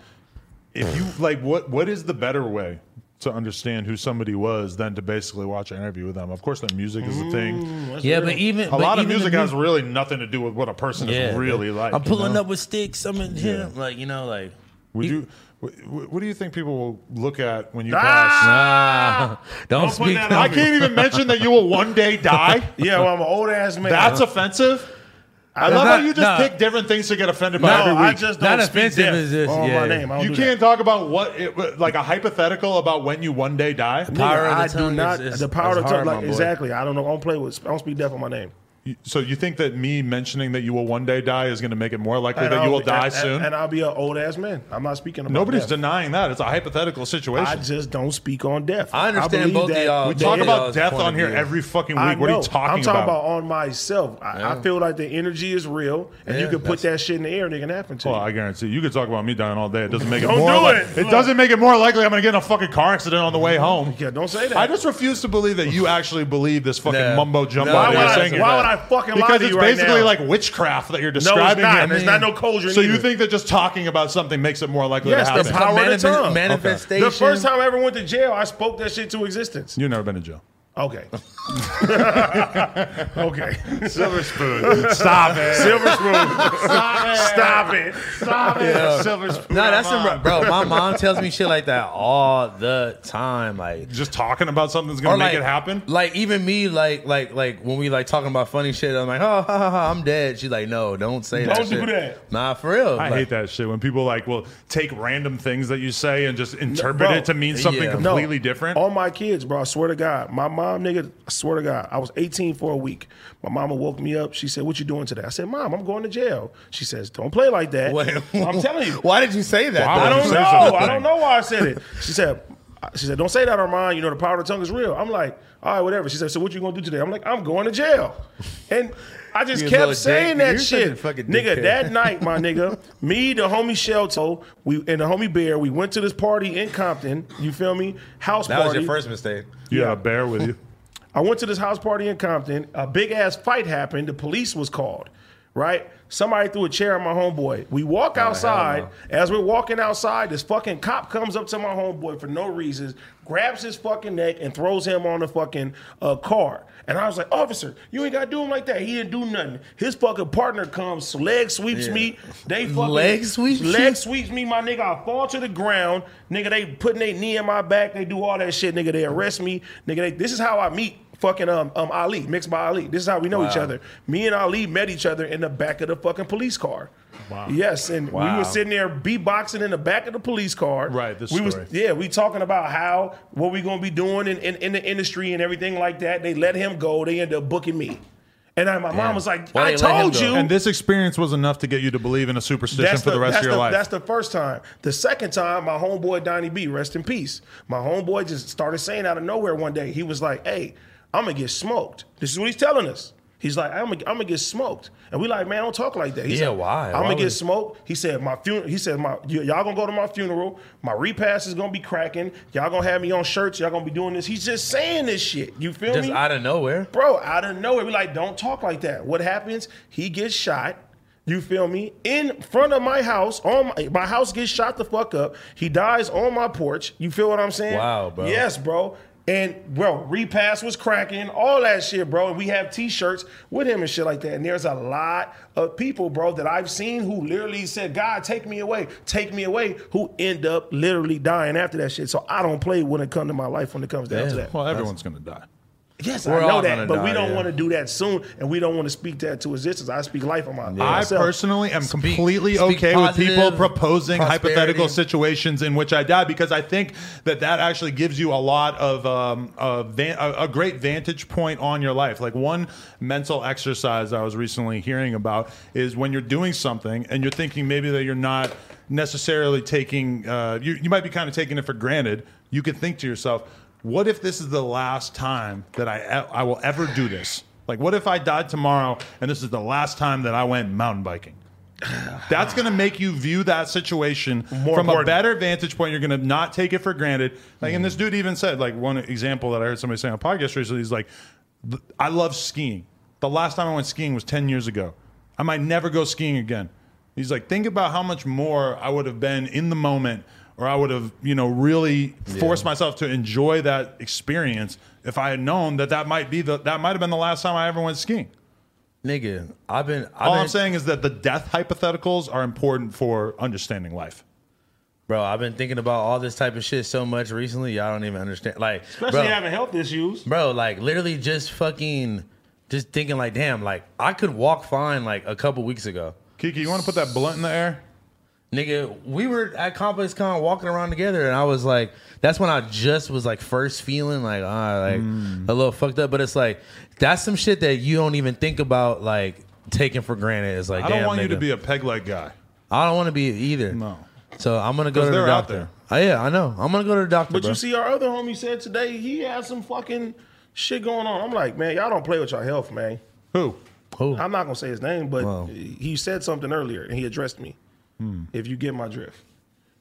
if you like, what what is the better way to understand who somebody was than to basically watch an interview with them? Of course, their music is the thing. yeah, but even A lot of music has really nothing to do with what a person is really like. I'm you pulling know? up with sticks. I'm in here, like you know, like Would you? wh- wh- What do you think people will look at when you pass? ah, don't, put speak. that I can't even mention that you will one day die. Yeah, well, I'm an Oh, old ass man. That's offensive. I It's love not- how you just nah. pick different things to get offended by No, every week. I just don't Not speak offensive death is just- on Oh, my yeah. name. I don't You do can't talk about what, it, like a hypothetical about when you one day die. Nigga, I do not the power of the tongue. Like, exactly. I don't know. I don't play with. I don't speak death on my name. You- So you think that me mentioning that you will one day die is going to make it more likely And that you I'll- will die and- soon? And I'll be an old ass man. I'm not speaking about Nobody's death. denying that. It's a hypothetical situation. I just don't speak on death. I understand believe both of that- y'all- We talk both of about y'all's death point on of here view. every fucking week. I What are you know. talking I'm talking about? about on myself. I, Yeah. I feel like the energy is real, and Yeah, you can put that shit in the air, and it can happen to Well, you. Oh, I guarantee you could talk about me dying all day. It doesn't make it Don't more. do li- it. It Look. doesn't make it more likely I'm going to get in a fucking car accident on the way home. Yeah, don't say that. I just refuse to believe that you actually believe this fucking mumbo jumbo. No, why that would you're I- saying why here. would I fucking lie because to it's you right basically now? like witchcraft that you're No, it's describing. not. here. There's not no culture So you either. think that just talking about something makes it more likely Yes, to happen? the power of the tongue. Okay. The first time I ever went to jail, I spoke that shit to existence. You've never been to jail. Okay. okay. Silver spoon. Stop it. Silver spoon. Stop it. Stop it. Stop it. Silver spoon. No, I'm that's on. a, bro. My mom tells me shit like that all the time. Like just talking about something's gonna Or, make like- it happen. Like even me, like like like when we like talking about funny shit, I'm like, oh, ha, ha, ha, I'm dead. She's like, no, don't say that. Don't do shit. that. Nah, for real. I Like, hate that shit when people like will take random things that you say and just interpret Bro, it to mean something yeah. completely No, different. All my kids, bro. I swear to God, my mom, nigga. I swear to God, I was 18 for a week. My mama woke me up. She said, "What you doing today?" I said, "Mom, I'm going to jail." She says, "Don't play like that." I'm telling you. Why did you say that? I though? don't know. I don't know why I said it. She said, "She said, don't say that, Armand. You know the power of the tongue is real." I'm like, all right, whatever. She said, "So what you gonna do today?" I'm like, "I'm going to jail," and I just You little kept saying dick. that You're such a shit, fucking nigga. dickhead. That night, my nigga, me, the homie Shelto, we and the homie Bear, we went to this party in Compton. You feel me? House That party. was your first mistake. You got a bear with you. I went to this house party in Compton. A big ass fight happened. The police was called, right? Somebody threw a chair at my homeboy. We Oh, walk outside. As we're walking outside, this fucking cop comes up to my homeboy for no reason, grabs his fucking neck, and throws him on the fucking uh, car. And I was like, officer, you ain't got to do him like that. He didn't do nothing. His fucking partner comes, leg sweeps Yeah. me. They fucking Leg sweeps you? leg sweeps me, my nigga. I fall to the ground, nigga. They putting their knee in my back. They do all that shit, nigga. They arrest me, nigga. They, this is how I meet fucking um, um Ali, mixed by Ali. This is how we know each Wow. other. Me and Ali met each other in the back of the fucking police car. Wow. Yes, and we Wow. were sitting there beatboxing in the back of the police car. Right. this we story. was yeah. We talking about how what we gonna be doing in, in, in the industry and everything like that. They let him go. They end up booking me. And I, my mom was like, "I told you." And this experience was enough to get you to believe in a superstition for the, rest that's of your the, life. That's the first time. The second time, my homeboy Donnie B, rest in peace. My homeboy just started saying out of nowhere one day, he was like, "Hey, I'm gonna get smoked." This is what he's telling us. He's like, "I'm gonna, I'm gonna get smoked," and we like, "Man, don't talk like that." He's Yeah, like, why? Why I'm gonna would get he- smoked. He said, "My funeral." He said, "My y- y'all gonna go to my funeral. My repast is gonna be cracking. Y'all gonna have me on shirts. Y'all gonna be doing this." He's just saying this shit. You feel Just me? out of nowhere. Bro, out of nowhere, we like, don't talk like that. What happens? He gets shot. You feel me? In front of my house, on my, my house gets shot the fuck up. He dies on my porch. You feel what I'm saying? Wow, bro. Yes, bro. And bro, repass was cracking, all that shit, bro. And we have T-shirts with him and shit like that. And there's a lot of people, bro, that I've seen who literally said, "God, take me away, take me away," who end up literally dying after that shit. So I don't play when it comes to my life when it comes down to Damn. that. Well, everyone's going to die. Yes, We're I all know gonna that, but we die, don't yeah. want to do that soon, and we don't want to speak that to existence. I speak life on my. I myself. personally am Speak- completely speak okay with people positive proposing prosperity. hypothetical situations in which I die because I think that that actually gives you a lot of um, a, van- a, a great vantage point on your life. Like one mental exercise I was recently hearing about is when you're doing something and you're thinking maybe that you're not necessarily taking uh, you, you might be kind of taking it for granted. You could think to yourself, what if this is the last time that I e- I will ever do this? Like, what if I died tomorrow and this is the last time that I went mountain biking? That's going to make you view that situation from a important. better vantage point. You're going to not take it for granted. Like, and this dude even said, like, one example that I heard somebody say on a podcast recently, he's like, "Th- I love skiing. The last time I went skiing was 10 years ago. I might never go skiing again. He's like, think about how much more I would have been in the moment or I would have, you know, really forced myself to enjoy that experience if I had known that that might be the, that might have been the last time I ever went skiing. Nigga, I've been. I've All been, I'm saying is that the death hypotheticals are important for understanding life. bro, I've been thinking about all this type of shit so much recently. Y'all don't even understand. Like, especially bro, having health issues. Bro, like literally just fucking just thinking like, damn, like I could walk fine like a couple weeks ago. Kiki, you want to put that blunt in the air? Nigga, we were at Complex Con walking around together, and I was like, that's when I just was like first feeling like, ah, like Mm. a little fucked up. But it's like, that's some shit that you don't even think about like taking for granted. It's like, I don't damn, want you to nigga. Oh. be a peg leg guy. I don't want to be either. No. So I'm gonna go 'Cause to the they're out doctor. Oh, yeah, I know. I'm gonna go to the doctor. But bro. you see, our other homie said today he had some fucking shit going on. I'm like, man, y'all don't play with your health, man. Who? Who? I'm not gonna say his name, but Wow. he said something earlier and he addressed me. If you get my drift.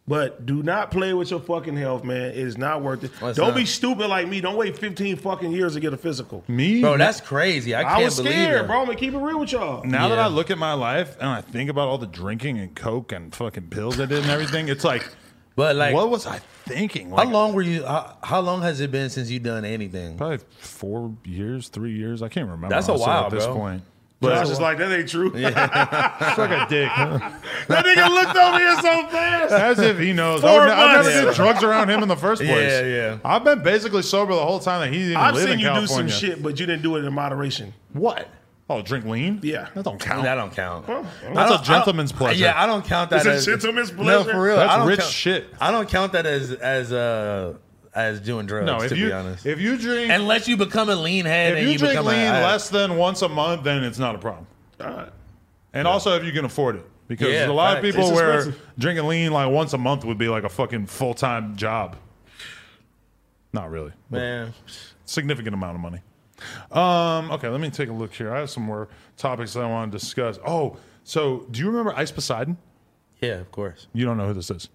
But do not play with your fucking health, man. It is not worth it. it's don't not. be stupid like me. Don't wait 15 fucking years to get a physical. Me? bro, that's crazy. I I, can't was believe scared, it. bro. I'm gonna keep it real with y'all. Now that Yeah. I look at my life and I think about all the drinking and coke and fucking pills I did and everything, it's like, But like, what was I thinking? how Like, long were you? How, how long has it been since you done anything? Probably four years, three years. I can't remember. That's a honestly, while, at this bro. point. But I But was just like, that ain't true. it's like a dick. huh? that nigga looked over here so fast. As if he knows. Four I've, ne- I've months. never did drugs around him in the first place. Yeah, yeah. I've been basically sober the whole time that he didn't I've live seen in you California. do some shit, but you didn't do it in moderation. What? Oh, drink lean? Yeah. That don't count. That don't count. I That's don't- a gentleman's I don't- pleasure. Yeah, I don't count that It's a as gentleman's No, pleasure? for real. That's I don't rich count- shit. I don't count that as as uh as doing drugs. No, if to you be honest, if you drink unless you become a lean head if and you, you, drink become lean a, I- less than once a month, then it's not a problem. All right. And also if you can afford it. Because Yeah, there's a lot facts. of people It's where expensive. drinking lean like once a month would be like a fucking full time job. Not really. man. Significant amount of money. Um, okay, let me take a look here. I have some more topics that I want to discuss. Oh, so do you remember Ice Poseidon? Yeah, of course. You don't know who this is.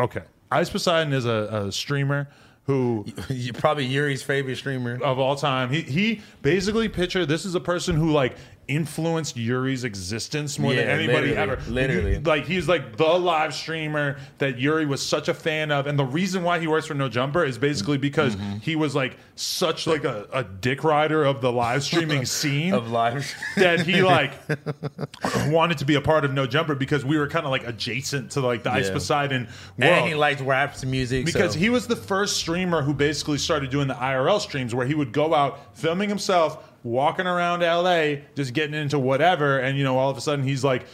Okay. Ice Poseidon is a, a streamer who you probably Yuri's favorite streamer. of all time. He he basically picture this is a person who like influenced Yuri's existence more than Yeah, anybody literally, ever. literally. He- like he's like the live streamer that Yuri was such a fan of, and the reason why he works for No Jumper is basically because Mm-hmm. he was like such like a, a dick rider of the live streaming scene Of live. that he like wanted to be a part of No Jumper because we were kind of like adjacent to like the Ice Yeah. Poseidon world. and he likes raps music Because so- he was the first streamer who basically started doing the IRL streams where he would go out filming himself, walking around LA, just getting into whatever. And, you know, all of a sudden he's like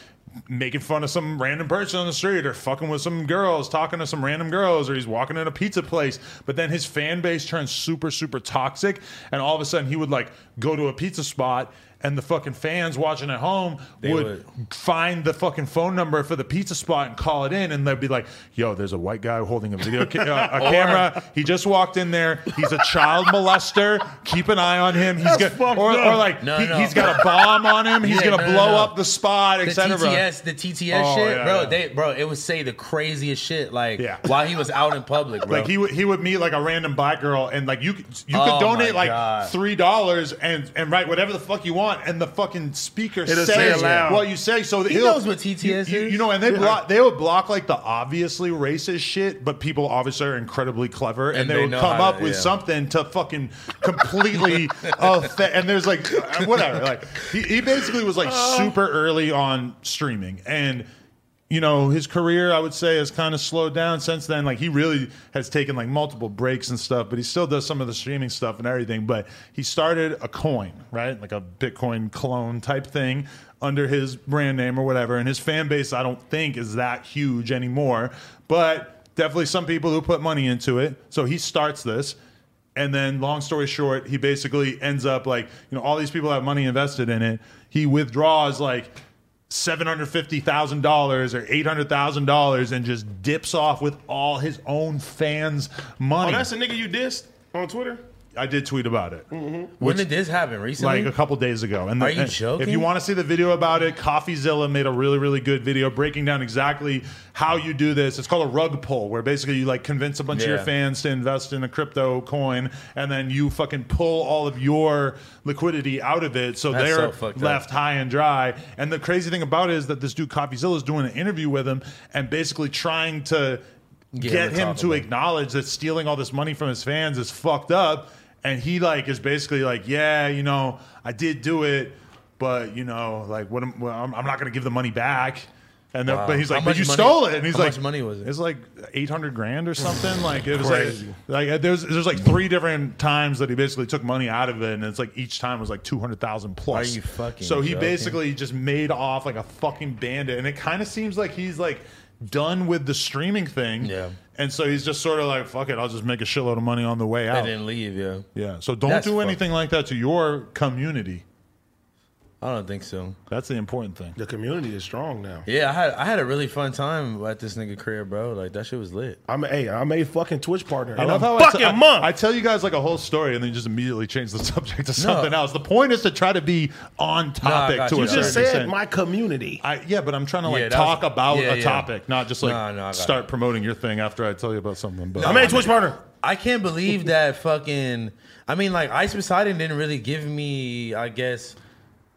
making fun of some random person on the street or fucking with some girls, talking to some random girls, or he's walking in a pizza place. But then his fan base turns super, super toxic. And all of a sudden he would like go to a pizza spot. And the fucking fans watching at home would, would. find the fucking phone number for the pizza spot and call it in, and they'd be like, "Yo, there's a white guy holding a video ca- uh, a camera. He just walked in there. He's a child molester. Keep an eye on him. He's got fucked or, up. or like No, he, no. has got a bomb on him. He's Yeah, gonna no, no, blow no. up the spot, the etc." TTS, the TTS Oh, shit, yeah, bro. yeah. They, bro, it would say the craziest shit like Yeah. while he was out in public, bro. Like he would he would meet like a random black girl and like you could- you could Oh donate my like God. three dollars and and write whatever the fuck you want and the fucking speaker It'll says say it loud. what you say so he knows what TTS you, is. you know and they block they would block like the obviously racist shit but people obviously are incredibly clever and, And they, they would know come how up to- with yeah. something to fucking completely uh, and there's like whatever like he, he basically was like super early on streaming and you know his career i would say has kind of slowed down since then like he really has taken like multiple breaks and stuff but he still does some of the streaming stuff and everything but he started a coin right like a bitcoin clone type thing under his brand name or whatever and his fan base i don't think is that huge anymore but definitely some people who put money into it so he starts this and then, long story short, he basically ends up like, you know, all these people have money invested in it. He withdraws like $750,000 or $800,000 and just dips off with all his own fans' Oh, money. that's the nigga you dissed on Twitter? I did tweet about it. when did this happen recently? Like a couple days ago. And Are you and joking? If you want to see the video about it, CoffeeZilla made a really, really good video breaking down exactly how you do this. It's called a rug pull, where basically you like convince a bunch of your Yeah. fans to invest in a crypto coin, and then you fucking pull all of your liquidity out of it, so That's they're so fucked up. left high and dry. And the crazy thing about it is that this dude CoffeeZilla is doing an interview with him and basically trying to Get get, on the him top to of it. acknowledge that stealing all this money from his fans is fucked up and he like is basically like yeah you know i did do it but you know like what am, well, I'm, I'm not gonna give the money back And then, Wow. but he's How like, but much you money- stole it. And he's how like, much money was it? It's like eight hundred grand or something. like it was Crazy. like, like there's there's like three different times that he basically took money out of it, and it's like each time was like two hundred thousand plus. Are you fucking So he joking? basically just made off like a fucking bandit, and it kind of seems like he's like done with the streaming thing. Yeah. And so he's just sort of like, fuck it, I'll just make a shitload of money on the way They out. didn't leave, yeah. Yeah. So don't That's do fucked. anything like that to your community. I don't think so. That's the important thing. The community is strong now. Yeah, I had I had a really fun time at this nigga career, bro. Like that shit was lit. I'm a, hey, I'm a fucking Twitch partner. I and love I'm how I fucking t- I- monk. I tell you guys like a whole story and then you just immediately change the subject to something else. The point is to try to be on topic got to you. a you just certain said extent. my community. I, yeah, but I'm trying to like Yeah, that was- talk about yeah, a yeah. topic, not just like No, no, I got start promoting your thing after I tell you about something. But I'm a Twitch partner. I can't believe that fucking. I mean, like Ice Poseidon didn't really give me, I guess,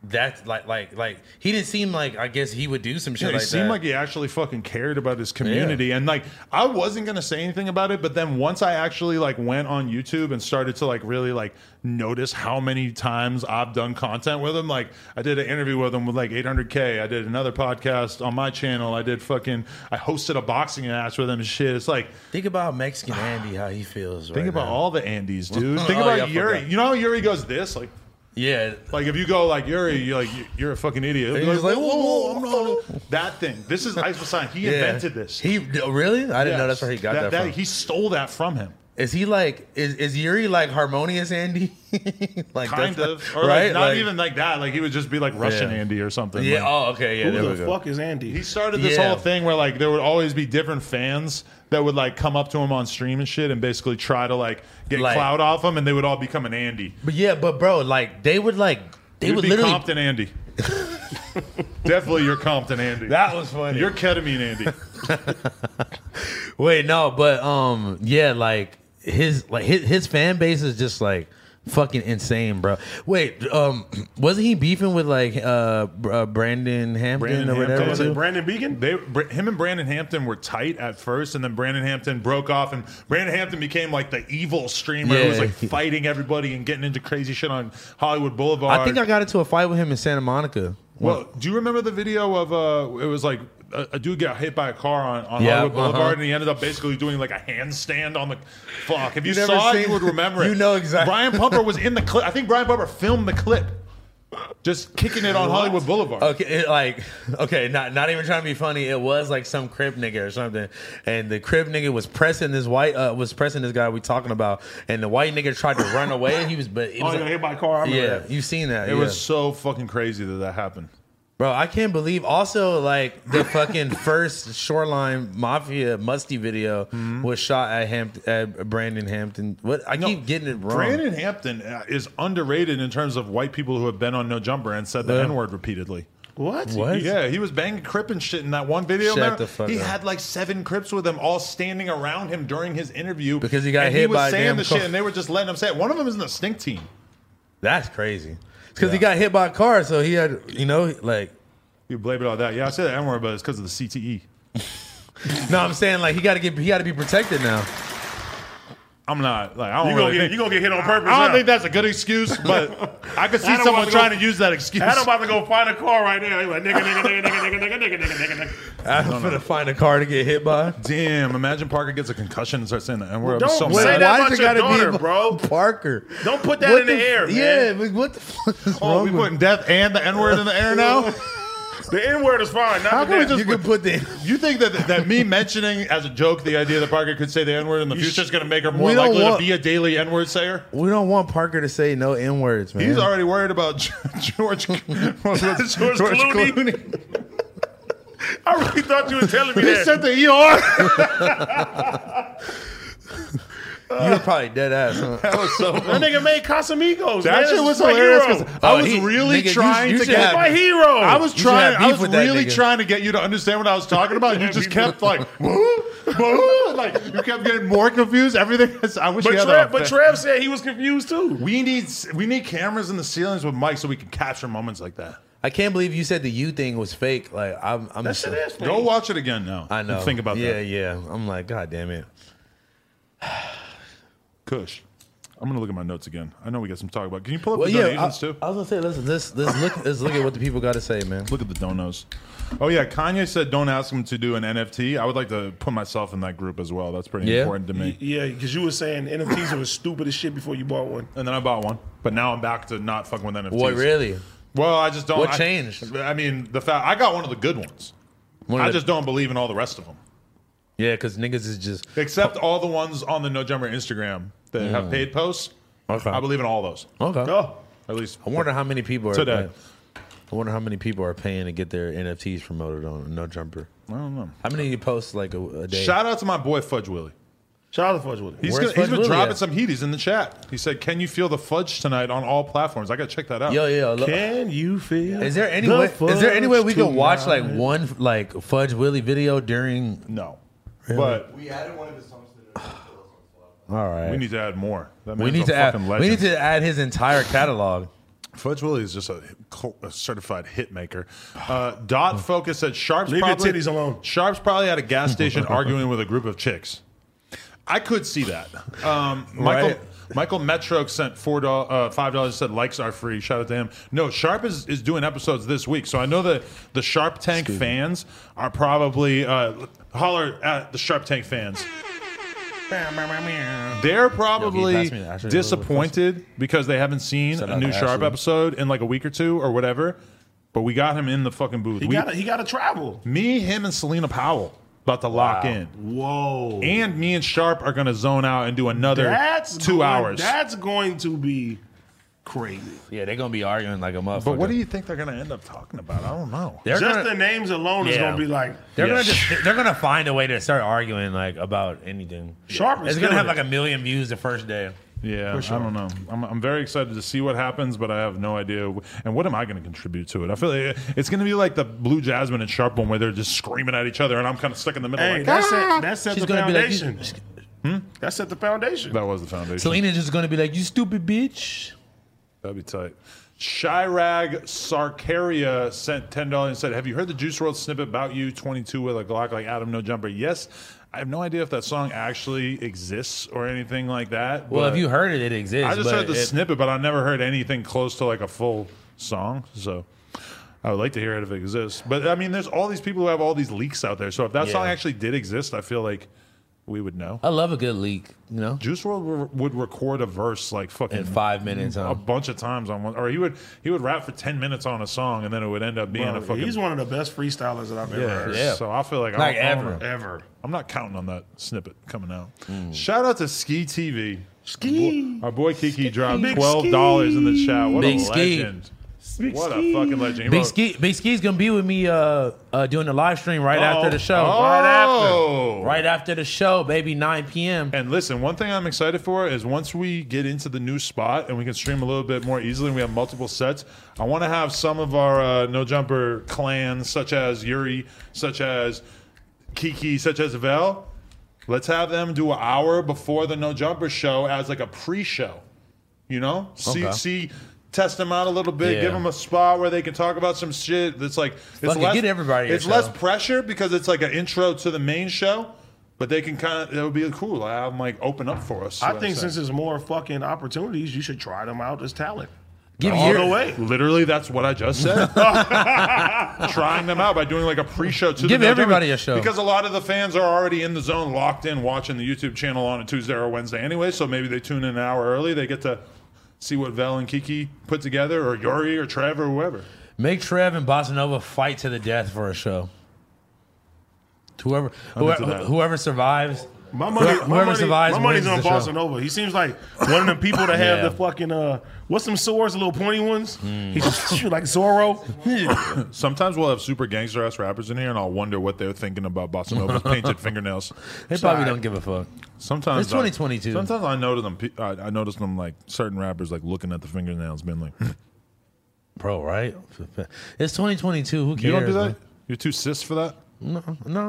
that like like like he didn't seem like I guess he would do some shit Yeah, like it seemed that. like he actually fucking cared about his community and like i wasn't gonna say anything about it but then once i actually like went on youtube and started to like really like notice how many times i've done content with him like i did an interview with him with like 800k i did another podcast on my channel i did fucking i hosted a boxing match with him and shit it's like Think about Mexican Andy, how he feels. think right about now. all the andes dude Oh, think yeah, about I yuri forgot. you know how yuri goes this like Yeah, like if you go like Yuri, you're like you're a fucking idiot. He'll be he's like, like, "Whoa, whoa, whoa, whoa, I'm not-" that thing. This is Ice Poseidon. He yeah. invented this. He oh, really? I didn't know that's where he got that, from. He stole that from him. is he like is is Yuri like harmonious Andy? like Kind that's- of. Or right? like, not even like that. Like he would just be like Russian Yeah. Andy or something. Yeah. Like, Oh, okay. Yeah. Who there we the go. fuck is Andy? He started this Yeah. whole thing where like there would always be different fans that would like come up to him on stream and shit and basically try to like get Like- clout off him and they would all become an Andy. But yeah, but bro, like they would like they You'd would be literally. Compton Andy. Definitely you're Compton Andy. That was funny. You're ketamine Andy. Wait, no, but um, yeah, like his like his, his fan base is just like fucking insane, bro. Wait, um, wasn't he beefing with like uh, Br- uh Brandon Hampton Brandon or whatever? Hampton. was too? it Brandon Beacon? They, Br- him and Brandon Hampton were tight at first, and then Brandon Hampton broke off, and Brandon Hampton became like the evil streamer who was Yeah. like fighting everybody and getting into crazy shit on Hollywood Boulevard. I think I got into a fight with him in Santa Monica. Well, do you remember the video of uh, it was like a, a dude got hit by a car on, on Yeah, Hollywood Boulevard, uh-huh. and he ended up basically doing like a handstand on the fuck. If you, never saw it, seen- you would remember it. You know exactly. Brian Pumper was in the clip. I think Brian Pumper filmed the clip, just kicking it on Hollywood Boulevard. Okay, it, like okay, not not even trying to be funny. It was like some crib nigga or something, and the crib nigga was pressing this white uh, was pressing this guy we talking about, and the white nigga tried to run away. He was but it Oh, was like- you got hit by a car. I remember yeah, that. you've seen that. It yeah. was so fucking crazy that that happened. Bro, I can't believe also like the fucking first Shoreline Mafia Musty video Mm-hmm. was shot at Hampt- at Brandon Hampton. What I keep getting it wrong. Brandon Hampton uh, is underrated in terms of white people who have been on No Jumper and said the N word repeatedly. What? What? Yeah, he was banging Crip and shit in that one video. Shut remember? the fuck he up. had like seven Crips with him, all standing around him during his interview Because he got and hit He was by a saying damn the car. shit, and they were just letting him say it. One of them is in the Stink Team. That's crazy. Because he got hit by a car, so he had you know like You blame it on that. Yeah, I said the N word, but it's because of the E. CTE. no, I'm saying like he got to get he got to be protected now. I'm not like I don't You really gonna get think- you gonna get hit on purpose? I don't huh? think that's a good excuse, but I could see Adam someone wanted to go- trying to use that excuse. Adam about to go find a car right now. He like nigga, nigga, nigga, nigga, nigga, nigga, nigga, nigga, nigga, nigga. I'm gonna find a car to get hit by. Damn! Imagine Parker gets a concussion and starts saying the N word. Well, so don't say mad. that Why about does it your gotta daughter, be bro. Parker? Don't put that What in the air, man. Yeah, but what the fuck is Oh, wrong we with putting death and the N word in the air now. The N word is fine. Not How the can we death. just- you? Could put the You think that that me mentioning as a joke the idea that Parker could say the N word in the future is going to make her more We don't likely want- to be a daily N word sayer? we don't want Parker to say no n words, man. He's already worried about George George, George Clooney. Clooney. I really thought you was telling me He that. said the ER. you were probably dead ass. Huh? That was so. That nigga made Casamigos. man. That shit This was is my hilarious. hero. 'cause I Oh, was he- really nigga, you- trying you to should get have- My hero. I was Oh, You should trying. have I beef was with that really nigga. trying to get you to understand what I was talking about. You just kept like, woo, woo, like you kept getting more confused. Everything. is- I wish But you had Trev, a- but Trev said he was confused too. We need we need cameras in the ceilings with mics so we can capture moments like that. I can't believe you said the you thing was fake. Like I'm, I'm That shit is. Go fake. watch it again now. I and know. Think about yeah, that. Yeah, yeah. I'm like, god damn it. Kush. I'm gonna look at my notes again. I know we got some to talk about. Can you pull up Well, the yeah, I, I donations was too? gonna say, listen, let's let's look let's look at what the people got to say, man. Look at the donos. Oh yeah, Kanye said don't ask him to do an NFT. I would like to put myself in that group as well. That's pretty Yeah? important to me. Yeah, because you were saying NFTs are stupid as shit before you bought one. And then I bought one, but now I'm back to not fucking with NFTs. What really? Well, I just don't. What I- changed? I mean, the fact I got one of the good ones. One of I the- just don't believe in all the rest of them, Yeah, because niggas is just except all the ones on the No Jumper Instagram that have paid posts. Hmm. Okay. I believe in all those. okay. Oh, At least I wonder how many people are Today. Paying, I wonder how many people are paying to get their NFTs promoted on No Jumper. I don't know. How many you post like a, a day? Shout out to my boy Fudge Willie. shout out to Fudge with it. He's, gonna, Where's he's Fudge been Willie dropping at? some heat. He's in the chat. He said, "Can you feel the fudge tonight on all platforms?" I gotta check that out. yo, yo, look, Can you feel? is there any the way? Is there any way we fudge could watch like tonight? one like Fudge Willie video during? No, but We added one of his songs to the All right, we need to add more. That we man's need a to add fucking we legend. need to add his entire catalog. Fudge Willie is just a, cl- a certified hit maker. Uh, Dot Focus said Sharp's Oh. Leave your probably titties alone. Sharp's probably at a gas station arguing with a group of chicks. I could see that. Um, Michael Right. Michael Metroke sent four dollars, uh, five dollars. Said likes are free. Shout out to him. No, Sharp is, is doing episodes this week, so I know that the Sharp Tank fans are probably uh, holler at the Sharp Tank fans. They're probably passed me that. I should've disappointed because they haven't seen Shout a out new to Sharp Ashley. episode in like a week or two or whatever. But we got him in the fucking booth. He we, got he got to travel. me, him, and Selena Powell about to lock in, Whoa. and me and Sharp are going to zone out and do another two going- hours. That's going to be crazy. Yeah, they're gonna be arguing like a motherfucker. but what do you think they're going to end up talking about? I don't know. They're Just gonna, the names alone is Yeah. going to be like they're gonna just, they're gonna find a way to start arguing like about anything. Sharp. It's gonna have like a million views the first day. Yeah, I don't know. I'm, I'm very excited to see what happens, but I have no idea. wh- And what am I going to contribute to it? I feel like it's going to be like the Blue Jasmine and Sharp one where they're just screaming at each other, and I'm kind of stuck in the middle. Hey, like, that "Ah!" set, that set the gonna be like, foundation. That set the foundation. that was the foundation. Selena's just gonna be like, "You stupid bitch." That'd be tight. Shirag Sarkaria sent ten dollars and said, "Have you heard the Juice World snippet about you? Twenty two with a Glock like Adam No Jumper." Yes, I have no idea if that song actually exists or anything like that. Well, but if you heard it, it exists. I just but heard the it- snippet, but I never heard anything close to like a full song. So I would like to hear it if it exists. But I mean, there's all these people who have all these leaks out there. So if that song Yeah. actually did exist, I feel like we would know. I love a good leak. You know, Juice World w- would record a verse like fucking in five minutes. Huh? a Um, bunch of times on one, or he would he would rap for ten minutes on a song, and then it would end up being a fucking. He's one of the best freestylers that I've ever heard. yeah. So I feel like Like I don't- I don't ever. know. Ever. Mm. I'm not counting on that snippet coming out. Shout out to Ski TV. Ski. Our boy Kiki dropped Big twelve dollars in the chat. What Big a Ski. legend! What a fucking legend! He Big wrote- Ski, Big Ski's gonna be with me uh, uh, doing the live stream right after the show. Oh. Right after, right after the show, baby, nine p.m. And listen, one thing I'm excited for is once we get into the new spot and we can stream a little bit more easily and we have multiple sets, I want to have some of our uh, No Jumper clans, such as Yuri, such as Kiki, such as Vel, let's have them do an hour before the No Jumper show as like a pre show. You know? See, Okay. see, test them out a little bit, Yeah. give them a spot where they can talk about some shit that's like, it's Fuck it, less, get everybody a it's less show. pressure because it's like an intro to the main show, but they can kind of it would be cool. I have them like open up for us. I think since there's more fucking opportunities, you should try them out as talent. Give All Yuri- the way. literally that's what I just said. Trying them out by doing like a pre-show to the Give No everybody Jumper. a show. because a lot of the fans are already in the zone, locked in, watching the YouTube channel on a Tuesday or Wednesday anyway. So maybe they tune in an hour early. They get to see what Vel and Kiki put together, or Yuri, or Trevor, or whoever. Make Trev and Bossa Nova fight to the death for a show. Whoever into whoever, that. whoever survives. My money, Whoever my money, survives my money's wins on the show. Bossa Nova. He seems like one of them people that have Yeah. the fucking uh, what's them swords, the little pointy ones. Hmm. He just shoot like Zorro. Sometimes we'll have super gangster ass rappers in here, and I'll wonder what they're thinking about Bossa Nova's painted fingernails. They probably don't give a fuck. Sometimes It's I- 2022. sometimes I notice them. pe- I, I notice them like certain rappers like looking at the fingernails, being like, Bro, right? It's 2022. Who cares? "You don't do that. man? You're too cis for that." No,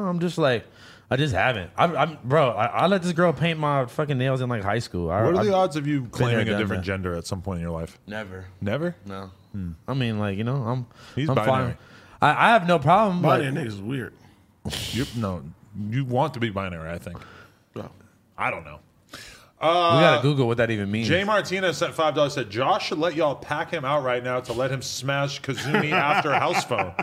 I'm just like, I just haven't. I, I'm, bro, I, I let this girl paint my fucking nails in like high school. I, What I, are the odds of you claiming a done different that. gender at some point in your life? Never. Never. No. I mean, like you know, I'm. Hmm. He's I'm binary. fine. I, I have no problem. My like- damn niggas is weird. You, no, you want to be binary. I think. I don't know. we uh, gotta Google what that even means. Jay Martinez sent five dollars. Said Josh should let y'all pack him out right now to let him smash Kazumi after house phone.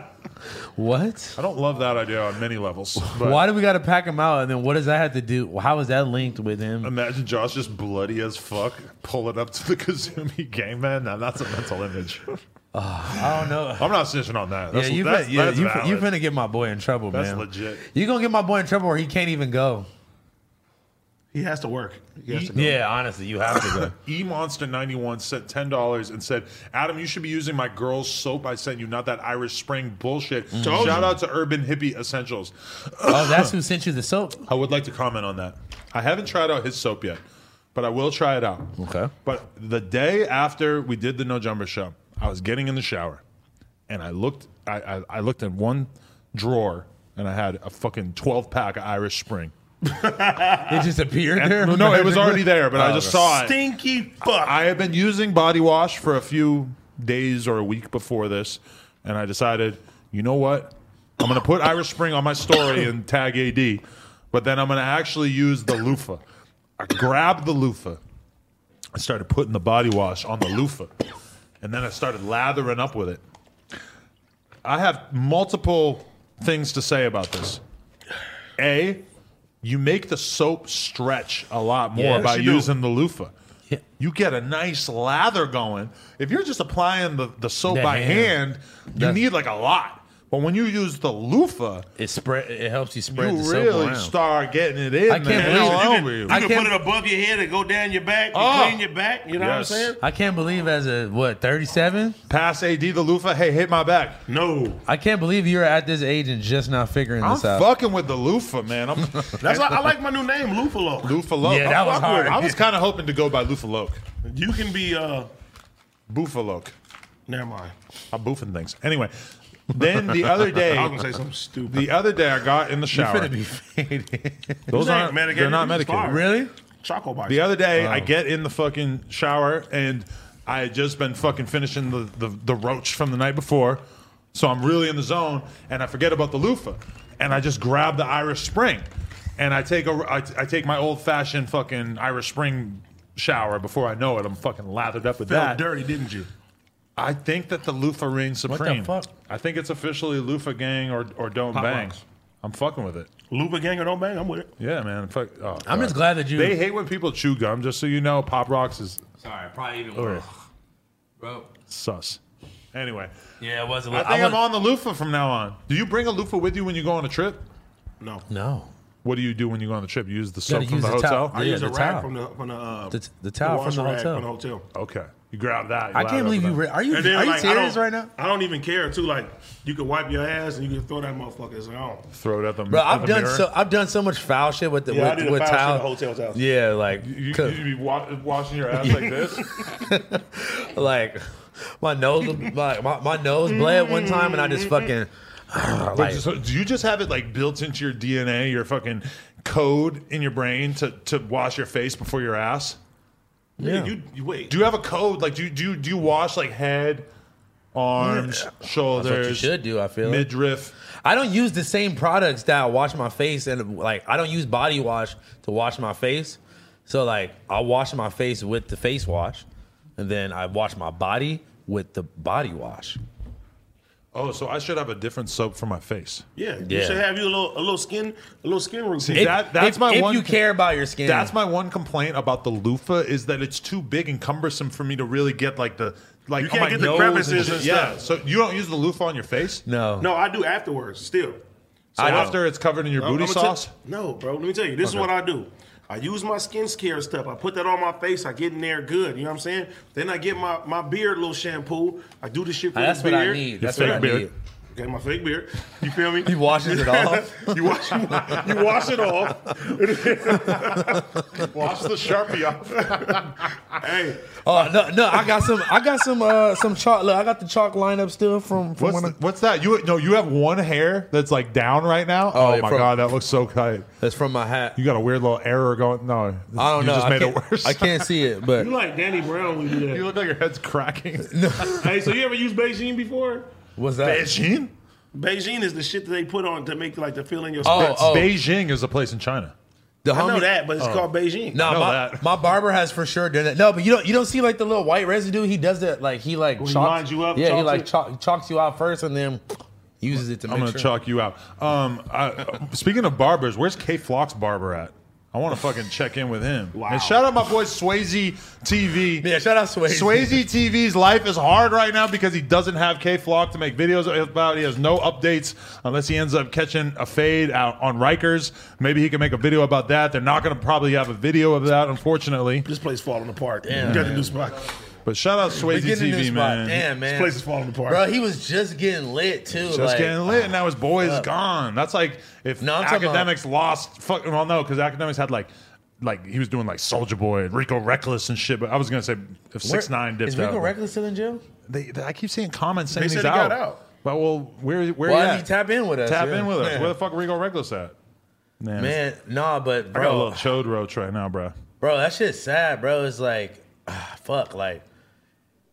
what? I don't love that idea on many levels. But Why do we gotta pack him out? And then what does that have to do? How is that linked with him? Imagine Josh just bloody as fuck pulling up to the Kazumi game, man. Now that's a mental image. I don't know. I'm not snitching on that. That's, yeah, you that's, fin- yeah, that's you, fin- valid. you finna get my boy in trouble, That's man. legit. You gonna get my boy in trouble where he can't even go. He has to work. He has to go. Yeah, honestly, you have to go. E Monster 91 sent $10 and said, Adam, you should be using my girl's soap I sent you, not that Irish Spring bullshit. Told Shout you. out to Urban Hippie Essentials. Mm. oh, that's who sent you the soap. I would like to comment on that. I haven't tried out his soap yet, but I will try it out. Okay. But the day after we did the No Jumper show, I was getting in the shower and I looked I, I, I looked in one drawer and I had a fucking 12 pack of Irish Spring. It just appeared there. Ah. And- no, it was already there, but I Oh, just okay. saw it. Stinky fuck. I had been using body wash for a few days or a week before this, and I decided, you know what? I'm going to put Irish Spring on my story and tag AD, but then I'm going to actually use the loofah. I grabbed the loofah. I started putting the body wash on the loofah, and then I started lathering up with it. I have multiple things to say about this. A, you make the soap stretch a lot more Yes, by you do. using the loofah. You get a nice lather going. If you're just applying the, the soap The by hand, hand. you That's- need like a lot. But when you use the loofah, It spread. It helps you you spread the soap really around. start getting it in. I can't man. believe All it. You over you. You can can't- put it above your head and go down your back, and Oh. clean your back. You know Yes. what I'm saying? I can't believe as a what thirty seven. Pass AD the loofah. Hey, hit my back. No. I can't believe you're at this age and just now figuring I'm this out. fucking with the loofah, man. I'm That's why I like my new name, Lufalo. loofah loke. Yeah, that I'm was fucking with- hard. I was kind of hoping to go by loofah loke, You can be uh boofah loke. never mind. I'm boofing things. Anyway, then the other day, I was gonna say something stupid. the other day I got in the You're shower. finna be faded. Those They ain't aren't medicated. They're not You just medicated. fired. really? Choco box. The other day, I get in the fucking shower and I had just been fucking finishing the, the, the roach from the night before. So I'm really in the zone and I forget about the loofah. And I just grab the Irish Spring and I take, a, I, I take my old fashioned fucking Irish Spring shower. Before I know it, I'm fucking lathered up with felt that. dirty, didn't you? I think that the loofah reigns the supreme. fuck? I think it's officially loofah gang or, or don't Pop bang. rocks. I'm fucking with it. Luba gang or don't bang, I'm with it. Yeah, man. Fuck. oh, I'm God. just glad that you- They hate when people chew gum. Just so you know, Pop Rocks is Sorry, probably even Or- worse. Bro. sus. Anyway, Yeah, it wasn't. I think I am on the loofah from now on. Do you bring a loofah with you when you go on a trip? No. No. What do you do when you go on the trip? You use the soap Gotta from use the the towel. hotel. I Yeah, use a the rag towel. from the from the uh, The, the towel wash from the rag hotel. From the hotel. Okay, you grab that. you I lather can't up believe with you. that. Re- are you And then, are you like, I serious don't- right now? I don't even care too. Like you can wipe your ass and you can throw that motherfucker. It's on. throw it at the Bro, at I've the done mirror. so. I've done so much foul shit with the Yeah, I with, did a with foul shit towel. at the hotel's house. Yeah, like You, cause- you be wa- washing your ass like this. like my nose, my, my, my nose bled one time, and I just fucking like So do you just have it like built into your DNA, your fucking code in your brain to to wash your face before your ass? Yeah. You, you wait. Do you have a code? Like, do you do you, do you wash like head, arms, shoulders? that's what you should do. I feel like. Midriff. I don't use the same products that I wash my face and like I don't use body wash to wash my face. So like I wash my face with the face wash, and then I wash my body with the body wash. Oh, so I should have a different soap for my face. yeah. You Yeah. should have you a little a little skin a little skin routine. If- That- that's if, my if one- you care about your skin. That's my one complaint about the loofah is that it's too big and cumbersome for me to really get like the like You on can't my get the nose crevices shit. and Yeah, stuff. so you don't use the loofah on your face. no. no, I do afterwards still. So I don't. after it's covered in your booty I'ma tell- sauce. no, bro. Let me tell you. This is what I do. I use my skincare stuff. I put that on my face. I get in there good. You know what I'm saying? Then I get my, my beard little shampoo. I do this shit for Ah, That's the what beard. I need. That's fake what I beard. need. Okay, my fake beard. You feel me? He washes it off. you wash you wash it off. Wash the sharpie off. hey, Oh no, no! I got some. I got some. Uh, some chalk. Look, I got the chalk lineup still from from What's, when I, th- what's that? You no, you have one hair that's like down right now. Oh, Oh, my from- god, that looks so tight. that's from my hat. You got a weird little error going. No, I don't you know. Just made I, can't, it worse. I can't see it, but you like Danny Brown when you You do look like your head's cracking. that. hey, so you ever used Beijing before? what's that? Beijing. Beijing is the shit that they put on to make like the feel in your Oh, skin. Beijing is a place in China. The I know that, but it's called Beijing. No, I know my, my barber has for sure done that. No, but you don't you don't see like the little white residue. He does that like he like Well, he chalks- lines you up, Yeah, he chalks like it. chalk, chalks you out first and then uses it to. I'm make gonna sure. chalk you out. Um, I, speaking of barbers, where's K Flock's barber at? I want to fucking check in with him. Wow. And shout out my boy Swayze TV. Yeah, shout out Swayze. Swayze TV's life is hard right now because he doesn't have K Flock to make videos about. He has no updates unless he ends up catching a fade out on Rikers. Maybe he can make a video about that. They're not going to probably have a video of that, unfortunately. This place falling apart. Damn, you got the man. new spot. But shout out We Swayze getting in this TV, spot. man. Damn, This man. place is falling apart. Bro, he was just getting lit too. Just like, getting lit, and now his boy is gone. That's like if No, I'm talking about- academics lost. Fuck, well, no, because academics had like, like he was doing like Soldier Boy and Rico Reckless and shit. But I was gonna say if Where- Six Nine dipped Is Rico out, Reckless still in jail? they, they- I keep seeing comments saying They he's said he out. got out. But well, where where Why he didn't at? he tap in with us? Tap Yeah. in with us. Yeah. Where the fuck Rico Reckless at? Man, Man, nah, but I bro, got a little chode roach right now, bro. Bro, that shit's sad, bro. It's like, ah, fuck, like,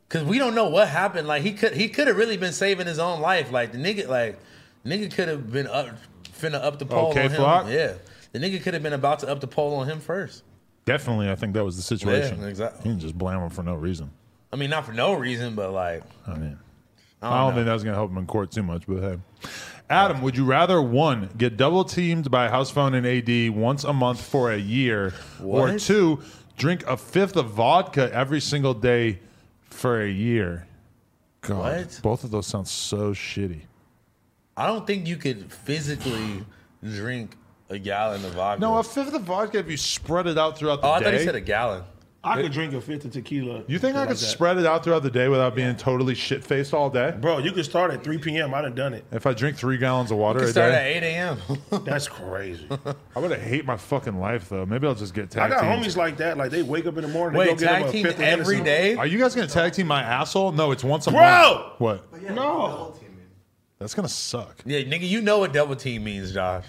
cause we don't know what happened. Like he could, he could have really been saving his own life. Like the nigga, like nigga could have been up, finna up the pole Okay, on him. Flock? Yeah, the nigga could have been about to up the pole on him first. Definitely, I think that was the situation. exactly. You can just blame him for no reason. I mean, not for no reason, but like, I mean, I don't, think that's going to help him in court too much, but hey. Adam, would you rather one, get double teamed by house phone and AD once a month for a year, or What? two, drink a fifth of vodka every single day for a year? God, What? both of those sound so shitty. I don't think you could physically drink a gallon of vodka. No, a fifth of vodka if you spread it out throughout the oh, I day. thought he said a gallon. I could drink a fifth of tequila. you think I like could that. spread it out throughout the day without being totally shit faced all day? Bro, you could start at 3 p.m. I done done it. If I drink three gallons of water a Start at day, eight a.m. That's crazy. I would hate my fucking life though. Maybe I'll just get I tag got teams. homies like that. Like they wake up in the morning. they Wait, go get them tag a team fifth of every Hennessy. day. Are you guys gonna tag team my asshole? No, it's once a Bro! month. What? Yeah, No. double teaming. That's gonna suck. Yeah, nigga, you know what double team means, Josh.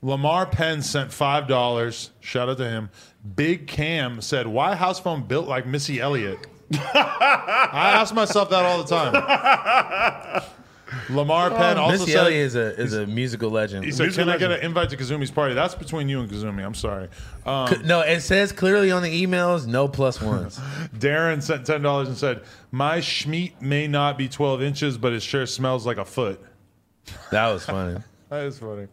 Lamar Penn sent five dollars. Shout out to him. Big Cam said, "Why house phone built like Missy Elliott?" I ask myself that all the time. Lamar Penn also Oh, Missy said, Elliott is a is a musical legend. "He said, Music can I get an legend. invite to Kazumi's party?" That's between you and Kazumi. I'm sorry. Um, C- No, it says clearly on the emails, no plus ones. Darren sent ten dollars and said, "My schmeat may not be 12 inches, but it sure smells like a foot." that was funny. That is funny.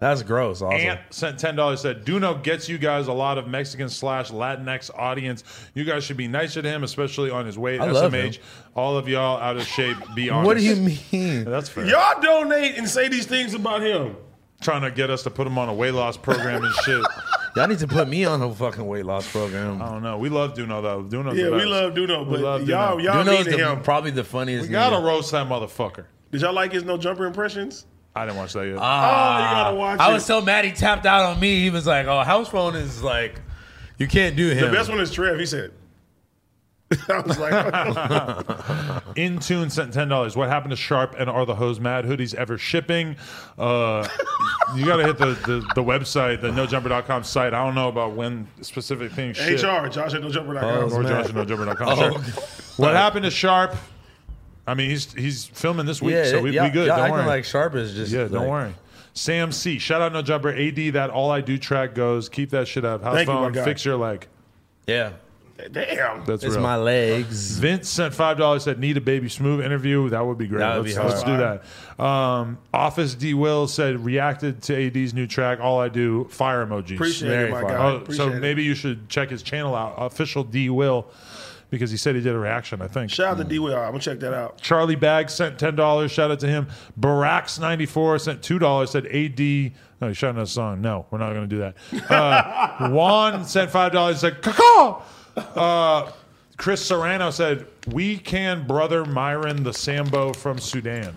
That's gross. Also, Ant sent ten dollars. Said Duno gets you guys a lot of Mexican slash Latinx audience. You guys should be nicer to him, especially on his way to I love SMH. him. All of y'all out of shape. Be honest. what do you mean? That's fair. Y'all donate and say these things about him. Trying to get us to put him on a weight loss program and shit. Y'all need to put me on a fucking weight loss I program. don't know. We love Duno though. Duno. Yeah, we love Duno, but y'all, y'all Duno's mean to the, him. probably the funniest. We gotta nigga. roast that motherfucker. Did y'all like his no jumper impressions? I didn't watch that yet. Ah. oh, you gotta watch I it. was so mad he tapped out on me. He was like, "Oh, house phone is like, you can't do him." the best one is Trev. He said. I was like, In tune sent ten dollars. What happened to Sharp and are the hose mad hoodies ever shipping? Uh, you gotta hit the, the, the website, the nojumper.com site. I don't know about when specific things ship. HR, Josh at Or nojumper.com. Josh at nojumper.com. Oh, Sure. What happened to Sharp? I mean, he's he's filming this week, yeah, so we, y'all, we good. Y'all Don't acting worry. like sharp is just yeah, don't like- worry. Sam C. Shout out No Jumper. AD, that All I Do track goes. Keep that shit up. House Thank you, my phone, guy. fix your leg. Yeah, Damn. That's it's real. my legs. Vince sent five dollars. Said need a baby smooth interview. That would be great. That would let's, be hard. let's do that. Um, Office D Will said reacted to AD's new track. All I do fire emojis. Appreciate Very it, my fine. guy. Oh, Appreciate so it. maybe you should check his channel out, official D Will, because he said he did a reaction. I think. Shout out to D Will. I'm gonna check that out. Charlie Bag sent ten dollars. Shout out to him. Baracks ninety four sent two dollars. Said AD. No, he shot another song. No, we're not going to do that. Uh, Juan sent five dollars. Said caw. Uh, Chris Serrano said we can brother Myron the Sambo from Sudan.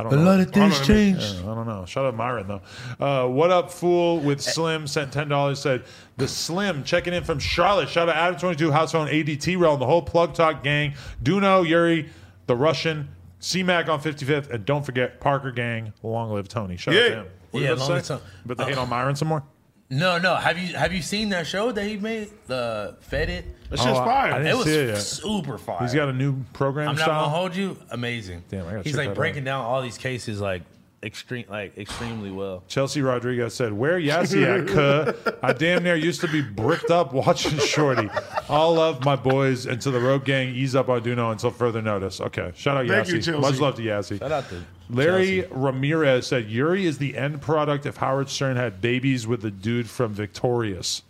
I don't A know. lot of I don't know things what I mean. changed. Yeah, I don't know. Shout out Myron though. Uh, what up, fool? With Slim sent ten dollars. Said the Slim checking in from Charlotte. Shout out Adam Twenty Two House Phone ADT Rail and the whole Plug Talk gang. Duno Yuri, the Russian C Mac on Fifty Fifth, and don't forget Parker Gang. Long live Tony. Shout out Yeah. to him. What Yeah, you about to long say? live Tony. Uh, But they hate on Myron some more. No, no. Have you have you seen that show that he made? The Fed it. That shit's I- fire. I didn't It was see it yet. super fire. He's got a new program I'm not style. gonna hold you. Amazing. Damn, I gotta He's check like that breaking down all these cases, like extreme like extremely well. Chelsea Rodriguez said, "Where Yassi at? Cuh? I damn near used to be bricked up watching Shorty. All love my boys and to the road gang. Ease up, Arduino until further notice. Okay, shout out Thank you, Yassi. Chelsea. Much love to Yassi. Shout out to Larry Ramirez said, Yuri is the end product if Howard Stern had babies with the dude from Victorious.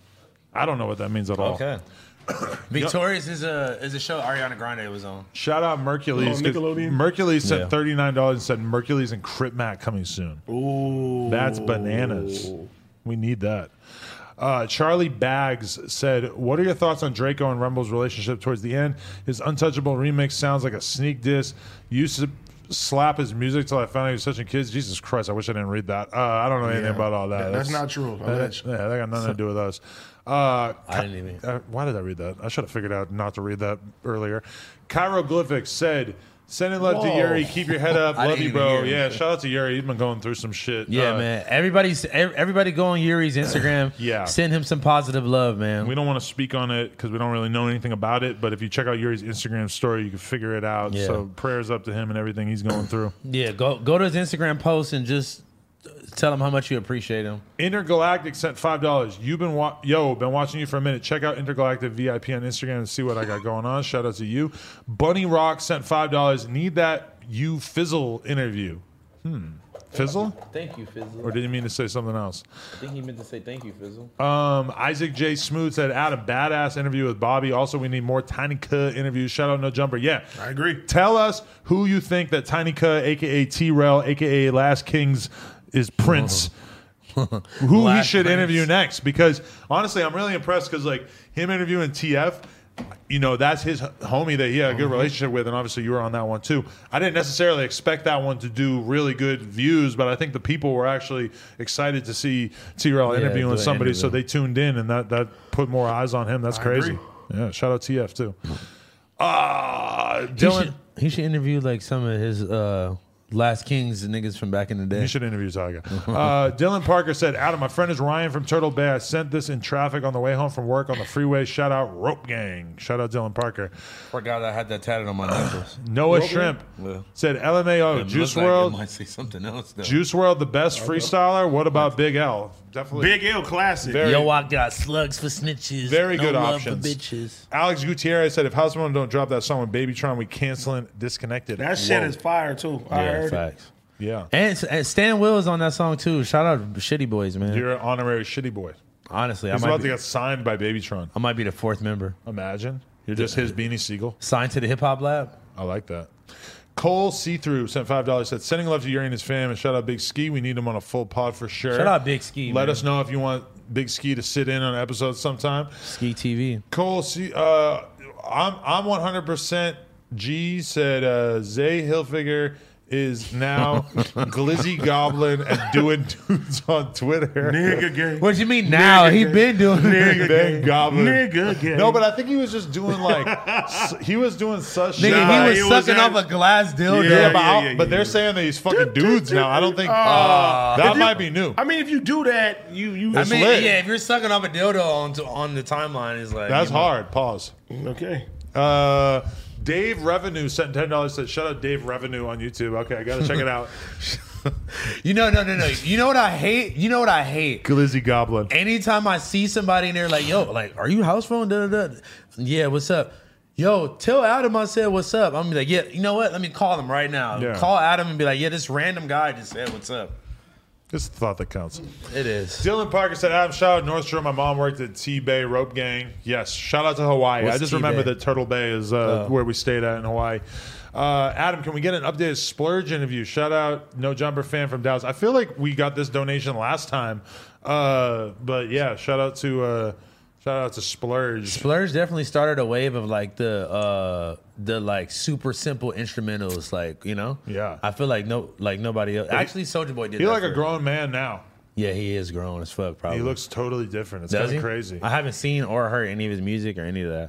I don't know what that means at all. Okay. Victorious is a is a show Ariana Grande was on. Shout out Mercules. Oh, 'cause Nickelodeon? Mercules sent Yeah. $39 and said Mercules and Crit Mac coming soon. Ooh. That's bananas. We need that. Uh, Charlie Bags said, What are your thoughts on Draco and Rumble's relationship towards the end? His untouchable remix sounds like a sneak diss. Used to slap his music till I found out he was touching kids. Jesus Christ, I wish I didn't read that. Uh, I don't know anything Yeah. about all that. That- that's not true. I That, bet you. yeah, that got nothing to do with us. Uh, I didn't even- uh, why did I read that? I should have figured out not to read that earlier. Chiroglyphic said, sending love to Whoa. Yuri. Keep your head up. I love didn't you, even bro. hear him. Yeah, shout out to Yuri. He's been going through some shit. Yeah, Uh, man. Everybody's ev- everybody go on Yuri's Instagram. Yeah. Send him some positive love, man. We don't want to speak on it because we don't really know anything about it. But if you check out Yuri's Instagram story, you can figure it out. Yeah. So prayers up to him and everything he's going through. yeah, go go to his Instagram post and just tell him how much you appreciate him. Intergalactic sent five dollars. You've been wa- yo, been watching you for a minute. Check out Intergalactic VIP on Instagram and see what I got going on. Shout out to you. Bunny Rock sent five dollars. Need that you fizzle interview. Hmm. Fizzle? Thank you, Fizzle. Or did you mean to say something else? I think he meant to say thank you, Fizzle. Um, Isaac J. Smooth said, Adam, badass interview with Bobby. Also, we need more Tiny K interviews. Shout out No Jumper. Yeah. I agree. Tell us who you think that Tiny K, aka T Rail, aka Last Kings, is Prince. who he Last should Prince. interview next. Because honestly, I'm really impressed because like him interviewing TF, you know, that's his homie that he had a good relationship with, and obviously you were on that one too. I didn't necessarily expect that one to do really good views, but I think the people were actually excited to see T Rail interviewing do an somebody, so interview. they tuned in and that that put more eyes on him. That's crazy. agree. Yeah, shout out TF too. Ah, Dylan. Mm. He should, he should interview like some of his uh, Last Kings niggas from back in the day. You should interview Saga. Uh, Dylan Parker said, Adam, my friend is Ryan from Turtle Bay. I sent this in traffic on the way home from work on the freeway. Shout out Rope Gang. Shout out Dylan Parker. Forgot I had that tatted on my knuckles. Noah Shrimp Yeah. said, LMAO, It Juice looked like it World. might say something else though. Juice World, the best freestyler. What about Big L? Definitely. Big L classic. Very- Yo, I got slugs for snitches. Very no good love for options. bitches. Alex Gutierrez said, if House Moon don't drop that song with Babytron, we canceling Disconnected. that shit is fire too. I heard it. Yeah. And, and Stan Will is on that song too. Shout out Shitty Boys, man. You're an honorary shitty boy. Honestly, I He's might, about be, to get signed by Babytron. I might be the fourth member. Imagine. You're just his beanie seagull. Signed to the Hip Hop Lab. I like that. Cole See Through sent five dollars. Said sending love to Yuri and his fam, and shout out Big Ski. We need him on a full pod for sure. Shout out Big Ski, Let man. us know if you want Big Ski to sit in on an episode sometime. Ski TV. Cole See, uh, I'm I'm 100 percent G said uh, Zay Hilfiger is now Glizzy Goblin and doing dudes on Twitter. Nigga gang. What do you mean now? He been doing Nigga Then gang. Goblin. Nigga gang. No, but I think he was just doing like s- he was doing such. shit. Nigga, Nah, he it was was sucking that- off a glass dildo. Yeah, Yeah, but, yeah, I'll- yeah, but yeah, they're yeah. saying that he's fucking dudes now. I don't think Ah. uh, that might be new. I mean, if you do that, you you. I mean, lit. yeah, if you're sucking off a dildo on on the timeline, is like That's you know, hard. Pause. okay. Uh, Dave Revenue sent ten dollars. Said, "Shut up, Dave Revenue on YouTube." Okay, I gotta check it out. You know, no, no, no. You know what I hate? You know what I hate? Glizzy Goblin. anytime I see somebody in there, like, yo, like, are you house phone? Da, da, da. Yeah, what's up? Yo, tell Adam I said what's up. I'm gonna be like, yeah, you know what? Let me call him right now. Yeah. Call Adam and be like, yeah, this random guy just said what's up. Just the thought that counts. It is. Dylan Parker said, Adam, shout out Nordstrom. My mom worked at T Bay Rope Gang. Yes, shout out to Hawaii. What's Oh. I just T-Bay? remember that Turtle Bay is uh, where we stayed at in Hawaii. Uh, Adam, can we get an updated splurge interview? Shout out No Jumper fan from Dallas. I feel like we got this donation last time, uh, but yeah, shout out to uh, shout out to Splurge. Splurge definitely started a wave of like the uh the like super simple instrumentals, like, you know? Yeah. I feel like no like nobody else. Actually, Soldier Boy did He's that like a for- grown man now. Yeah, he is grown as fuck, probably. He looks totally different. It's Oh. Does kind he? of crazy. Hmm. I haven't seen or heard any of his music or any of that.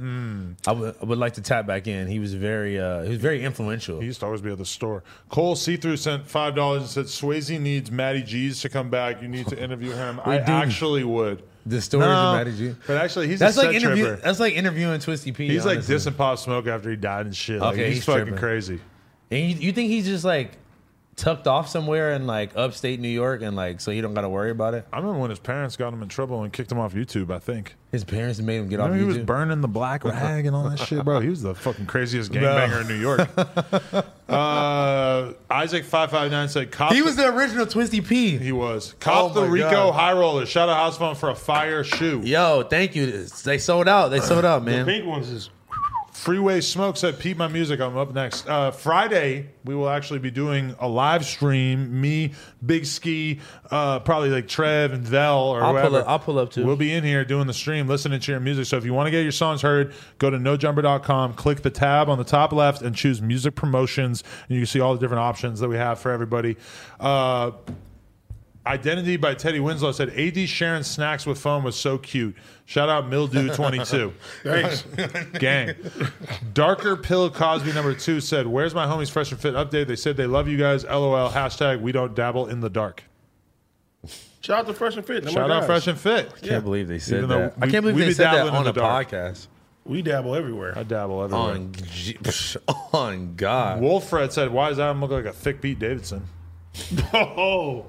I would- I would like to tap back in. He was very uh, he was very influential. He used to always be at the store. Cole See Through sent five dollars and said Swayze needs Matty G's to come back. You need to interview him. I do. actually would. The stories No, of Matty G. But actually, he's That's a like set interview. tripper. That's like interviewing Twisty P. He's honestly. like dissing Pop Smoke after he died and shit. Like, Okay, he's, he's fucking tripping. crazy. And you, you think he's just like tucked off somewhere in like upstate New York, and like so he don't got to worry about it. I remember when his parents got him in trouble and kicked him off YouTube. I think his parents made him get off Remember he YouTube. was burning the black rag and all that shit, bro. He was the fucking craziest gangbanger in New York. Uh, Isaac five five nine said, "Cop." he was the original Twisty P. He was cop Oh the my Rico God. high roller. Shout out House Phone for a fire shoe. Yo, thank you. They sold out. They sold out, man. Big ones is Freeway Smoke said, "Peep my music." I'm up next. Uh, Friday, we will actually be doing a live stream. Me, Big Ski, uh, probably like Trev and Vel or I'll pull whoever. up- I'll pull up too. We'll be in here doing the stream, listening to your music. So if you want to get your songs heard, go to nojumper.com, click the tab on the top left, and choose music promotions, and you can see all the different options that we have for everybody. Uh, Identity by Teddy Winslow said, AD sharing snacks with phone was so cute. Shout out Mildew22. Thanks. Gang. Darker Pill Cosby number two said, Where's my homies Fresh and Fit update? They said they love you guys. LOL. Hashtag we don't dabble in the dark. shout out to Fresh and Fit. Them Shout my out guys. Fresh and Fit. I can't believe they said Even though that. I we- can't believe we they be said that dabbling in on the a dark. podcast. We dabble everywhere. I dabble everywhere. On, G- on God, Wolfred said, Why does Adam look like a thick Pete Davidson? Oh,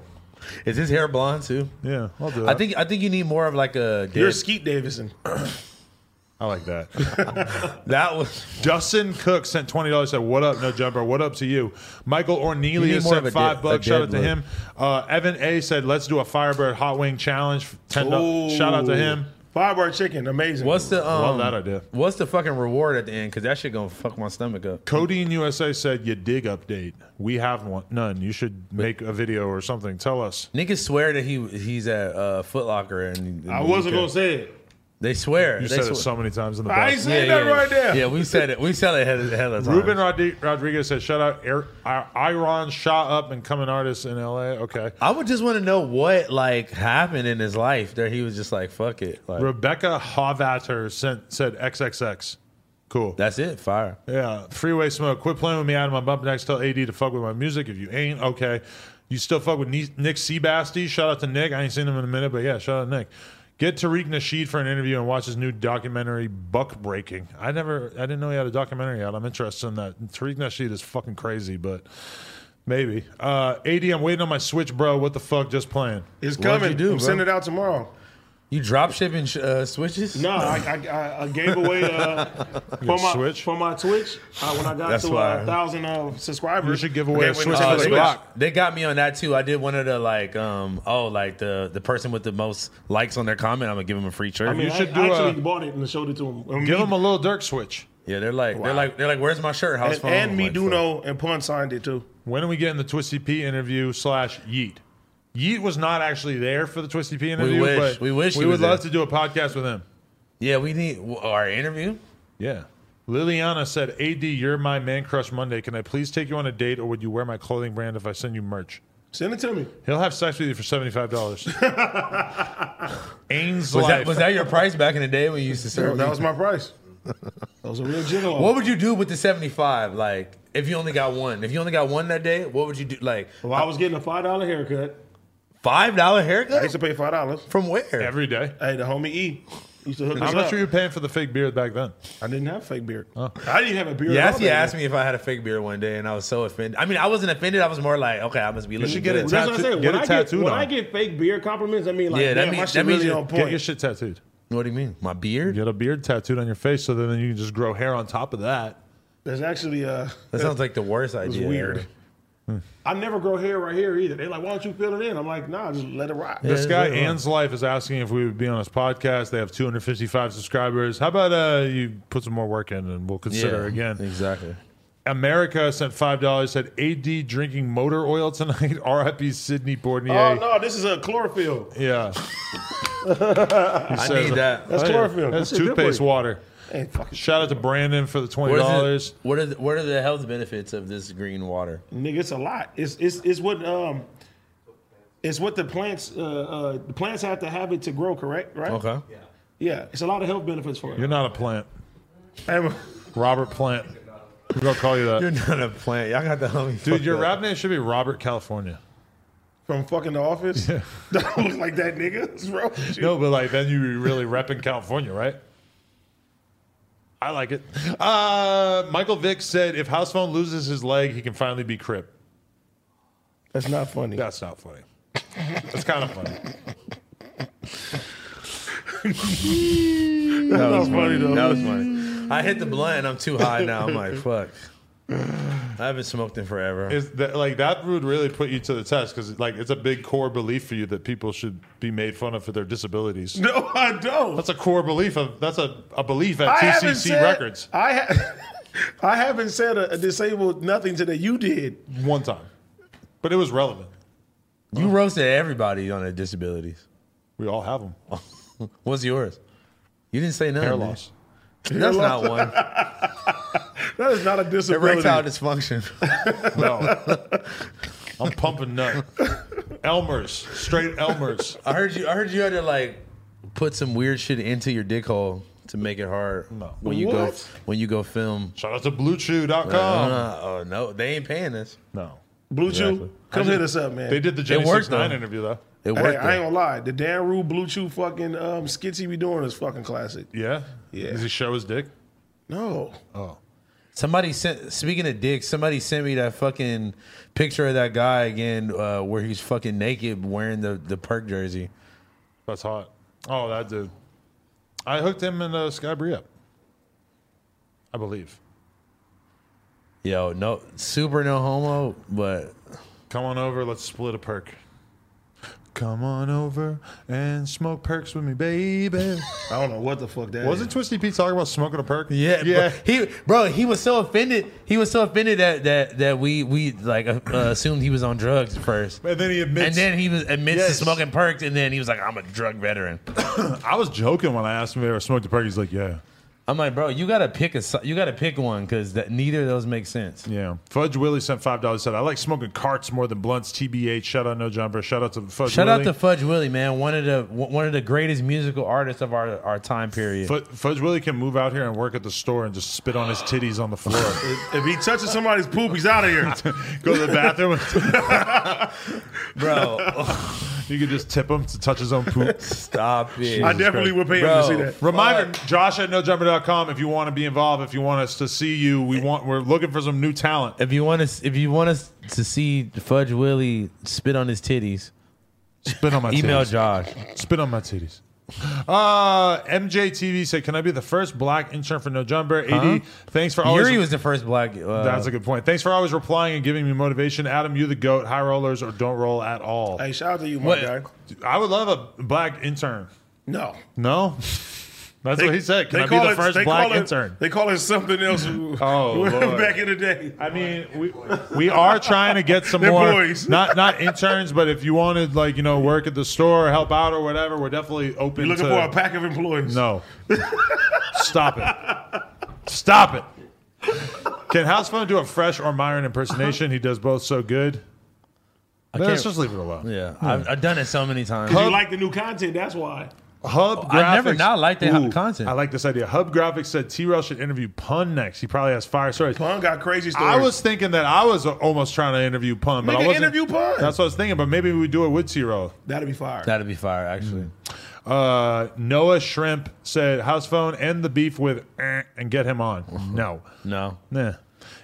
is his hair blonde too? Yeah, I'll do that. I think I think you need more of like a. you're Dead, Skeet Davidson. I like that. that was Justin Cook sent twenty dollars. Said, "What up, no jumper? What up to you?" Michael You Ornelia need more of sent a five dead- bucks. a Shout dead out to look. him. Uh, Evan A said, "Let's do a Firebird hot wing challenge." Ten dollars. Shout out to him. Firebar chicken, amazing. what's the Love um, that idea. What's the fucking reward at the end? Because that shit gonna fuck my stomach up. Codeine USA said, "You dig update. We have one. None. You should make a video or something. Tell us." Niggas swear that he he's at uh, Foot Locker and, and I wasn't gonna say it. They swear. You they said swear. it so many times in the I past. ain't saying that right there. Yeah, we said it. We said it ahead of, ahead of time. Ruben Rodri- Rodriguez said, "Shout out Air- I- Iron shot up and coming artist in LA." Okay. I would just want to know what like happened in his life that he was just like fuck it. Like Rebecca Havater sent said XXX. Cool. that's it. Fire. Yeah, freeway smoke. Quit playing with me out of my bump next. Tell AD to fuck with my music. If you ain't, okay. You still fuck with Ne- Nick Seabasty. Shout out to Nick. I ain't seen him in a minute, but yeah, shout out to Nick. Get Tariq Nasheed for an interview and watch his new documentary, Buck Breaking. I never, I didn't know he had a documentary out. I'm interested in that. Tariq Nasheed is fucking crazy, but maybe. Uh, AD, I'm waiting on my Switch, bro. What the fuck? Just playing. It's What'd coming. you do, I'm bro? sending it out tomorrow. You drop shipping sh- uh, switches? No, I, I- I, I gave away uh, for my Switch? for my Twitch uh, when I got That's to why. uh, thousand uh, subscribers. You should give away I a gave Switch Nintendo for Oh, the they, Switch. got, they got me on that too. I did one of the like, um, oh, like the the person with the most likes on their comment. I'm gonna give them a free shirt. I mean, You should I, do I a- actually bought it and showed it to him. And Give me, him a little Dirk Switch. yeah, they're like, they're like, they're like, where's my shirt? House and, phone. and I'm me like, do fuck. know and Pun signed it too. When are we getting the Twisty P interview slash Yeet? Yeet was not actually there for the Twisty P interview, wish- but we wish we he would was love there. to do a podcast with him. Yeah, we need w- our interview. Yeah. Liliana said, "AD, you're my man crush Monday. Can I please take you on a date, or would you wear my clothing brand if I send you merch? Send it to me. He'll have sex with you for seventy five dollars." Ains Was that Life. was that your price back in the day when you used to serve? That was my price. That was a real jiggle. What would you do with the 75? Like, if you only got one, if you only got one that day, what would you do? Like, Well, I was getting a five dollar haircut. five dollar I used haircut to pay five dollars. from where? every day? Hey, the homie E used to hook How us much up. were you Oh. paying for the fake beard back then? I didn't have fake beard. I didn't have a beard. you at all asked, you back asked then. me if I had a fake beard one day, and I was so offended. I mean, I wasn't offended. I was more like, okay, I must be looking. should get good. it That's what I Tattoo- said. get When, a I get, tattoo when on. I get fake beard compliments, I mean like, Yeah, yeah, that my means- shit that means really you- on Get point. your shit tattooed. What do you mean? My beard? Get a beard tattooed on your face, so then you can just grow hair on top of that. There's actually uh, That sounds like the worst idea. it's ever. weird. I never grow hair right here either. They're like, why don't you fill it in? I'm like, nah, just let it rock. This guy later on. Ann's life is asking if we would be on his podcast. They have 255 subscribers. How about uh, you put some more work in and we'll consider again. Exactly. America sent five dollars. Said AD drinking motor oil tonight. R.I.P. Sydney Oh Bournier. no, this is a chlorophyll. Yeah, I says- need that. That's chlorophyll. that's That's good toothpaste for you. water. Hey, fucking Shout out to Brandon for the twenty What, dollars. is it, what are the, what are the health benefits of this green water? nigga, it's a lot. It's it's it's what um, it's what the plants uh, uh the plants have to have it to grow. Correct, right? Okay. Yeah, it's a lot of health benefits for You're it. not a plant, Hey, Robert Plant. We're gonna call you that, You're not a plant. Y'all got the homie. dude. Your rap name should be Robert California. From fucking the office. Don't look like that nigga. What's wrong with you? No, but like then you really repping California, right? I like it. Uh, Michael Vick said, "If House Phone loses his leg, he can finally be Crip." That's not funny. That's not funny. That's kind of funny. That was funny, though. That was funny. I hit the blunt. I'm too high now. I'm like, fuck. I haven't smoked in forever. Is that like that would really put you to the test because like it's a big core belief for you that people should be made fun of for their disabilities. No, I don't. That's a core belief of that's a, a belief at I haven't TCC said, Records. I ha- I haven't said a, a disabled nothing today. You did. One time, but it was relevant. You roasted everybody on their disabilities. We all have them. What's yours? You didn't say nothing. Hair dude. loss. That's not one. That is not a disability. Erectile dysfunction. No, I'm pumping nut. Elmer's straight Elmer's. I heard you. I heard you had to like put some weird shit into your dick hole to make it hard. No. When you go What? when you go film. Shout out to BlueChew.com. Uh, oh no, they ain't paying us. No, Blue Exactly. Chew, come hit us up, man. they did the Jenny worked, Six Nine though. interview though. It Hey, worked. I ain't though. gonna lie. The Dan Rue Blue Chew fucking um, skits he be doing is fucking classic. Yeah, Yeah. Does he show his dick? No, Somebody sent. Speaking of dicks, somebody sent me that fucking picture of that guy again, uh, where he's fucking naked wearing the the perk jersey. That's hot. Oh, that dude. I hooked him and uh, Skybri up. I believe. Yo, no, super no homo, but Come on over. Let's split a perk. Come on over and smoke perks with me, baby. I don't know what the fuck that Wasn't Twisty Pete talking about smoking a perk? Yeah, yeah. Bro, he bro, he was so offended. He was so offended that that that we we like uh, uh, assumed he was on drugs first, And then he admits. and then he was admits Yes. to smoking perks, and then he was like, "I'm a drug veteran." I was joking when I asked him if he ever smoked a perk. He's like, yeah, I'm like, bro, you gotta pick a si- you gotta pick one because that neither of those makes sense. yeah. Fudge Willie sent five dollars. Said I like smoking carts more than blunts. TBH. Shout out No Jumper. Shout out to Fudge. Shout Willie. out to Fudge Willie, man, one of the one of the greatest musical artists of our our time period. Fud- Fudge Willie can move out here and work at the store and just spit on his titties on the floor. If he touches somebody's poop, he's out of here. Go to the bathroom. and- bro, you can just tip him to touch his own poop. stop it. I definitely Christ. would pay him Bro. to see that. Reminder, Josh at nojumper.com if you want to be involved, if you want us to see you, we want we're looking for some new talent. if you want us, if you want us to see Fudge Willie spit on his titties, Spit on my email titties. Josh. Spit on my titties. Uh MJTV said, Can I be the first black intern for No Jumper? AD, thanks for always Yuri was the first black. Uh, That's a good point. Thanks for always replying and giving me motivation. Adam, you the goat, high rollers or don't roll at all. Hey, shout out to you, my What- guy. I would love a black intern. No, No? That's what he said. Can I be call the it- first they black call it- intern? They call it something else. Oh, Lord. back in the day. I mean, we we are trying to get some They're more boys. not not interns, but if you wanted like you know work at the store, or help out or whatever, we're definitely open. You're looking to- for a pack of employees. No, stop it, stop it. Can House Phone do a fresh or Myron impersonation? He does both so good. Let's can't- just leave it alone. yeah, I've, I've done it so many times. You like the new content, that's why. Hub Graphics. I never not liked that Ooh, content. I like this idea. Hub Graphics said T Rail should interview Pun next. He probably has fire stories. Pun got crazy stories. I was thinking that I was almost trying to interview Pun, but I Nigga, wasn't. interview Pun. That's what I was thinking, but maybe we do it with T-Roll. That'd be fire. That'd be fire, actually. Uh, Noah Shrimp said, "House phone, end the beef with eh, and get him on." Mm-hmm. No, No, nah.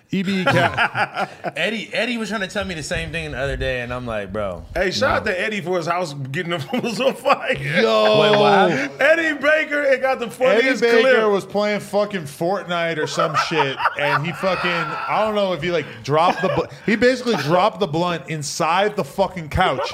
EBE Cat. Eddie. Eddie was trying to tell me the same thing the other day, and I'm like, bro. hey, shout out to Eddie for his house getting the was on fire. Wait, what happened? Eddie Baker, it got the Eddie funniest Baker clip. was playing fucking Fortnite or some shit, and he fucking I don't know if he like dropped the bl- he basically dropped the blunt inside the fucking couch,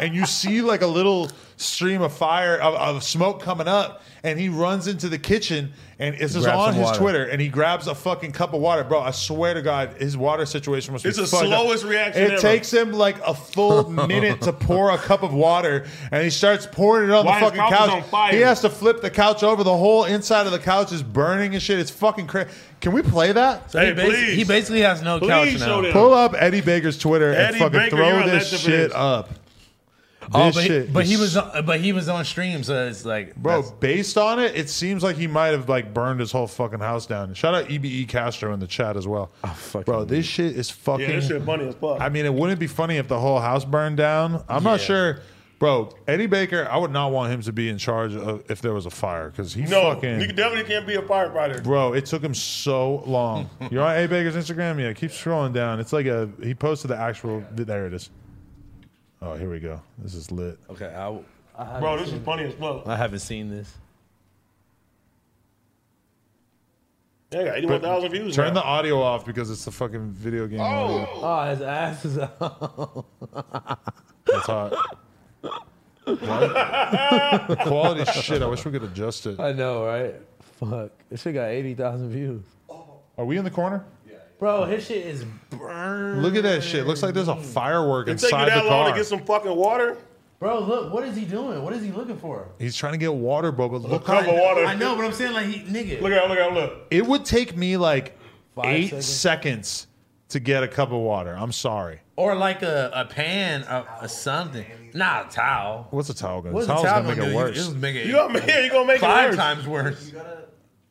and you see like a little stream of fire of, of smoke coming up, and he runs into the kitchen, and this is Grab on some his water. Twitter, and he grabs a fucking cup of water, bro. I swear to God, his water situation was It's the slowest reaction It ever. takes him like a full minute to pour a cup of water, and he starts pouring it on Why the his fucking mouth is couch. on fire. He has to flip the couch over. The whole inside of the couch is burning and shit. It's fucking crazy. Can we play that? Hey, he, basi- please. he basically has no Please couch show now. them. Pull up Eddie Baker's Twitter and Eddie fucking Baker, throw you're this elected for shit this. up. Oh, This but, he, shit but he is- was, on, but he was on stream, so it's like, Bro, that's- based on it, it seems like he might have like burned his whole fucking house down. Shout out EBE Castro in the chat as well. Ah, Bro, this shit is fucking. Yeah, this shit funny as fuck. I mean, it wouldn't be funny if the whole house burned down. I'm not sure. Bro, Eddie Baker, I would not want him to be in charge of if there was a fire because he no, fucking. you definitely can't be a firefighter. Bro, it took him so long. You're on A Baker's Instagram? Yeah, keep scrolling down. It's like a he posted the actual there it is. Oh, here we go. This is lit. Okay, I, I Bro, this is funny as fuck. I haven't seen this. They got 81,000 But views. Turn now. the audio off because it's a fucking video game. audio. Oh, his ass is out. That's hot. What? Quality shit. I wish we could adjust it. I know, right? Fuck. This shit got 80,000 views. Are we in the corner? Bro, his shit is burned. Look at that shit. Looks like there's a firework It take you inside that the long to car. get some fucking water? Bro, look, what is he doing? What is he looking for? He's trying to get water, Bubba. Look Cup of water. I know, but I'm saying, like, he, nigga. Look at him, look at him, look. It would take me like Five eight seconds. seconds. to get a cup of water. I'm sorry. Or like a, a pan, a, a something. Nah, a towel. What's a towel gonna? What's What's a towel towel's gonna gonna, make do? it You- worse. This is making You gonna, yeah, you gonna make it five worse. times worse.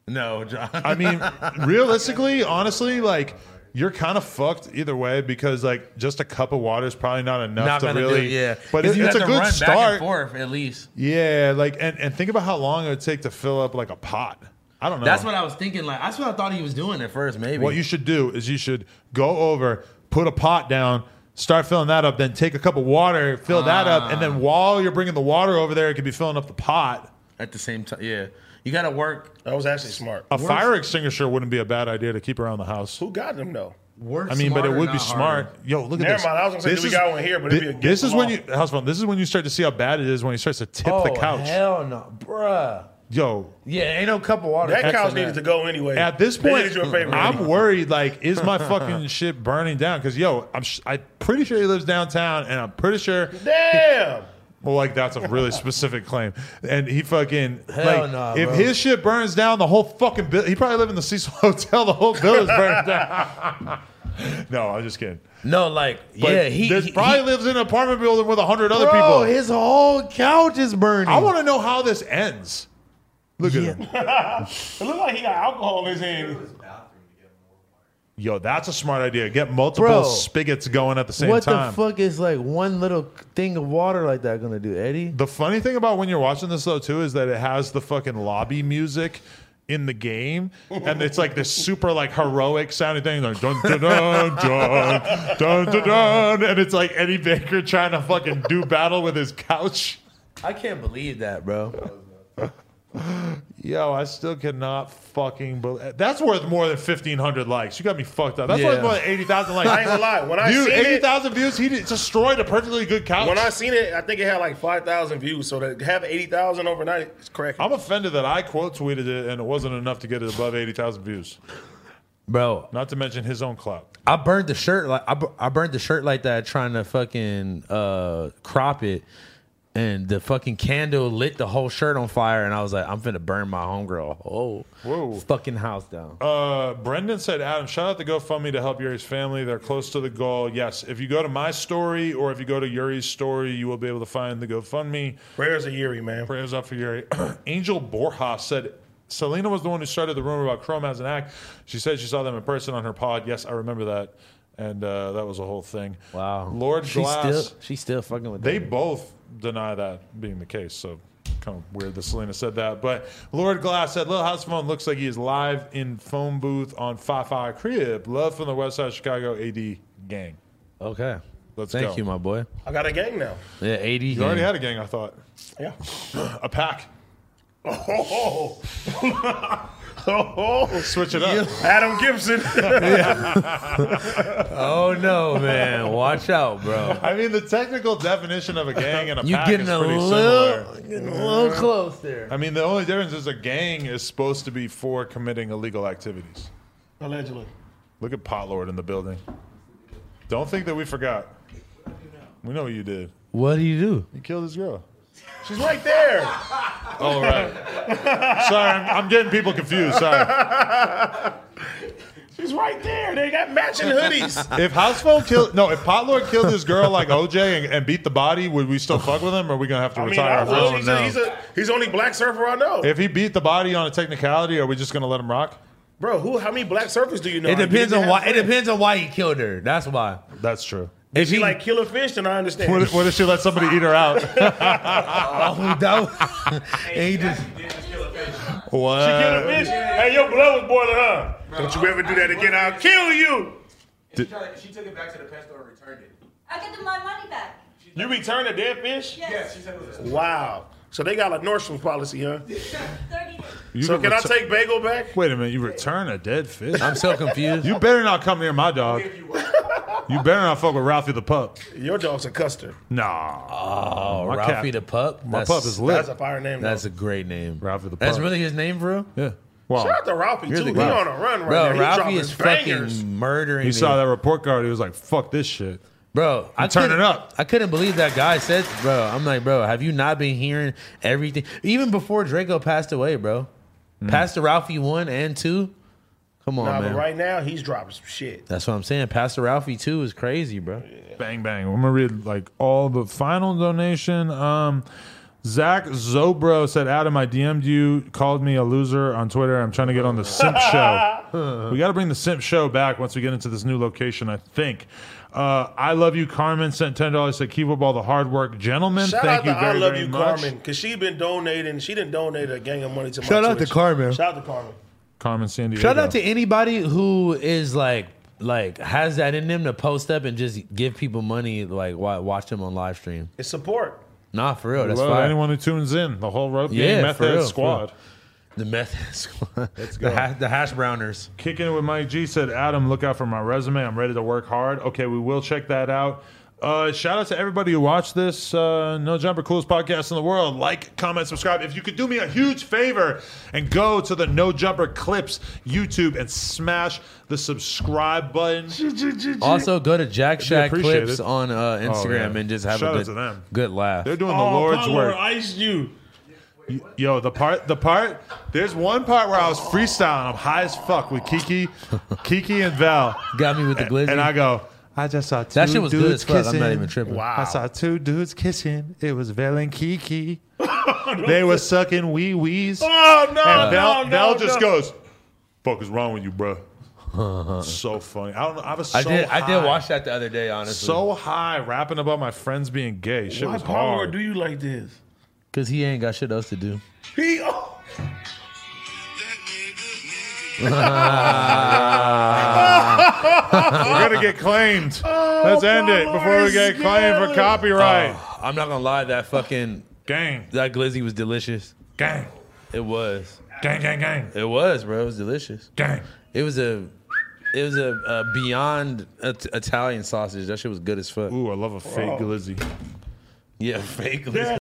No, John. I mean, realistically, honestly, like you're kind of fucked either way because like just a cup of water is probably not enough Not to gonna really. do it, yeah. but 'Cause it, you it's a have to good run Back and start. Oh. forth, at least. Yeah, like and, and think about how long it would take to fill up like a pot. I don't know. That's what I was thinking. Like, that's what I thought he was doing at first. Maybe. What you should do is you should go over, put a pot down, start filling that up, then take a cup of water, fill that up, Ah. and then while you're bringing the water over there, it could be filling up the pot. at the same time, yeah. You got to work. uh, That was actually smart. A fire extinguisher wouldn't be a bad idea to keep around the house. Who got them though? Work. I mean, but it smarter, would be not smart. harder. Yo, look at Never this. mind, I was gonna say, this do we got one here, but it'd be a gift this is from when all. you house phone. This is when you start to see how bad it is when you starts to tip the Oh, couch. Hell no, bruh. Yo, Yeah, ain't no cup of water. That couch fixing needed to that. go anyway. At this They point, needed your favorite. I'm worried. Like, is my fucking shit burning down? Because yo, I'm sh- I'm pretty sure he lives downtown, and I'm pretty sure. Damn. Well, like that's a really specific claim, and he fucking Hell like nah, if bro. his shit burns down, the whole fucking bill. He probably live in the Cecil Hotel. The whole bill is burned down. no, I'm just kidding. No, like But yeah, he, this he probably he- lives in an apartment building with a hundred other Bro, people. his whole couch is burning. I want to know how this ends. Look at him. It looked like he got alcohol in his hand. Yo, that's a smart idea. Get multiple Bro, spigots going at the same what time. the fuck is like one little thing of water like that gonna do, Eddie? The funny thing about when you're watching this though too is that it has the fucking lobby music in the game, and it's like this super like heroic sounding thing, like dun dun dun dun dun dun, dun, and it's like Eddie Baker trying to fucking do battle with his couch. I can't believe that, bro. Yo, I still cannot fucking believe that's worth more than fifteen hundred likes. You got me fucked up. That's Yeah. worth more than eighty thousand likes. I ain't gonna lie. When I View- seen it- eighty thousand views, he did- destroyed a perfectly good couch. When I seen it, I think it had like five thousand views. So to have eighty thousand overnight is cracking. I'm offended that I quote tweeted it and it wasn't enough to get it above eighty thousand views. Bro, Not to mention his own clout. I burned the shirt like I, bu- I burned the shirt like that trying to fucking uh crop it and the fucking candle lit the whole shirt on fire and I was like I'm finna burn my homegirl whole Whoa. fucking house down. Uh, Brendan said, Adam, shout out to GoFundMe to help Yuri's family. They're close to the goal. Yes, if you go to my story or if you go to Yuri's story, you will be able to find the GoFundMe. Prayers a Yuri, man. Prayers up for Yuri. Angel Borja said, Selena was the one who started the rumor about Chrome as an act. She said she saw them in person on her pod. Yes, I remember that. And uh, that was a whole thing. Wow. Lord she's Glass. still she's still fucking with They that. both deny that being the case. So kind of weird that Selena said that. But Lord Glass said, Little House Phone looks like he is live in phone booth on Fi Fi Crib. Love from the West Side of Chicago AD gang. Okay. Let's Thank go. you, my boy. I got a gang now. Yeah, 80. You already had a gang, I thought. Yeah. A pack. Oh. oh. Switch it up. Adam Gibson. Oh no, man. Watch out, bro. I mean, the technical definition of a gang and a You pack getting is a pretty little similar. getting a little close there. I mean, the only difference is a gang is supposed to be for committing illegal activities. Allegedly. Look at Potlord in the building. Don't think that we forgot. We know what you did. What do you do? You killed his girl. She's right there. All right. Sorry, I'm, I'm getting people confused. Sorry. She's right there. They got matching hoodies. If House Phone killed, no, if Potlord killed his girl like OJ and, and beat the body, would we still fuck with him or are we going to have to I mean, retire I our friendship? will. He's, a, he's, a, he's the only black surfer I know. If he beat the body on a technicality, are we just going to let him rock? Bro, who? how many black surfers do you know? It I depends need to on have why it friends. depends on why he killed her. That's why. That's true. If She like killer fish, then I understand. What if, what if she let somebody eat her out? Oh, that was, and he just What? Uh, Killer fish. Hey, your blood was boiling, huh? Don't you ever do that again? I'll kill you. And she, tried, she took it back to the pet store and returned it. I get my money back. She You return a dead fish? Yes, she said it was a- Wow. So they got a Nordstrom policy, huh? You so can I retu- take bagel back? Wait a minute, you return a dead fish? I'm so confused. You better not come near my dog. You better not fuck with Ralphie the pup. Your dog's a custard. Nah. Oh, My Ralphie cat- the pup. My That's- pup is lit. That's a fire name. That's That's a great name. Ralphie the That's pup. really his name, bro. yeah. Wow. Shout out to Ralphie You're too. the He guy. on a run right Bro, now. He Ralphie dropping is bangers. fucking murdering. He saw me. that report card. He was like, "Fuck this shit." Bro, I turn couldn't- it up. I couldn't believe that guy said, bro. I'm like, bro, have you not been hearing everything? Even before Draco passed away, bro. Mm. Pastor Ralphie one and two. Come on, Nah, man. but right now he's dropping some shit. That's what I'm saying. Pastor Ralphie two is crazy, bro. Bang bang. I'm gonna read like all the final donation. Um, Zach Zobro said, "Adam, I DM'd you. Called me a loser on Twitter. I'm trying to get on the Simp Show. we got to bring the Simp Show back once we get into this new location. I think." Uh, I love you, Carmen. Sent ten dollars. Said, "Keep up all the hard work, gentlemen. Shout Thank out you to very, I love very you, much." Carmen, because she been donating. She didn't donate a gang of money to my Shout out to Twitch. Carmen. Shout out to Carmen. Carmen San Diego. Shout out to anybody who is like like has that in them to post up and just give people money like while watch them on live stream. It's support. Nah, for real. That's Love fire. anyone who tunes in. The whole rope Yeah, game, for Meth Head real, for Squad. real. The meth squad. Let's go. The, ha- the hash browners. Kicking it with Mike G said, Adam, look out for my resume. I'm ready to work hard. Okay, we will check that out. Uh, shout out to everybody who watched this uh, No Jumper Coolest podcast in the world. Like, comment, subscribe. If you could do me a huge favor and go to the No Jumper Clips YouTube and smash the subscribe button. Also, go to Jack Shack appreciate Clips it. Oh, on uh, Instagram yeah. and just have Shout out a good, to them. good laugh. They're doing the Lord's work. iced you. Yo, the part, the part, there's one part where I was freestyling. I'm high as fuck with Kiki, Kiki and Val. Got me with the glizzy. And I go, I just saw two that shit was good dudes as fuck. I'm kissing. not even tripping. Wow. I saw two dudes kissing. It was Vel and Kiki. they were sucking wee wees. Oh no, and Val, no, Val no, just no. goes, "Fuck is wrong with you, bro?" so funny. I don't know. I was. So I did. I did high. watch that the other day. Honestly, So high, rapping about my friends being gay. Shit Why was Power hard. do you like this? because he ain't got shit else to do. He oh, We're gonna get claimed. Oh, Let's end it before we Lord, get it's claimed for good. copyright. I'm not gonna lie. That fucking Gang, that glizzy was delicious. gang, It was. gang, gang, gang, It was, bro. It was delicious. gang. It was a. It was a, a beyond it- Italian sausage. That shit was good as fuck. Ooh, I love a fake glizzy. Yeah, fake.